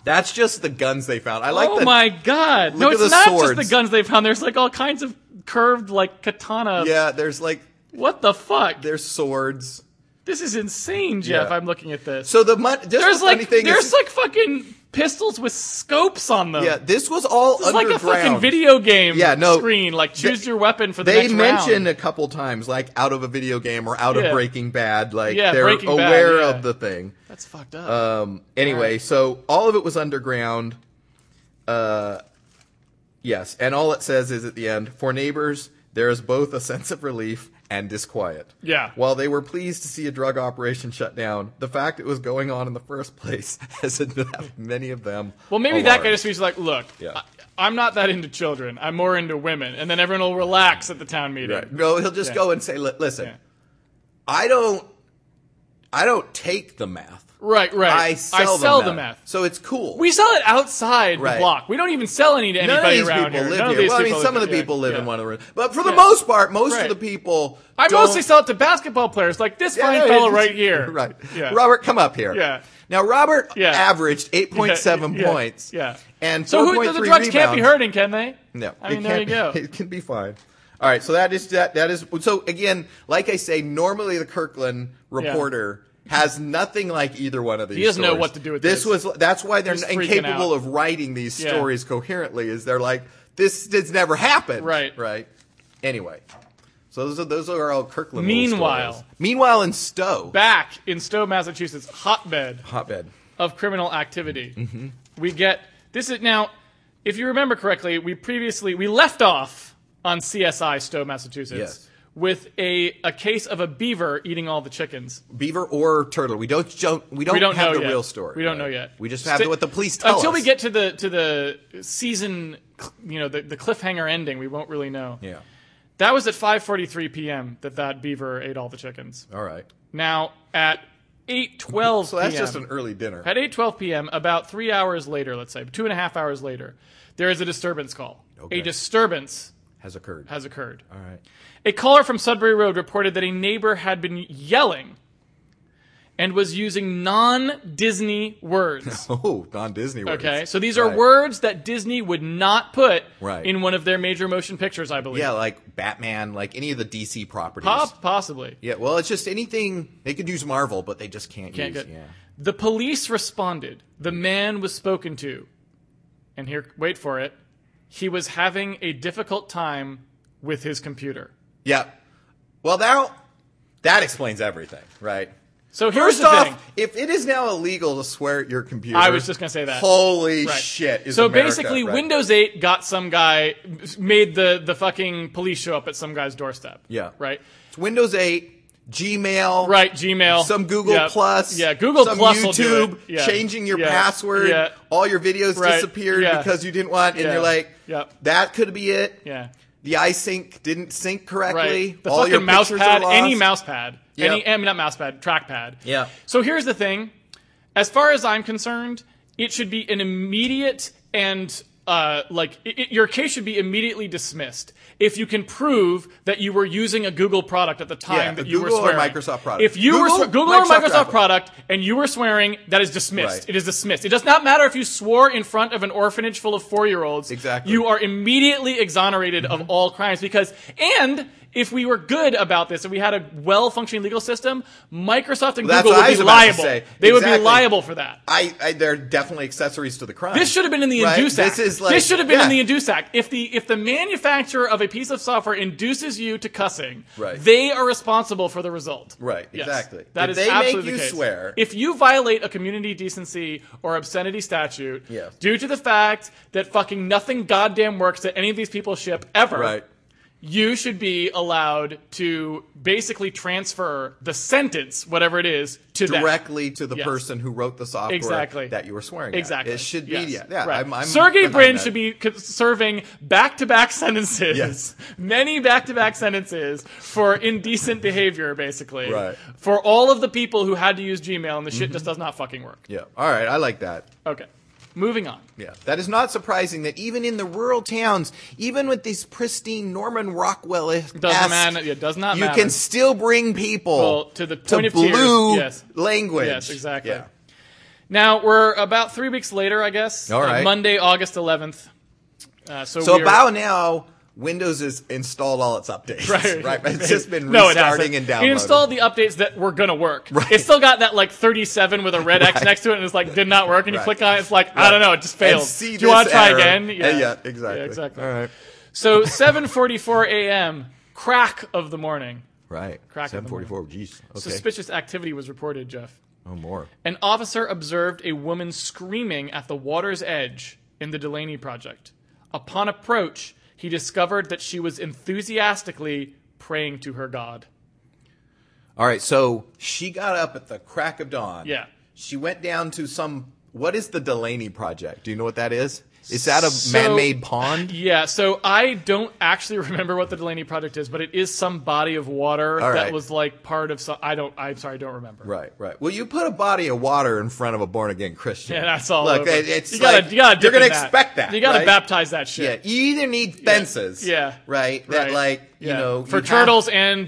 [SPEAKER 1] that's just the guns they found. I like
[SPEAKER 2] oh
[SPEAKER 1] the
[SPEAKER 2] my god! No,
[SPEAKER 1] Look at
[SPEAKER 2] it's
[SPEAKER 1] the
[SPEAKER 2] not just
[SPEAKER 1] swords.
[SPEAKER 2] the guns they found. There's like all kinds of curved like katana.
[SPEAKER 1] yeah. There's like
[SPEAKER 2] What the fuck?
[SPEAKER 1] there's swords.
[SPEAKER 2] This is insane, Jeff.
[SPEAKER 1] Yeah.
[SPEAKER 2] I'm looking at this.
[SPEAKER 1] So the mon- just
[SPEAKER 2] there's
[SPEAKER 1] the funny
[SPEAKER 2] like
[SPEAKER 1] thing
[SPEAKER 2] there's
[SPEAKER 1] is,
[SPEAKER 2] like fucking pistols with scopes on them.
[SPEAKER 1] yeah, this was all
[SPEAKER 2] It's like a
[SPEAKER 1] underground.
[SPEAKER 2] fucking video game
[SPEAKER 1] Yeah, no,
[SPEAKER 2] screen. Like choose your weapon for the
[SPEAKER 1] They
[SPEAKER 2] next
[SPEAKER 1] mention
[SPEAKER 2] round.
[SPEAKER 1] a couple times, like out of a video game or out
[SPEAKER 2] Yeah.
[SPEAKER 1] of Breaking Bad, like
[SPEAKER 2] Yeah,
[SPEAKER 1] they're
[SPEAKER 2] Breaking Bad,
[SPEAKER 1] aware
[SPEAKER 2] yeah.
[SPEAKER 1] of the thing.
[SPEAKER 2] That's fucked up.
[SPEAKER 1] Um, anyway, so all of it was underground. Uh, yes, and all it says is at the end for neighbors, there is both a sense of relief and disquiet.
[SPEAKER 2] Yeah.
[SPEAKER 1] While they were pleased to see a drug operation shut down, the fact it was going on in the first place has left many of them.
[SPEAKER 2] well, maybe that guy just was like, look,
[SPEAKER 1] Yeah.
[SPEAKER 2] I, I'm not that into children. I'm more into women. And then everyone will relax at the town meeting.
[SPEAKER 1] Right. No, he'll just
[SPEAKER 2] Yeah.
[SPEAKER 1] go and say, "Li- "Listen,
[SPEAKER 2] Yeah.
[SPEAKER 1] I don't, I don't take the math.
[SPEAKER 2] Right, right.
[SPEAKER 1] I sell, the,
[SPEAKER 2] sell
[SPEAKER 1] meth.
[SPEAKER 2] the meth.
[SPEAKER 1] So it's cool.
[SPEAKER 2] We sell it outside the
[SPEAKER 1] Right.
[SPEAKER 2] block. We don't even sell any to
[SPEAKER 1] None of
[SPEAKER 2] anybody
[SPEAKER 1] these
[SPEAKER 2] around
[SPEAKER 1] people
[SPEAKER 2] here.
[SPEAKER 1] live
[SPEAKER 2] None of
[SPEAKER 1] here.
[SPEAKER 2] these
[SPEAKER 1] Well, I mean,
[SPEAKER 2] people
[SPEAKER 1] some of
[SPEAKER 2] live
[SPEAKER 1] the
[SPEAKER 2] here.
[SPEAKER 1] people live
[SPEAKER 2] Yeah.
[SPEAKER 1] in one of the rooms, but for the
[SPEAKER 2] Yeah.
[SPEAKER 1] most part, most
[SPEAKER 2] Right.
[SPEAKER 1] of the people.
[SPEAKER 2] I
[SPEAKER 1] don't-
[SPEAKER 2] mostly sell it to basketball players, like this
[SPEAKER 1] Yeah,
[SPEAKER 2] fine
[SPEAKER 1] yeah,
[SPEAKER 2] fellow
[SPEAKER 1] yeah.
[SPEAKER 2] right here.
[SPEAKER 1] Right.
[SPEAKER 2] Yeah.
[SPEAKER 1] Robert, come up here.
[SPEAKER 2] Yeah.
[SPEAKER 1] Now Robert
[SPEAKER 2] Yeah.
[SPEAKER 1] averaged eight point seven
[SPEAKER 2] Yeah, yeah,
[SPEAKER 1] points.
[SPEAKER 2] yeah.
[SPEAKER 1] And
[SPEAKER 2] So who, the, the
[SPEAKER 1] 4.3
[SPEAKER 2] drugs can't be
[SPEAKER 1] rebounds.
[SPEAKER 2] hurting, can they?
[SPEAKER 1] No,
[SPEAKER 2] I
[SPEAKER 1] it
[SPEAKER 2] mean, there you
[SPEAKER 1] can't
[SPEAKER 2] go.
[SPEAKER 1] be- It can be fine. All right, so that is that. That is so. Again, like I say, normally the Kirkland reporter has nothing like either one of these. He
[SPEAKER 2] doesn't know what to do with this.
[SPEAKER 1] was that's why they're
[SPEAKER 2] He's freaking
[SPEAKER 1] incapable
[SPEAKER 2] out.
[SPEAKER 1] of writing these
[SPEAKER 2] Yeah.
[SPEAKER 1] stories coherently. Is they're like this? This never happened.
[SPEAKER 2] Right.
[SPEAKER 1] Right. Anyway, so those are those are all Kirkland. little
[SPEAKER 2] Meanwhile-
[SPEAKER 1] stories. meanwhile in Stowe,
[SPEAKER 2] Back in Stowe, Massachusetts, hotbed
[SPEAKER 1] hotbed.
[SPEAKER 2] of criminal activity.
[SPEAKER 1] Mm-hmm.
[SPEAKER 2] We get this is now, if you remember correctly, we previously we left off on CSI Stowe, Massachusetts,
[SPEAKER 1] Yes.
[SPEAKER 2] with a a case of a beaver eating all the chickens.
[SPEAKER 1] Beaver or turtle? We don't. jo- We don't,
[SPEAKER 2] we don't
[SPEAKER 1] have
[SPEAKER 2] know
[SPEAKER 1] the
[SPEAKER 2] yet.
[SPEAKER 1] real story.
[SPEAKER 2] We don't
[SPEAKER 1] right?
[SPEAKER 2] know yet.
[SPEAKER 1] We just have
[SPEAKER 2] Sti-
[SPEAKER 1] what the police tell
[SPEAKER 2] until
[SPEAKER 1] us.
[SPEAKER 2] we get to the to the season, cl- you know, the, the cliffhanger ending. We won't really know.
[SPEAKER 1] Yeah.
[SPEAKER 2] That was at 5:43 p.m. that that beaver ate all the chickens.
[SPEAKER 1] All right.
[SPEAKER 2] Now at 8:12
[SPEAKER 1] So that's
[SPEAKER 2] p.m.
[SPEAKER 1] just an early dinner.
[SPEAKER 2] at 8:12 p.m. About three hours later, let's say two and a half hours later, there is a disturbance call.
[SPEAKER 1] Okay.
[SPEAKER 2] A disturbance
[SPEAKER 1] has occurred.
[SPEAKER 2] has occurred.
[SPEAKER 1] All right.
[SPEAKER 2] A caller from Sudbury Road reported that a neighbor had been yelling and was using non-Disney words.
[SPEAKER 1] Oh, non Disney words.
[SPEAKER 2] Okay, so these are
[SPEAKER 1] Right.
[SPEAKER 2] words that Disney would not put
[SPEAKER 1] Right.
[SPEAKER 2] in one of their major motion pictures, I believe.
[SPEAKER 1] Yeah, like Batman, like any of the DC properties.
[SPEAKER 2] Pop, possibly.
[SPEAKER 1] Yeah, well, it's just anything they could use Marvel, but they just can't,
[SPEAKER 2] Can't
[SPEAKER 1] use.
[SPEAKER 2] get-
[SPEAKER 1] Yeah.
[SPEAKER 2] The police responded. The man was spoken to, and here, wait for it. He was having a difficult time with his computer.
[SPEAKER 1] Yeah. Well, now that explains everything, right?
[SPEAKER 2] So here's
[SPEAKER 1] First
[SPEAKER 2] the
[SPEAKER 1] off,
[SPEAKER 2] thing.
[SPEAKER 1] if it is now illegal to swear at your computer,
[SPEAKER 2] I was just gonna say that.
[SPEAKER 1] Holy
[SPEAKER 2] Right.
[SPEAKER 1] shit! Is
[SPEAKER 2] so
[SPEAKER 1] America,
[SPEAKER 2] basically,
[SPEAKER 1] right?
[SPEAKER 2] Windows 8 got some guy made the the fucking police show up at some guy's doorstep.
[SPEAKER 1] Yeah.
[SPEAKER 2] Right.
[SPEAKER 1] It's Windows 8, Gmail,
[SPEAKER 2] Right, Gmail,
[SPEAKER 1] Some Google
[SPEAKER 2] Yeah.
[SPEAKER 1] Plus,
[SPEAKER 2] yeah, Google
[SPEAKER 1] some
[SPEAKER 2] Plus
[SPEAKER 1] YouTube,
[SPEAKER 2] will do it. Yeah.
[SPEAKER 1] changing your
[SPEAKER 2] Yeah.
[SPEAKER 1] password,
[SPEAKER 2] Yeah.
[SPEAKER 1] all your videos
[SPEAKER 2] Right.
[SPEAKER 1] disappeared
[SPEAKER 2] Yeah.
[SPEAKER 1] because you didn't want, and
[SPEAKER 2] Yeah.
[SPEAKER 1] you're like,
[SPEAKER 2] Yep.
[SPEAKER 1] that could be it.
[SPEAKER 2] Yeah.
[SPEAKER 1] The iSync didn't sync correctly.
[SPEAKER 2] Right. The
[SPEAKER 1] all your
[SPEAKER 2] fucking mouse
[SPEAKER 1] pictures are
[SPEAKER 2] pad,
[SPEAKER 1] lost.
[SPEAKER 2] any mouse pad,
[SPEAKER 1] Yeah.
[SPEAKER 2] any, I mean, not mouse pad, trackpad.
[SPEAKER 1] Yeah.
[SPEAKER 2] So here's the thing. As far as I'm concerned, it should be an immediate and uh, like it, it- your case should be immediately dismissed if you can prove that you were using a Google product at the time
[SPEAKER 1] Yeah, a
[SPEAKER 2] that you were
[SPEAKER 1] Google or
[SPEAKER 2] swearing.
[SPEAKER 1] Microsoft product.
[SPEAKER 2] If you were
[SPEAKER 1] Google,
[SPEAKER 2] swe- Google or
[SPEAKER 1] Microsoft or
[SPEAKER 2] Microsoft
[SPEAKER 1] Apple.
[SPEAKER 2] product and you were swearing, that is dismissed.
[SPEAKER 1] Right.
[SPEAKER 2] It is dismissed. It does not matter if you swore in front of an orphanage full of four year olds.
[SPEAKER 1] Exactly. Mm-hmm.
[SPEAKER 2] You are immediately exonerated of all crimes because, and if we were good about this, if we had a well functioning legal system, Microsoft and
[SPEAKER 1] Well, that's
[SPEAKER 2] Google
[SPEAKER 1] what I
[SPEAKER 2] would
[SPEAKER 1] was
[SPEAKER 2] be
[SPEAKER 1] about to
[SPEAKER 2] liable.
[SPEAKER 1] say.
[SPEAKER 2] They would be
[SPEAKER 1] Exactly.
[SPEAKER 2] liable for that.
[SPEAKER 1] I, I, they're definitely accessories to the crime.
[SPEAKER 2] This should have been in the
[SPEAKER 1] Right?
[SPEAKER 2] Induce Act.
[SPEAKER 1] This is like
[SPEAKER 2] should have been in
[SPEAKER 1] yeah.
[SPEAKER 2] the Induce Act. If the if the manufacturer of a piece of software induces you to cussing,
[SPEAKER 1] Right.
[SPEAKER 2] they are responsible for the result.
[SPEAKER 1] Right,
[SPEAKER 2] Yes.
[SPEAKER 1] exactly.
[SPEAKER 2] That
[SPEAKER 1] If
[SPEAKER 2] is
[SPEAKER 1] they make
[SPEAKER 2] absolutely
[SPEAKER 1] you
[SPEAKER 2] the case.
[SPEAKER 1] swear-
[SPEAKER 2] If you violate a community decency or obscenity statute,
[SPEAKER 1] Yes.
[SPEAKER 2] due to the fact that fucking nothing goddamn works that any of these people ship ever,
[SPEAKER 1] Right.
[SPEAKER 2] you should be allowed to basically transfer the sentence, whatever it is, to them.
[SPEAKER 1] Directly to the
[SPEAKER 2] Yes.
[SPEAKER 1] person who wrote the software
[SPEAKER 2] Exactly.
[SPEAKER 1] that you were swearing at.
[SPEAKER 2] Exactly.
[SPEAKER 1] It should be,
[SPEAKER 2] Yes.
[SPEAKER 1] yeah. yeah
[SPEAKER 2] Right.
[SPEAKER 1] I'm, I'm
[SPEAKER 2] Sergey
[SPEAKER 1] behind
[SPEAKER 2] Brin
[SPEAKER 1] that.
[SPEAKER 2] should be c- serving back to back sentences.
[SPEAKER 1] Yes.
[SPEAKER 2] Many back to back sentences for indecent behavior, basically.
[SPEAKER 1] Right. Mm-hmm.
[SPEAKER 2] For all of the people who had to use Gmail and the shit just does not fucking work.
[SPEAKER 1] Yeah. All right, I like that.
[SPEAKER 2] Okay. Moving on.
[SPEAKER 1] Yeah, that is not surprising that even in the rural towns, even with these pristine Norman Rockwell doesn't
[SPEAKER 2] Doesn't matter. It does not
[SPEAKER 1] you
[SPEAKER 2] matter.
[SPEAKER 1] can still bring people
[SPEAKER 2] Well, to the point of tears,
[SPEAKER 1] blue
[SPEAKER 2] yes.
[SPEAKER 1] language.
[SPEAKER 2] Yes, exactly.
[SPEAKER 1] Yeah.
[SPEAKER 2] Now, we're about three weeks later, I guess.
[SPEAKER 1] All
[SPEAKER 2] Uh,
[SPEAKER 1] right.
[SPEAKER 2] Monday, August 11th. Uh, so
[SPEAKER 1] So
[SPEAKER 2] we are-
[SPEAKER 1] about now, Windows has installed all its updates.
[SPEAKER 2] Right.
[SPEAKER 1] Right. It's just been
[SPEAKER 2] No, it
[SPEAKER 1] restarting
[SPEAKER 2] hasn't.
[SPEAKER 1] and downloading.
[SPEAKER 2] It installed the updates that were gonna work. It still got that like 37 with a red X
[SPEAKER 1] Right.
[SPEAKER 2] next to it, and it's like did not work. And you
[SPEAKER 1] Right.
[SPEAKER 2] click on it, it's like I don't know, it just failed.
[SPEAKER 1] And see
[SPEAKER 2] Do you want
[SPEAKER 1] this
[SPEAKER 2] to try
[SPEAKER 1] error.
[SPEAKER 2] again?
[SPEAKER 1] And yeah, exactly.
[SPEAKER 2] exactly.
[SPEAKER 1] All right.
[SPEAKER 2] So 7:44 a.m. crack of the morning.
[SPEAKER 1] Right.
[SPEAKER 2] Crack in the
[SPEAKER 1] 744. Jeez. Okay.
[SPEAKER 2] Suspicious activity was reported, Jeff.
[SPEAKER 1] oh, more.
[SPEAKER 2] An officer observed a woman screaming at the water's edge in the Delaney project. Upon approach, he discovered that she was enthusiastically praying to her god.
[SPEAKER 1] All right. So she got up at the crack of dawn.
[SPEAKER 2] Yeah.
[SPEAKER 1] She went down to some. What is the Delaney Project? Do you know what that is? Is that a
[SPEAKER 2] So-
[SPEAKER 1] man-made pond?
[SPEAKER 2] Yeah, so I don't actually remember what the Delaney project is, but it is some body of water
[SPEAKER 1] All
[SPEAKER 2] that
[SPEAKER 1] right.
[SPEAKER 2] was like part of some. I don't. I'm sorry, I don't remember.
[SPEAKER 1] Right, right. Well, you put a body of water in front of a born again Christian.
[SPEAKER 2] Yeah, that's all.
[SPEAKER 1] Look,
[SPEAKER 2] over.
[SPEAKER 1] it- it's
[SPEAKER 2] you gotta,
[SPEAKER 1] like,
[SPEAKER 2] you gotta
[SPEAKER 1] you're
[SPEAKER 2] dip
[SPEAKER 1] gonna
[SPEAKER 2] in
[SPEAKER 1] expect that.
[SPEAKER 2] You gotta
[SPEAKER 1] right?
[SPEAKER 2] baptize that
[SPEAKER 1] Yeah,
[SPEAKER 2] shit.
[SPEAKER 1] you either need fences.
[SPEAKER 2] Yeah.
[SPEAKER 1] right. That
[SPEAKER 2] Right.
[SPEAKER 1] like you
[SPEAKER 2] Yeah.
[SPEAKER 1] know
[SPEAKER 2] for
[SPEAKER 1] you have-
[SPEAKER 2] turtles and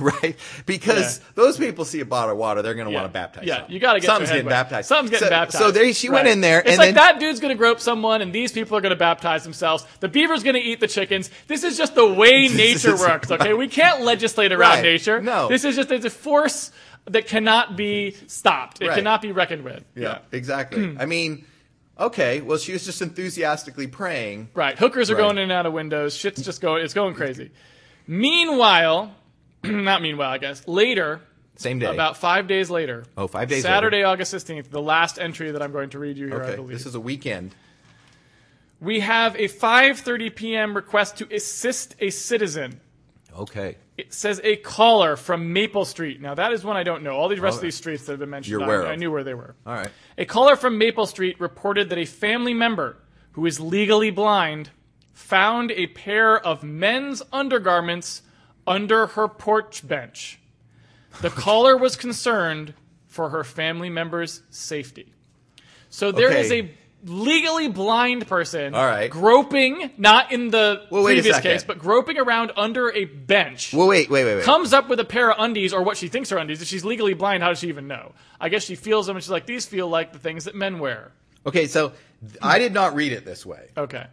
[SPEAKER 1] right? Because
[SPEAKER 2] Yeah.
[SPEAKER 1] those people see a bottle of water, they're gonna
[SPEAKER 2] Yeah.
[SPEAKER 1] want to baptize.
[SPEAKER 2] Yeah,
[SPEAKER 1] something.
[SPEAKER 2] you got to get
[SPEAKER 1] something's
[SPEAKER 2] to a
[SPEAKER 1] getting
[SPEAKER 2] headway.
[SPEAKER 1] baptized.
[SPEAKER 2] Something's getting
[SPEAKER 1] so,
[SPEAKER 2] baptized.
[SPEAKER 1] So there she went
[SPEAKER 2] Right.
[SPEAKER 1] in there,
[SPEAKER 2] It's
[SPEAKER 1] and
[SPEAKER 2] like
[SPEAKER 1] then
[SPEAKER 2] that dude's gonna grope someone, and these people are gonna baptize themselves. The beaver's gonna eat the chickens. This is just the way nature
[SPEAKER 1] is
[SPEAKER 2] works. Okay, we can't legislate around
[SPEAKER 1] Right.
[SPEAKER 2] nature.
[SPEAKER 1] No.
[SPEAKER 2] this is just it's a force that cannot be stopped. It
[SPEAKER 1] Right.
[SPEAKER 2] cannot be reckoned with.
[SPEAKER 1] yeah, exactly.
[SPEAKER 2] Hmm.
[SPEAKER 1] I mean, okay. Well, she was just enthusiastically praying.
[SPEAKER 2] Right. Hookers are
[SPEAKER 1] Right.
[SPEAKER 2] going in and out of windows. Shit's just going. It's going crazy. Meanwhile, not meanwhile, I guess. Later,
[SPEAKER 1] Same day.
[SPEAKER 2] about five days later.
[SPEAKER 1] Oh, five days later.
[SPEAKER 2] Saturday, August sixteenth. The last entry that I'm going to read you here. I
[SPEAKER 1] okay.
[SPEAKER 2] believe.
[SPEAKER 1] This is a weekend.
[SPEAKER 2] We have a 5:30 p.m. request to assist a citizen.
[SPEAKER 1] Okay.
[SPEAKER 2] It says a caller from Maple Street. Now that is one I don't know. All these rest of
[SPEAKER 1] Oh.
[SPEAKER 2] these streets that have been mentioned,
[SPEAKER 1] You're
[SPEAKER 2] I-
[SPEAKER 1] aware
[SPEAKER 2] I,
[SPEAKER 1] of.
[SPEAKER 2] knew where they were.
[SPEAKER 1] All right.
[SPEAKER 2] A caller from Maple Street reported that a family member who is legally blind found a pair of men's undergarments under her porch bench. The caller was concerned for her family member's safety. So there
[SPEAKER 1] Okay.
[SPEAKER 2] is a legally blind person
[SPEAKER 1] All right.
[SPEAKER 2] groping, not in the
[SPEAKER 1] Well, wait a
[SPEAKER 2] previous
[SPEAKER 1] second.
[SPEAKER 2] case, but groping around under a bench
[SPEAKER 1] Well, wait, wait, wait, wait.
[SPEAKER 2] comes up with a pair of undies or what she thinks are undies. If she's legally blind, how does she even know? I guess she feels them and she's like, these feel like the things that men wear.
[SPEAKER 1] Okay, so th- I did not read it this way.
[SPEAKER 2] Okay.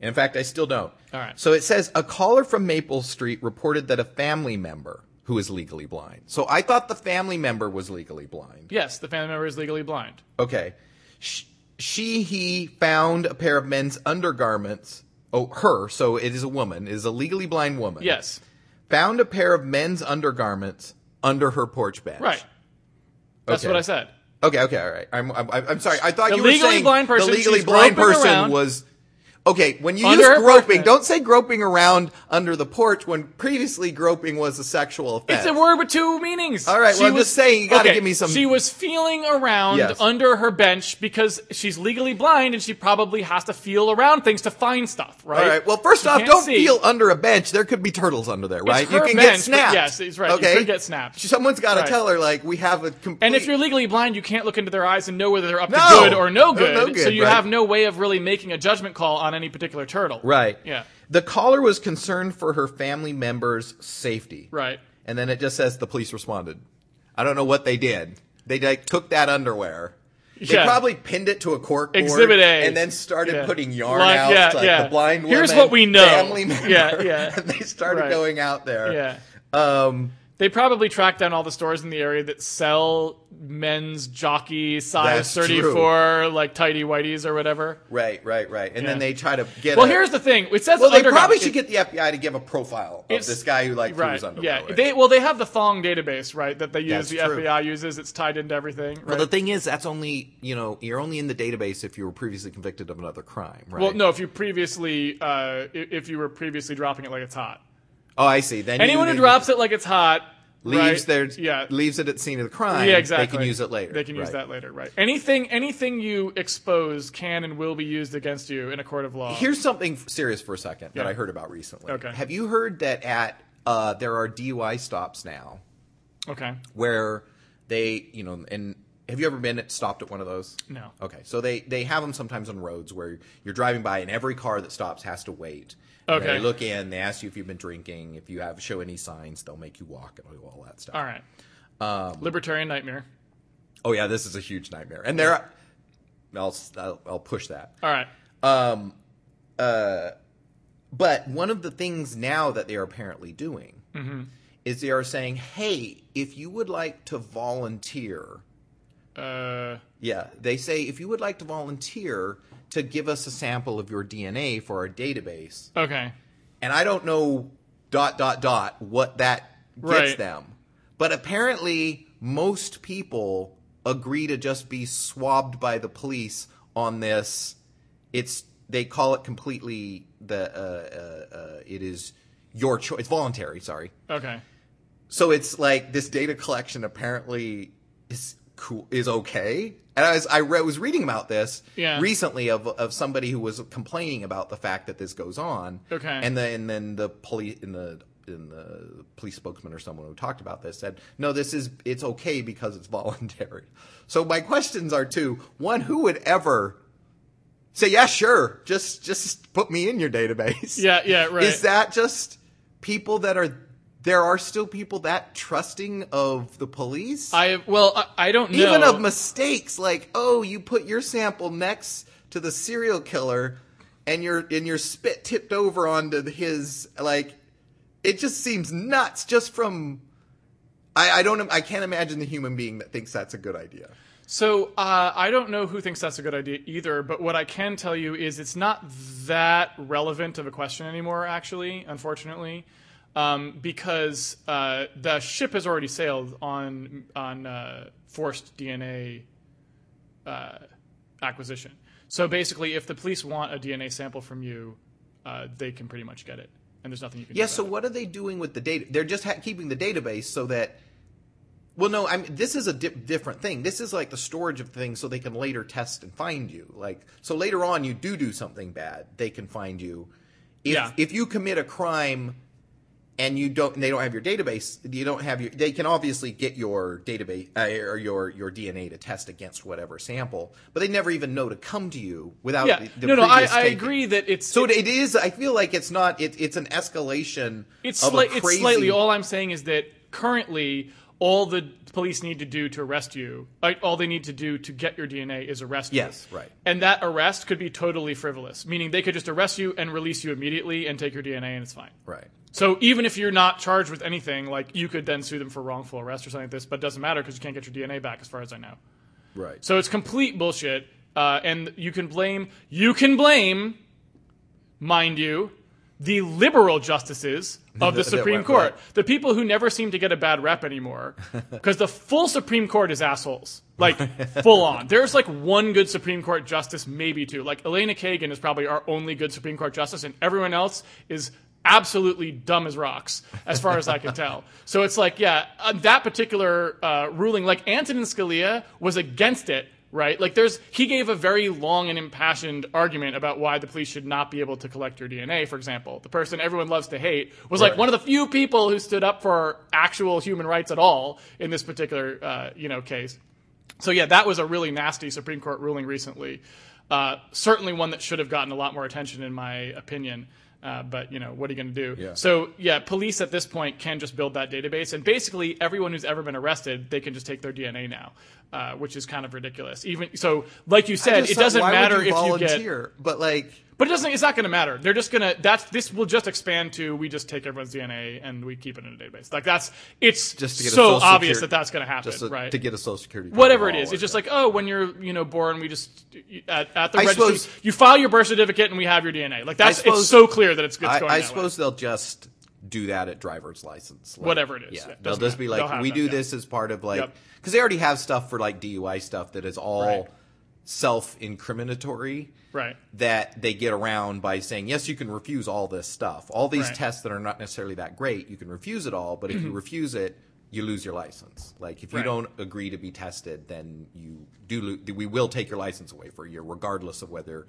[SPEAKER 1] In fact, I still don't.
[SPEAKER 2] All right.
[SPEAKER 1] So it says a caller from Maple Street reported that a family member who is legally blind. So I thought the family member was legally blind.
[SPEAKER 2] Yes, the family member is legally blind.
[SPEAKER 1] Okay. She, she he found a pair of men's undergarments. Oh, her. So it is a woman. It is a legally blind woman.
[SPEAKER 2] Yes.
[SPEAKER 1] Found a pair of men's undergarments under her porch bench.
[SPEAKER 2] Right. That's
[SPEAKER 1] Okay.
[SPEAKER 2] what I said.
[SPEAKER 1] Okay, okay, all right. I'm, I'm, I'm sorry. I thought
[SPEAKER 2] The
[SPEAKER 1] you were
[SPEAKER 2] legally
[SPEAKER 1] saying
[SPEAKER 2] blind person,
[SPEAKER 1] the legally
[SPEAKER 2] she's
[SPEAKER 1] blind
[SPEAKER 2] groping
[SPEAKER 1] person
[SPEAKER 2] around.
[SPEAKER 1] was. Okay, when you
[SPEAKER 2] Under
[SPEAKER 1] use
[SPEAKER 2] her porch
[SPEAKER 1] groping,
[SPEAKER 2] mat.
[SPEAKER 1] don't say groping around under the porch when previously groping was a sexual offense.
[SPEAKER 2] It's a word with two meanings.
[SPEAKER 1] All right, well, I'm just saying, you gotta give me some-
[SPEAKER 2] She was feeling around
[SPEAKER 1] Yes.
[SPEAKER 2] under her bench because she's legally blind and she probably has to feel around things to find stuff, right?
[SPEAKER 1] All right. Well, first
[SPEAKER 2] She
[SPEAKER 1] off,
[SPEAKER 2] can't
[SPEAKER 1] don't
[SPEAKER 2] see.
[SPEAKER 1] feel under a bench. There could be turtles under there, right?
[SPEAKER 2] her
[SPEAKER 1] you can
[SPEAKER 2] bench,
[SPEAKER 1] get
[SPEAKER 2] but
[SPEAKER 1] snapped.
[SPEAKER 2] yes, he's right. You
[SPEAKER 1] Okay?
[SPEAKER 2] could get snapped.
[SPEAKER 1] Someone's got to
[SPEAKER 2] Right.
[SPEAKER 1] tell her like we have a complete.
[SPEAKER 2] And if you're legally blind, you can't look into their eyes and know whether they're up to
[SPEAKER 1] No!
[SPEAKER 2] good or no good.
[SPEAKER 1] They're no good,
[SPEAKER 2] so you
[SPEAKER 1] right.
[SPEAKER 2] have no way of really making a judgment call on any particular turtle.
[SPEAKER 1] right,
[SPEAKER 2] Yeah.
[SPEAKER 1] The caller was concerned for her family members' safety.
[SPEAKER 2] Right.
[SPEAKER 1] And then it just says the police responded. I don't know what they did. They like took that underwear. They
[SPEAKER 2] Yeah.
[SPEAKER 1] probably pinned it to a cork
[SPEAKER 2] Exhibit A.
[SPEAKER 1] and then started
[SPEAKER 2] Yeah.
[SPEAKER 1] putting yarn
[SPEAKER 2] Like,
[SPEAKER 1] out
[SPEAKER 2] yeah,
[SPEAKER 1] like
[SPEAKER 2] yeah.
[SPEAKER 1] the blind woman.
[SPEAKER 2] Here's what we know.
[SPEAKER 1] Family member,
[SPEAKER 2] Yeah, yeah.
[SPEAKER 1] And they started
[SPEAKER 2] Right.
[SPEAKER 1] going out there.
[SPEAKER 2] Yeah.
[SPEAKER 1] Um,
[SPEAKER 2] They probably track down all the stores in the area that sell men's jockey
[SPEAKER 1] That's
[SPEAKER 2] size 34, like tidy whiteys or whatever.
[SPEAKER 1] right, right, right. And
[SPEAKER 2] Yeah.
[SPEAKER 1] then they try to get.
[SPEAKER 2] Well,
[SPEAKER 1] a-
[SPEAKER 2] here's the thing. It says
[SPEAKER 1] Well, they
[SPEAKER 2] undergarment.
[SPEAKER 1] probably
[SPEAKER 2] It-
[SPEAKER 1] should get the FBI to give a profile of
[SPEAKER 2] It's-
[SPEAKER 1] this guy who like threw
[SPEAKER 2] right.
[SPEAKER 1] his underwear.
[SPEAKER 2] Yeah.
[SPEAKER 1] away.
[SPEAKER 2] They well, they have the thong database, right? That they
[SPEAKER 1] That's
[SPEAKER 2] use. the
[SPEAKER 1] true.
[SPEAKER 2] FBI uses. It's tied into everything. Right?
[SPEAKER 1] Well, the thing is, that's only you know you're only in the database if you were previously convicted of another crime, right?
[SPEAKER 2] well, no. If you previously, uh, i- if you were previously dropping it like it's hot,
[SPEAKER 1] Oh, I see. Then you-
[SPEAKER 2] anyone who
[SPEAKER 1] they-
[SPEAKER 2] drops it like it's hot
[SPEAKER 1] leaves
[SPEAKER 2] right?
[SPEAKER 1] their
[SPEAKER 2] yeah
[SPEAKER 1] leaves it at the scene of the crime.
[SPEAKER 2] Yeah, exactly.
[SPEAKER 1] They can use it later.
[SPEAKER 2] They can use
[SPEAKER 1] Right.
[SPEAKER 2] that later, right? Anything, anything you expose can and will be used against you in a court of law.
[SPEAKER 1] Here's something f- serious for a second that
[SPEAKER 2] Yeah.
[SPEAKER 1] I heard about recently.
[SPEAKER 2] Okay.
[SPEAKER 1] Have you heard that at uh, there are DUI stops now
[SPEAKER 2] okay,
[SPEAKER 1] where they you know and have you ever been stopped at one of those?
[SPEAKER 2] no,
[SPEAKER 1] Okay, so they they have them sometimes on roads where you're driving by and every car that stops has to wait. And
[SPEAKER 2] Okay.
[SPEAKER 1] They look in, they ask you if you've been drinking, if you have show any signs, they'll make you walk and do all that stuff.
[SPEAKER 2] all right.
[SPEAKER 1] Um,
[SPEAKER 2] Libertarian nightmare.
[SPEAKER 1] Oh yeah, this is a huge nightmare. And there, are, I'll, I'll I'll push that.
[SPEAKER 2] All right,
[SPEAKER 1] But one of the things now that they are apparently doing is they are saying, hey, if you would like to volunteer,
[SPEAKER 2] Uh,
[SPEAKER 1] yeah, they say, if you would like to volunteer to give us a sample of your DNA for our database,
[SPEAKER 2] okay.
[SPEAKER 1] and I don't know dot dot dot what that gets
[SPEAKER 2] Right.
[SPEAKER 1] them. But apparently, most people agree to just be swabbed by the police on this. It's they call it completely the uh, uh, uh, it is your choice. It's voluntary. Sorry.
[SPEAKER 2] Okay.
[SPEAKER 1] So it's like this data collection apparently is cool is okay. And I was I re- was reading about this
[SPEAKER 2] Yeah.
[SPEAKER 1] recently of of somebody who was complaining about the fact that this goes on.
[SPEAKER 2] Okay.
[SPEAKER 1] And then and then the police in the in the police spokesman or someone who talked about this said, "No, this is it's okay because it's voluntary." So my questions are two: one, who would ever say, "Yeah, sure, just just put me in your database"?
[SPEAKER 2] Yeah, yeah, right.
[SPEAKER 1] Is that just people that are there are still people that trusting of the police?
[SPEAKER 2] I well, I, I don't know.
[SPEAKER 1] Even of mistakes like, oh, you put your sample next to the serial killer and your and your spit tipped over onto his like it just seems nuts just from I, I don't I can't imagine the human being that thinks that's a good idea.
[SPEAKER 2] So uh, I don't know who thinks that's a good idea either, but what I can tell you is it's not that relevant of a question anymore, actually, unfortunately, um, because uh, the ship has already sailed on on uh, forced DNA uh, acquisition. So basically, if the police want a DNA sample from you, uh, they can pretty much get it, and there's nothing you can
[SPEAKER 1] Yeah,
[SPEAKER 2] do.
[SPEAKER 1] so
[SPEAKER 2] about
[SPEAKER 1] what are they doing with the data? They're just ha- keeping the database so that. Well, no, I'm. This is a di- different thing. This is like the storage of things, so they can later test and find you. Like, so later on, you do do something bad, they can find you. If,
[SPEAKER 2] Yeah.
[SPEAKER 1] If you commit a crime, and you don't, and they don't have your database. You don't have your. They can obviously get your database uh, or your your DNA to test against whatever sample, but they never even know to come to you without.
[SPEAKER 2] it. yeah,
[SPEAKER 1] The, the
[SPEAKER 2] no, no, I,
[SPEAKER 1] previous
[SPEAKER 2] I
[SPEAKER 1] taking.
[SPEAKER 2] agree that it's
[SPEAKER 1] So it, it is. I feel like it's not. It, it's an escalation.
[SPEAKER 2] It's,
[SPEAKER 1] of a
[SPEAKER 2] sli- it's
[SPEAKER 1] crazy-
[SPEAKER 2] slightly. All I'm saying is that currently, all the police need to do to arrest you, uh, all they need to do to get your DNA is arrest
[SPEAKER 1] Yes,
[SPEAKER 2] you.
[SPEAKER 1] right.
[SPEAKER 2] And that arrest could be totally frivolous, meaning they could just arrest you and release you immediately and take your DNA and it's fine.
[SPEAKER 1] right.
[SPEAKER 2] So even if you're not charged with anything, like you could then sue them for wrongful arrest or something like this, but it doesn't matter because you can't get your DNA back, as far as I know.
[SPEAKER 1] Right.
[SPEAKER 2] So it's complete bullshit. Uh, and you can blame, you can blame, mind you, the liberal justices of the
[SPEAKER 1] That- that
[SPEAKER 2] Supreme
[SPEAKER 1] went
[SPEAKER 2] Court.
[SPEAKER 1] right.
[SPEAKER 2] The people who never seem to get a bad rep anymore. Because the full Supreme Court is assholes. Like, full on. There's like one good Supreme Court justice, maybe two. Like, Elena Kagan is probably our only good Supreme Court justice, and everyone else is absolutely dumb as rocks, as far as I can tell. So it's like, yeah, uh, that particular uh, ruling, like, Antonin Scalia was against it. Right, like there's he gave a very long and impassioned argument about why the police should not be able to collect your DNA. For example, the person everyone loves to hate was like
[SPEAKER 1] Right.
[SPEAKER 2] one of the few people who stood up for actual human rights at all in this particular uh, you know case. So yeah, that was a really nasty Supreme Court ruling recently. Uh, certainly one that should have gotten a lot more attention, in my opinion. Uh, but you know, what are you going to do?
[SPEAKER 1] Yeah.
[SPEAKER 2] So yeah, police at this point can just build that database, and basically everyone who's ever been arrested, they can just take their DNA now, uh, which is kind of ridiculous. Even so, like you
[SPEAKER 1] I
[SPEAKER 2] said,
[SPEAKER 1] just
[SPEAKER 2] it
[SPEAKER 1] thought,
[SPEAKER 2] doesn't
[SPEAKER 1] why would
[SPEAKER 2] matter
[SPEAKER 1] you
[SPEAKER 2] if you get.
[SPEAKER 1] volunteer, but like,
[SPEAKER 2] But it doesn't. It's not going to matter. They're just going to. That's this will just expand to we just take everyone's DNA and we keep it in a database. Like that's it's
[SPEAKER 1] Just to get a
[SPEAKER 2] so
[SPEAKER 1] Social
[SPEAKER 2] obvious
[SPEAKER 1] Security-
[SPEAKER 2] that that's going to happen,
[SPEAKER 1] just so-
[SPEAKER 2] right?
[SPEAKER 1] to get a social security. card
[SPEAKER 2] whatever it
[SPEAKER 1] at all
[SPEAKER 2] is. It's
[SPEAKER 1] or-
[SPEAKER 2] just like oh, when you're you know born, we just at, at the
[SPEAKER 1] I
[SPEAKER 2] registry
[SPEAKER 1] suppose-
[SPEAKER 2] you file your birth certificate and we have your DNA. Like that's
[SPEAKER 1] suppose-
[SPEAKER 2] it's so clear that it's, it's
[SPEAKER 1] I,
[SPEAKER 2] going.
[SPEAKER 1] I
[SPEAKER 2] that
[SPEAKER 1] suppose they'll just do that at driver's license. Like,
[SPEAKER 2] Whatever it is, yeah,
[SPEAKER 1] Yeah.
[SPEAKER 2] it
[SPEAKER 1] They'll
[SPEAKER 2] doesn't
[SPEAKER 1] just be
[SPEAKER 2] matter. They'll
[SPEAKER 1] like,
[SPEAKER 2] have
[SPEAKER 1] we
[SPEAKER 2] that,
[SPEAKER 1] do
[SPEAKER 2] yeah.
[SPEAKER 1] this as part of like,
[SPEAKER 2] Yep.
[SPEAKER 1] because they already have stuff for like DUI stuff that is all
[SPEAKER 2] Right.
[SPEAKER 1] self-incriminatory.
[SPEAKER 2] way. right.
[SPEAKER 1] that they get around by saying, yes, you can refuse all this stuff. All these
[SPEAKER 2] Right. Mm-hmm.
[SPEAKER 1] tests that are not necessarily that great, you can refuse it all, but if you refuse it, you lose your license. Like if you
[SPEAKER 2] Right.
[SPEAKER 1] don't agree to be tested, then you do lo- we will take your license away for a year regardless of whether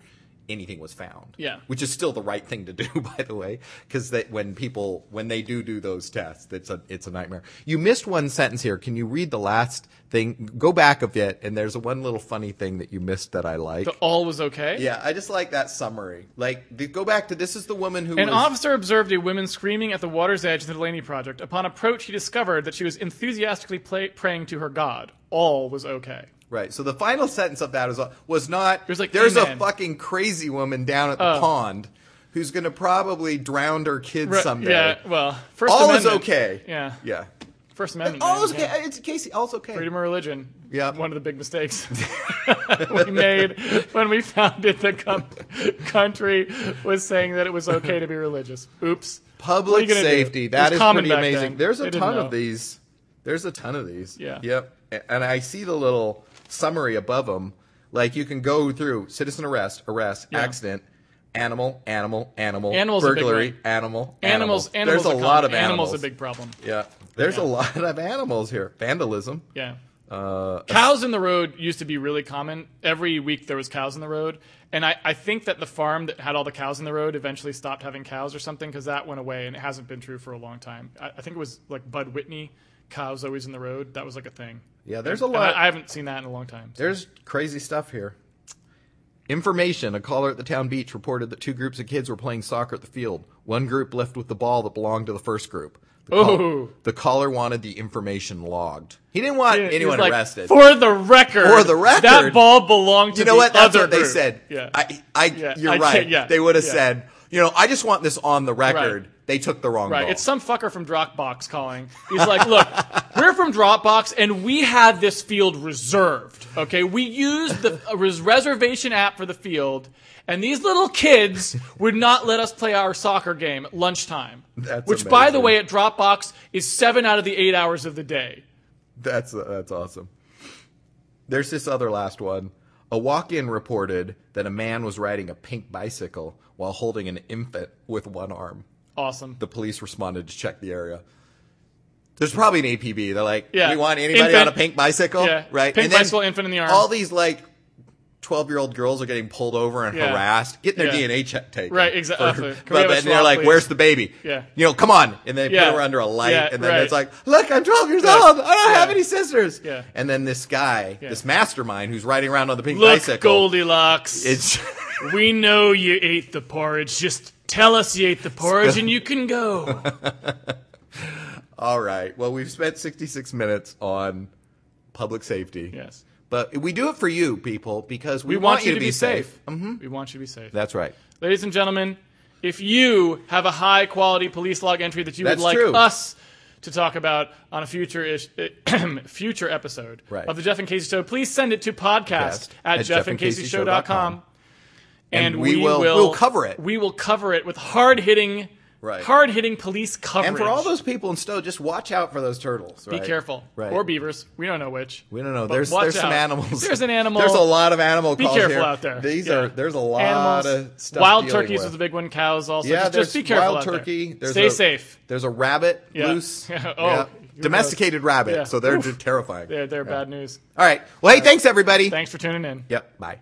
[SPEAKER 1] anything was found.
[SPEAKER 2] Yeah.
[SPEAKER 1] Which is still the right thing to do by the way, cuz that when people when they do do those tests, it's a it's a nightmare. You missed one sentence here. Can you read the last thing? Go back a bit and there's one little funny thing that you missed that I like.
[SPEAKER 2] The all was okay.
[SPEAKER 1] Yeah, I just like that summary. Like, the, go back to this is the woman who
[SPEAKER 2] An
[SPEAKER 1] was.
[SPEAKER 2] officer observed a woman screaming at the water's edge in the Delaney Project. Upon approach, he discovered that she was enthusiastically play, praying to her God. All was okay.
[SPEAKER 1] right. So the final sentence of that uh, was was not.
[SPEAKER 2] was like,
[SPEAKER 1] there's a
[SPEAKER 2] "Amen." Oh.
[SPEAKER 1] fucking crazy woman down at the pond who's going to probably drown her kids
[SPEAKER 2] Right,
[SPEAKER 1] someday.
[SPEAKER 2] Yeah, well, First
[SPEAKER 1] all is
[SPEAKER 2] Amendment.
[SPEAKER 1] okay.
[SPEAKER 2] Yeah,
[SPEAKER 1] Yeah.
[SPEAKER 2] First Amendment.
[SPEAKER 1] All
[SPEAKER 2] man,
[SPEAKER 1] is okay.
[SPEAKER 2] yeah.
[SPEAKER 1] It's Casey. All's okay.
[SPEAKER 2] Freedom of religion.
[SPEAKER 1] Yeah.
[SPEAKER 2] One of the big mistakes we made when we founded the com- country was saying that it was okay to be religious. Oops. What are you
[SPEAKER 1] Public
[SPEAKER 2] gonna do?
[SPEAKER 1] safety.
[SPEAKER 2] It was
[SPEAKER 1] That is
[SPEAKER 2] common
[SPEAKER 1] pretty
[SPEAKER 2] back
[SPEAKER 1] amazing.
[SPEAKER 2] then.
[SPEAKER 1] There's
[SPEAKER 2] They
[SPEAKER 1] a
[SPEAKER 2] didn't
[SPEAKER 1] ton of
[SPEAKER 2] know.
[SPEAKER 1] these. There's a ton of these.
[SPEAKER 2] Yeah.
[SPEAKER 1] Yep. A- And I see the little summary above them. Like you can go through citizen arrest, arrest,
[SPEAKER 2] Yeah.
[SPEAKER 1] accident, animal, animal, animal,
[SPEAKER 2] Animal's a big
[SPEAKER 1] burglary,
[SPEAKER 2] one.
[SPEAKER 1] animal,
[SPEAKER 2] Animals. Animals.
[SPEAKER 1] There's
[SPEAKER 2] are
[SPEAKER 1] a lot
[SPEAKER 2] common.
[SPEAKER 1] of animals.
[SPEAKER 2] Animals a big problem.
[SPEAKER 1] Yeah. There's
[SPEAKER 2] Yeah.
[SPEAKER 1] a lot of animals here. Vandalism.
[SPEAKER 2] Yeah.
[SPEAKER 1] Uh,
[SPEAKER 2] cows in the road used to be really common. Every week there was cows in the road, and I, I think that the farm that had all the cows in the road eventually stopped having cows or something because that went away, and it hasn't been true for a long time. I, I think it was like Bud Whitney, cows always in the road. That was like a thing.
[SPEAKER 1] Yeah, there's a
[SPEAKER 2] And
[SPEAKER 1] lot.
[SPEAKER 2] I, I haven't seen that in a long time. so-
[SPEAKER 1] There's crazy stuff here. Information A caller at the town beach reported that two groups of kids were playing soccer at the field. One group left with the ball that belonged to the first group. The, call-
[SPEAKER 2] Ooh.
[SPEAKER 1] the caller wanted the information logged. He didn't want
[SPEAKER 2] He was
[SPEAKER 1] anyone
[SPEAKER 2] like,
[SPEAKER 1] arrested.
[SPEAKER 2] For the record,
[SPEAKER 1] For the record,
[SPEAKER 2] that ball belonged to
[SPEAKER 1] you know
[SPEAKER 2] the
[SPEAKER 1] what? That's
[SPEAKER 2] other
[SPEAKER 1] what they
[SPEAKER 2] group.
[SPEAKER 1] said.
[SPEAKER 2] Yeah,
[SPEAKER 1] I, I,
[SPEAKER 2] Yeah,
[SPEAKER 1] You're
[SPEAKER 2] I can't-
[SPEAKER 1] right.
[SPEAKER 2] yeah,
[SPEAKER 1] They would have
[SPEAKER 2] yeah.
[SPEAKER 1] said, you know, I just want this on the record. They took the wrong
[SPEAKER 2] Right.
[SPEAKER 1] ball.
[SPEAKER 2] It's some fucker from Dropbox calling. He's like, look, we're from Dropbox and we had this field reserved. Okay. We used the a res- reservation app for the field and these little kids would not let us play our soccer game at lunchtime.
[SPEAKER 1] That's
[SPEAKER 2] which, by the
[SPEAKER 1] amazing.
[SPEAKER 2] way, at Dropbox is seven out of the eight hours of the day.
[SPEAKER 1] That's that's awesome. There's this other last one. A walk-in reported that a man was riding a pink bicycle while holding an infant with one arm.
[SPEAKER 2] Awesome.
[SPEAKER 1] The police responded to check the area. There's probably an APB. They're like,
[SPEAKER 2] Yeah.
[SPEAKER 1] "We want anybody on
[SPEAKER 2] Infant-
[SPEAKER 1] a pink bicycle,
[SPEAKER 2] Yeah.
[SPEAKER 1] right?"
[SPEAKER 2] Pink
[SPEAKER 1] And then
[SPEAKER 2] bicycle, infant in the arm.
[SPEAKER 1] All these like twelve-year-old girls are getting pulled over and
[SPEAKER 2] Yeah.
[SPEAKER 1] harassed, getting their
[SPEAKER 2] Yeah.
[SPEAKER 1] DNA check taken.
[SPEAKER 2] Right, exactly. Can we
[SPEAKER 1] For-
[SPEAKER 2] have
[SPEAKER 1] But,
[SPEAKER 2] a
[SPEAKER 1] and they're
[SPEAKER 2] swab,
[SPEAKER 1] like,
[SPEAKER 2] please?
[SPEAKER 1] "Where's the baby?"
[SPEAKER 2] Yeah.
[SPEAKER 1] You know, come on. And they
[SPEAKER 2] Yeah.
[SPEAKER 1] put her under a light,
[SPEAKER 2] Yeah,
[SPEAKER 1] and then
[SPEAKER 2] right.
[SPEAKER 1] it's like, "Look, I'm 12 years
[SPEAKER 2] Yeah.
[SPEAKER 1] old. I don't have
[SPEAKER 2] Yeah.
[SPEAKER 1] any sisters."
[SPEAKER 2] Yeah.
[SPEAKER 1] And then this guy, this mastermind, who's riding around on the pink
[SPEAKER 2] Look,
[SPEAKER 1] bicycle,
[SPEAKER 2] Goldilocks.
[SPEAKER 1] it's
[SPEAKER 2] we know you ate the porridge. Just tell us you ate the porridge and you can go.
[SPEAKER 1] all right. Well, we've spent 66 minutes on public safety.
[SPEAKER 2] yes.
[SPEAKER 1] But we do it for you, people, because we,
[SPEAKER 2] We
[SPEAKER 1] want, you to be, safe. Mm-hmm.
[SPEAKER 2] We want you to be safe.
[SPEAKER 1] That's right.
[SPEAKER 2] Ladies and gentlemen, if you have a high quality police log entry that you
[SPEAKER 1] That's
[SPEAKER 2] would like
[SPEAKER 1] true.
[SPEAKER 2] us to talk about on a future ish, future episode
[SPEAKER 1] Right.
[SPEAKER 2] of the Jeff and Casey Show, please send it to
[SPEAKER 1] Podcast
[SPEAKER 2] podcast at,
[SPEAKER 1] at
[SPEAKER 2] jeffandcaseyshow.com.
[SPEAKER 1] And we will- we'll cover it.
[SPEAKER 2] We will cover it with hard hitting,
[SPEAKER 1] Right.
[SPEAKER 2] hard hitting police coverage.
[SPEAKER 1] And for all those people in Stowe, just watch out for those turtles.
[SPEAKER 2] be careful.
[SPEAKER 1] Right.
[SPEAKER 2] Or beavers. We don't know which.
[SPEAKER 1] We don't know.
[SPEAKER 2] But
[SPEAKER 1] There's
[SPEAKER 2] watch
[SPEAKER 1] there's some
[SPEAKER 2] out.
[SPEAKER 1] animals.
[SPEAKER 2] There's an animal.
[SPEAKER 1] There's a lot of animal
[SPEAKER 2] Be
[SPEAKER 1] calls
[SPEAKER 2] careful
[SPEAKER 1] here.
[SPEAKER 2] out there.
[SPEAKER 1] These
[SPEAKER 2] Yeah.
[SPEAKER 1] are there's a lot
[SPEAKER 2] Animals,
[SPEAKER 1] of stuff.
[SPEAKER 2] wild
[SPEAKER 1] dealing
[SPEAKER 2] turkeys
[SPEAKER 1] with.
[SPEAKER 2] was a big one. Cows also.
[SPEAKER 1] Yeah,
[SPEAKER 2] just, just be
[SPEAKER 1] there's
[SPEAKER 2] careful.
[SPEAKER 1] Wild
[SPEAKER 2] out there.
[SPEAKER 1] turkey. There's
[SPEAKER 2] Stay
[SPEAKER 1] a-
[SPEAKER 2] safe.
[SPEAKER 1] There's a rabbit
[SPEAKER 2] Yeah.
[SPEAKER 1] loose.
[SPEAKER 2] Oh,
[SPEAKER 1] Yeah.
[SPEAKER 2] you're
[SPEAKER 1] domesticated rabbit.
[SPEAKER 2] Yeah.
[SPEAKER 1] So they're
[SPEAKER 2] Oof.
[SPEAKER 1] just terrifying.
[SPEAKER 2] They're, they're bad news.
[SPEAKER 1] All right. Well, hey, thanks everybody.
[SPEAKER 2] Thanks for tuning in.
[SPEAKER 1] Yep. Bye.